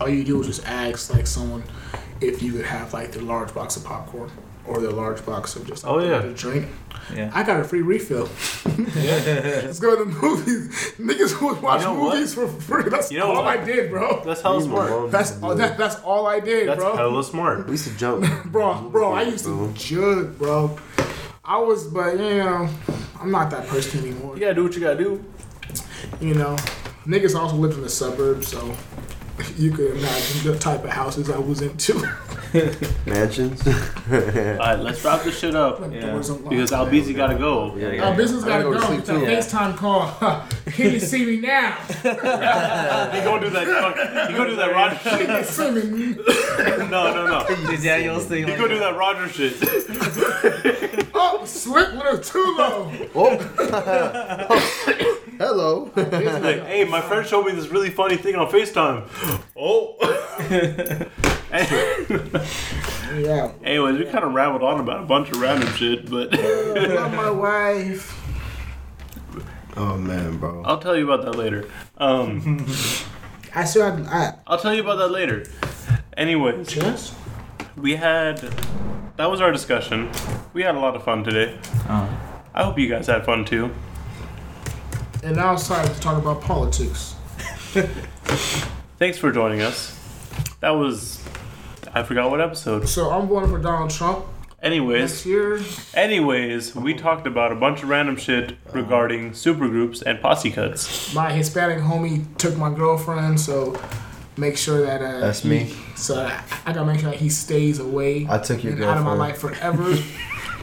[SPEAKER 1] all you do is just ask like someone if you could have like the large box of popcorn or the large box of just like,
[SPEAKER 2] Oh, yeah.
[SPEAKER 1] the drink.
[SPEAKER 6] Yeah.
[SPEAKER 1] I got a free refill. Let's go to the movies. Niggas would watch
[SPEAKER 2] You know what?
[SPEAKER 1] movies for free. That's
[SPEAKER 2] You know
[SPEAKER 1] all
[SPEAKER 2] what?
[SPEAKER 1] I did, bro.
[SPEAKER 2] That's hella
[SPEAKER 8] Me and my mom
[SPEAKER 2] smart.
[SPEAKER 8] used
[SPEAKER 1] That's
[SPEAKER 8] to do
[SPEAKER 1] all, that, that's all I did,
[SPEAKER 2] That's
[SPEAKER 1] bro.
[SPEAKER 2] hella smart.
[SPEAKER 8] We used to jump.
[SPEAKER 1] Bro, bro, I used to
[SPEAKER 8] Bro.
[SPEAKER 1] jug, bro. I was, but you know, I'm not that person anymore.
[SPEAKER 2] You gotta do what you gotta do.
[SPEAKER 1] You know, niggas also lived in the suburbs, so you could imagine the type of houses I was into.
[SPEAKER 8] mansions.
[SPEAKER 2] All right, let's wrap this shit up
[SPEAKER 1] Doors unlocked.
[SPEAKER 2] because Albizi gotta go.
[SPEAKER 8] Yeah,
[SPEAKER 1] Our business
[SPEAKER 8] I gotta
[SPEAKER 1] gotta
[SPEAKER 8] go
[SPEAKER 1] go.
[SPEAKER 8] to sleep
[SPEAKER 1] It's a
[SPEAKER 8] too.
[SPEAKER 1] FaceTime call. Can you see me now?
[SPEAKER 2] You go do that. You go do that Roger.
[SPEAKER 1] Can you see me?
[SPEAKER 2] No, no, no.
[SPEAKER 6] Daniel
[SPEAKER 2] You go do that Roger shit.
[SPEAKER 1] Oh, slip with a too low.
[SPEAKER 8] Oh.
[SPEAKER 2] Hello. like, hey, my friend showed me this really funny thing on FaceTime. Oh.
[SPEAKER 1] yeah.
[SPEAKER 2] Anyways, we kind of rambled on about a bunch of random shit, but
[SPEAKER 1] Love my wife.
[SPEAKER 8] Oh man, bro.
[SPEAKER 2] I'll tell you about that later. Um,
[SPEAKER 1] I still have. I,
[SPEAKER 2] I'll tell you about that later. Anyways, we had that was our discussion. We had a lot of fun today. I hope you guys had fun too.
[SPEAKER 1] and now it's time to talk about politics.
[SPEAKER 2] Thanks for joining us. That was I forgot what episode.
[SPEAKER 1] So I'm voting for Donald Trump.
[SPEAKER 2] Anyways, anyways, we talked about a bunch of random shit regarding supergroups and posse cuts.
[SPEAKER 1] My Hispanic homie took my girlfriend, so make sure that uh,
[SPEAKER 8] That's
[SPEAKER 1] he-
[SPEAKER 8] me.
[SPEAKER 1] So I, I gotta make sure that he stays away.
[SPEAKER 8] I took your
[SPEAKER 1] and out of my
[SPEAKER 8] girlfriend.
[SPEAKER 1] life forever.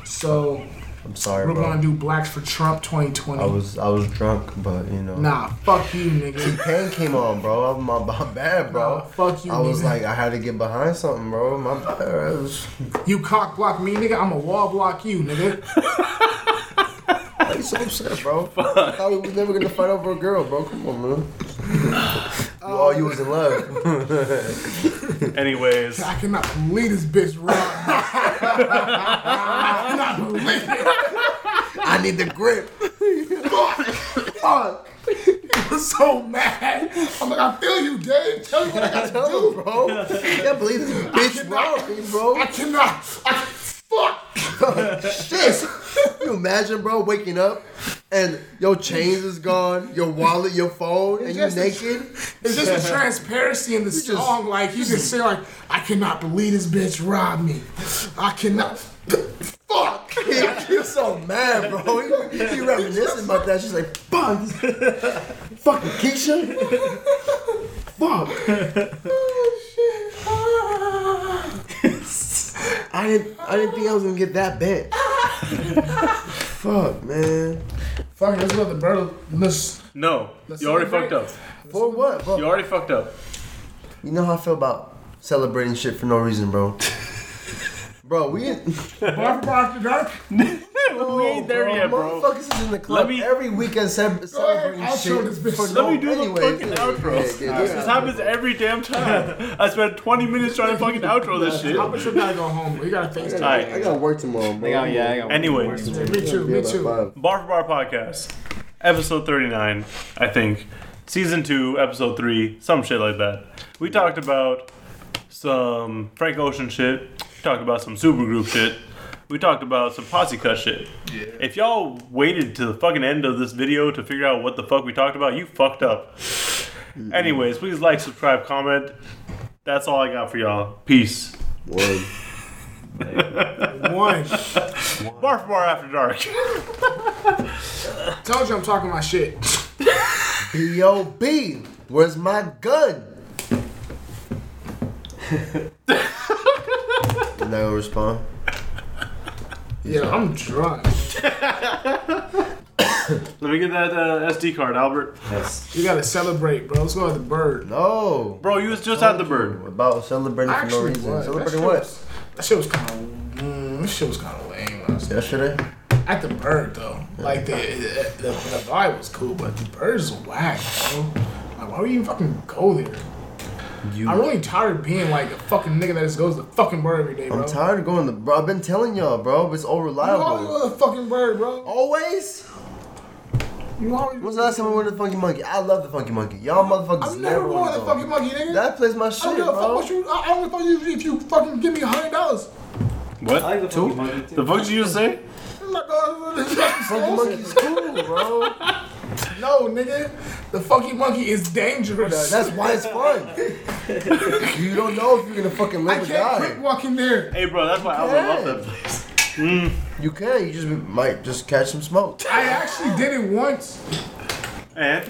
[SPEAKER 1] so
[SPEAKER 8] I'm sorry,
[SPEAKER 1] we're
[SPEAKER 8] bro.
[SPEAKER 1] gonna do blacks for Trump 2020.
[SPEAKER 8] I was I was drunk, but you know.
[SPEAKER 1] nah, fuck you, nigga.
[SPEAKER 8] Pain came on, bro. I'm- My, my bad, bro.
[SPEAKER 1] fuck you,
[SPEAKER 8] I was
[SPEAKER 1] nigga.
[SPEAKER 8] like, I had to get behind something, bro. My bad. I was-
[SPEAKER 1] You cock block me, nigga. I'm a wall block you, nigga.
[SPEAKER 8] I'm so upset, bro. I thought we was never gonna fight over a girl, bro. Come on, man. oh, you was in love.
[SPEAKER 2] Anyways,
[SPEAKER 1] I cannot believe this bitch wrong. I cannot believe
[SPEAKER 8] I need the grip.
[SPEAKER 1] Fuck. He was so mad. I'm like, I feel you, Dave. Tell me what I got to do,
[SPEAKER 8] bro. I can't believe this bitch wrong me, bro.
[SPEAKER 1] I cannot. I,
[SPEAKER 8] Shit. you imagine, bro, waking up and your chains is gone, your wallet, your phone, and you're
[SPEAKER 1] just a-
[SPEAKER 8] naked.
[SPEAKER 1] it's just a transparency in the song. like, you just say, like, I cannot believe this bitch robbed me. I cannot. Fuck.
[SPEAKER 8] You're so mad, bro. You, you reminiscing about that. She's like, fuck. Fucking Keisha. Fuck. I didn't I didn't think I was gonna get that bent. Fuck, man.
[SPEAKER 1] Fuck, let's let the brother. Let's,
[SPEAKER 2] no,
[SPEAKER 1] Let's
[SPEAKER 2] you already
[SPEAKER 1] celebrate.
[SPEAKER 2] fucked up.
[SPEAKER 8] For what, bro?
[SPEAKER 2] You already fucked up.
[SPEAKER 8] You know how I feel about celebrating shit for no reason, bro. bro, we
[SPEAKER 1] Bar for bar after dark.
[SPEAKER 2] we ain't there yet, bro.
[SPEAKER 8] Motherfuckers is in the club
[SPEAKER 2] Let me-
[SPEAKER 8] every weekend ce- celebrating
[SPEAKER 1] I'll show
[SPEAKER 8] shit.
[SPEAKER 1] this bitch.
[SPEAKER 8] For
[SPEAKER 2] Let
[SPEAKER 8] no,
[SPEAKER 2] me do
[SPEAKER 8] anyway.
[SPEAKER 2] the fucking outro. this happens every damn time. I spent 20 minutes trying to fucking outro this shit.
[SPEAKER 1] I'm sure gotta go home. We gotta FaceTime.
[SPEAKER 2] Alright.
[SPEAKER 8] I gotta work tomorrow, bro.
[SPEAKER 6] Yeah, yeah, I got
[SPEAKER 2] Anyways,
[SPEAKER 1] Yeah, me too, me too.
[SPEAKER 2] Bar for Bar Podcast, episode 39, I think. Season 2, episode 3, some shit like that. We talked about some Frank Ocean shit. We talked about some supergroup shit. We talked about some posse cut shit. Yeah. If y'all waited to the fucking end of this video to figure out what the fuck we talked about, you fucked up. Anyways, please like, subscribe, comment. That's all I got for y'all. Peace.
[SPEAKER 8] Word.
[SPEAKER 1] One.
[SPEAKER 2] Bar for Bar After Dark.
[SPEAKER 1] Told you I'm talking my shit.
[SPEAKER 8] B.O.B. Where's my gun? You're not gonna respond?
[SPEAKER 1] Yeah, I'm drunk.
[SPEAKER 2] Let me get that uh, SD card, Albert.
[SPEAKER 1] You gotta celebrate, bro. Let's go at the bird.
[SPEAKER 8] No.
[SPEAKER 2] Bro, you was just at the bird.
[SPEAKER 8] About celebrating for no
[SPEAKER 1] Actually,
[SPEAKER 8] reason.
[SPEAKER 1] what?
[SPEAKER 8] Celebrating
[SPEAKER 1] That
[SPEAKER 8] what?
[SPEAKER 1] shit That shit was kind of. Mm, that shit was kind of lame. when I was-
[SPEAKER 8] Yesterday?
[SPEAKER 1] At the bird though, like the the, the the vibe was cool, but the birds was whack, bro. Like, why would you even fucking go there?
[SPEAKER 8] You.
[SPEAKER 1] I'm really tired of being like a fucking nigga that just goes to the fucking bird every day, bro.
[SPEAKER 8] I'm tired of going to bro. I've been telling y'all, bro. It's all
[SPEAKER 1] You always
[SPEAKER 8] reliable.
[SPEAKER 1] go to the fucking bird, bro.
[SPEAKER 8] Always.
[SPEAKER 1] You always.
[SPEAKER 8] When's the last time we went to the Funky Monkey? I love the Funky Monkey. Y'all motherfuckers
[SPEAKER 1] I'm never going
[SPEAKER 8] wanna
[SPEAKER 1] to the
[SPEAKER 8] go.
[SPEAKER 1] fucking monkey, nigga.
[SPEAKER 8] That plays my shit,
[SPEAKER 1] I don't give a fuck
[SPEAKER 8] bro.
[SPEAKER 1] what you. I, I don't give a fuck you if you fucking give me a hundred dollars.
[SPEAKER 2] What?
[SPEAKER 3] I like the fucking monkey too.
[SPEAKER 2] The fuck did you just say?
[SPEAKER 1] I'm not going to the fucking
[SPEAKER 8] Funky
[SPEAKER 1] store.
[SPEAKER 8] Monkey's cool, bro.
[SPEAKER 1] No, nigga. The fucking monkey is dangerous.
[SPEAKER 8] That's why it's fun. you don't know if you're gonna fucking
[SPEAKER 1] I
[SPEAKER 8] live or
[SPEAKER 1] can't quit
[SPEAKER 8] die.
[SPEAKER 1] walking there.
[SPEAKER 2] Hey, bro, that's why Albert love that place.
[SPEAKER 8] You can. You just might just catch some smoke.
[SPEAKER 1] I actually did it once.
[SPEAKER 2] And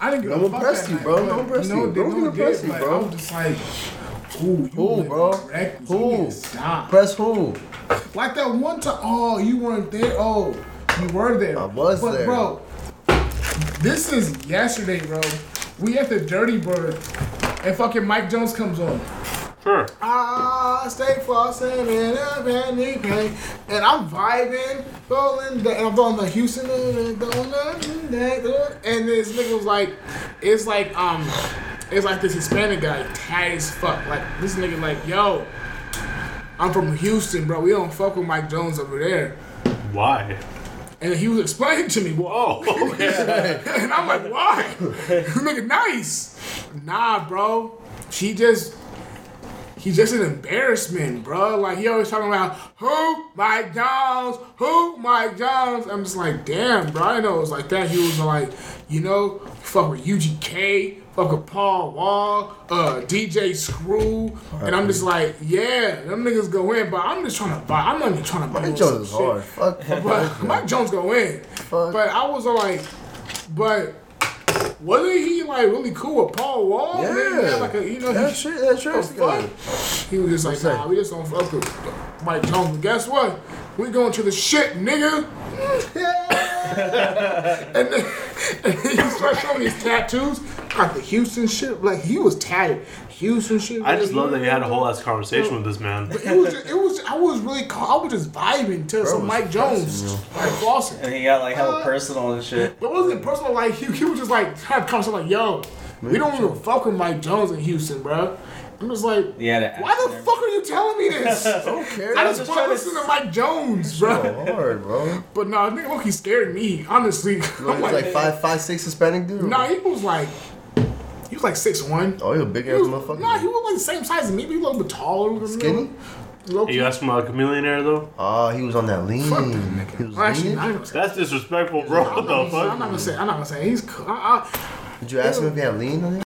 [SPEAKER 1] I didn't give
[SPEAKER 8] No
[SPEAKER 1] a
[SPEAKER 8] one
[SPEAKER 1] fuck
[SPEAKER 8] pressed
[SPEAKER 1] that
[SPEAKER 8] you,
[SPEAKER 1] night,
[SPEAKER 8] bro.
[SPEAKER 1] but
[SPEAKER 8] No one pressed
[SPEAKER 1] no,
[SPEAKER 8] you.
[SPEAKER 1] They, no
[SPEAKER 8] No one
[SPEAKER 1] one did,
[SPEAKER 8] gonna press you,
[SPEAKER 1] but
[SPEAKER 8] bro.
[SPEAKER 1] I was just like, ooh, you
[SPEAKER 8] Who,
[SPEAKER 1] live
[SPEAKER 8] bro?
[SPEAKER 1] reckless. You
[SPEAKER 8] Who?
[SPEAKER 1] need to Stop.
[SPEAKER 8] Press who?
[SPEAKER 1] Like that one time. Oh, you weren't there. Oh, you were there.
[SPEAKER 8] I was
[SPEAKER 1] but
[SPEAKER 8] there.
[SPEAKER 1] bro. This is yesterday, bro. We at the Dirty Bird, and fucking Mike Jones comes on.
[SPEAKER 2] Sure.
[SPEAKER 1] I stay flossing in a penny pain, and I'm vibing, rolling, da- and I'm throwing the Houston, and this nigga was like, it's like um, it's like this Hispanic guy, tight as fuck. Like this nigga, like yo, I'm from Houston, bro. We don't fuck with Mike Jones over there.
[SPEAKER 2] Why?
[SPEAKER 1] And he was explaining to me, whoa.
[SPEAKER 8] Oh,
[SPEAKER 1] and I'm like, why? This nigga nice. Nah, bro. She just, he's just an embarrassment, bro. Like, he always talking about, who? Mike Jones. Who? Mike Jones. I'm just like, damn, bro. I didn't know it was like that. He was like, you know, fuck with UGK. Fuck with Paul Wall, uh, DJ Screw, and I'm just like, yeah, them niggas go in, but I'm just trying to buy. I'm not even trying to buy.
[SPEAKER 8] Mike
[SPEAKER 1] some
[SPEAKER 8] Jones is
[SPEAKER 1] shit.
[SPEAKER 8] hard. Fuck.
[SPEAKER 1] But Mike Jones gonna win. But I was like, but wasn't he like really cool with Paul Wall?
[SPEAKER 8] Yeah.
[SPEAKER 1] Man, he had like a, you know,
[SPEAKER 8] That's
[SPEAKER 1] he,
[SPEAKER 8] true. That's true.
[SPEAKER 1] Oh, fuck. He was just like, nah, we just don't fuck with Mike Jones. But guess what? We going to the shit, nigga. and then and he started showing me his tattoos. Got the Houston shit. Like he was tatted. Houston shit.
[SPEAKER 2] I just love that you had a whole ass conversation with this man.
[SPEAKER 1] But it was, it was. I was really. Caught, I was just vibing to some Mike Jones, like Boston.
[SPEAKER 6] And he got like hella personal and shit.
[SPEAKER 1] But it wasn't personal. Like he, he was just like have conversation like, "Yo, we don't even fuck with Mike Jones in Houston, bro." I'm just like,
[SPEAKER 6] Yeah, that-
[SPEAKER 1] why the fuck are you telling me this? I don't care. I
[SPEAKER 8] I'm
[SPEAKER 1] just
[SPEAKER 8] just
[SPEAKER 1] want to
[SPEAKER 8] trying to
[SPEAKER 1] listen to Mike Jones, bro.
[SPEAKER 8] hard, bro.
[SPEAKER 1] But nah, nigga, look, he scared me. Honestly,
[SPEAKER 8] He's like five, five, six Hispanic dude.
[SPEAKER 1] Nah, he was like, he was like six one.
[SPEAKER 8] Oh, you a big ass motherfucker.
[SPEAKER 1] Nah, he was like the same size as me, but he was a little bit taller. than me.
[SPEAKER 8] Skinny?
[SPEAKER 1] Low
[SPEAKER 2] You asked him about Chameleonaire though?
[SPEAKER 8] Oh, he was on that lean. He
[SPEAKER 1] Actually,
[SPEAKER 8] was leaning?
[SPEAKER 1] I ain't gonna say.
[SPEAKER 2] That's disrespectful, bro. What
[SPEAKER 1] I'm not
[SPEAKER 2] the
[SPEAKER 1] gonna say- I'm
[SPEAKER 2] fuck?
[SPEAKER 1] not gonna say. I'm not gonna say. He's. cool. I, I,
[SPEAKER 8] Did you ask him if he had lean on him?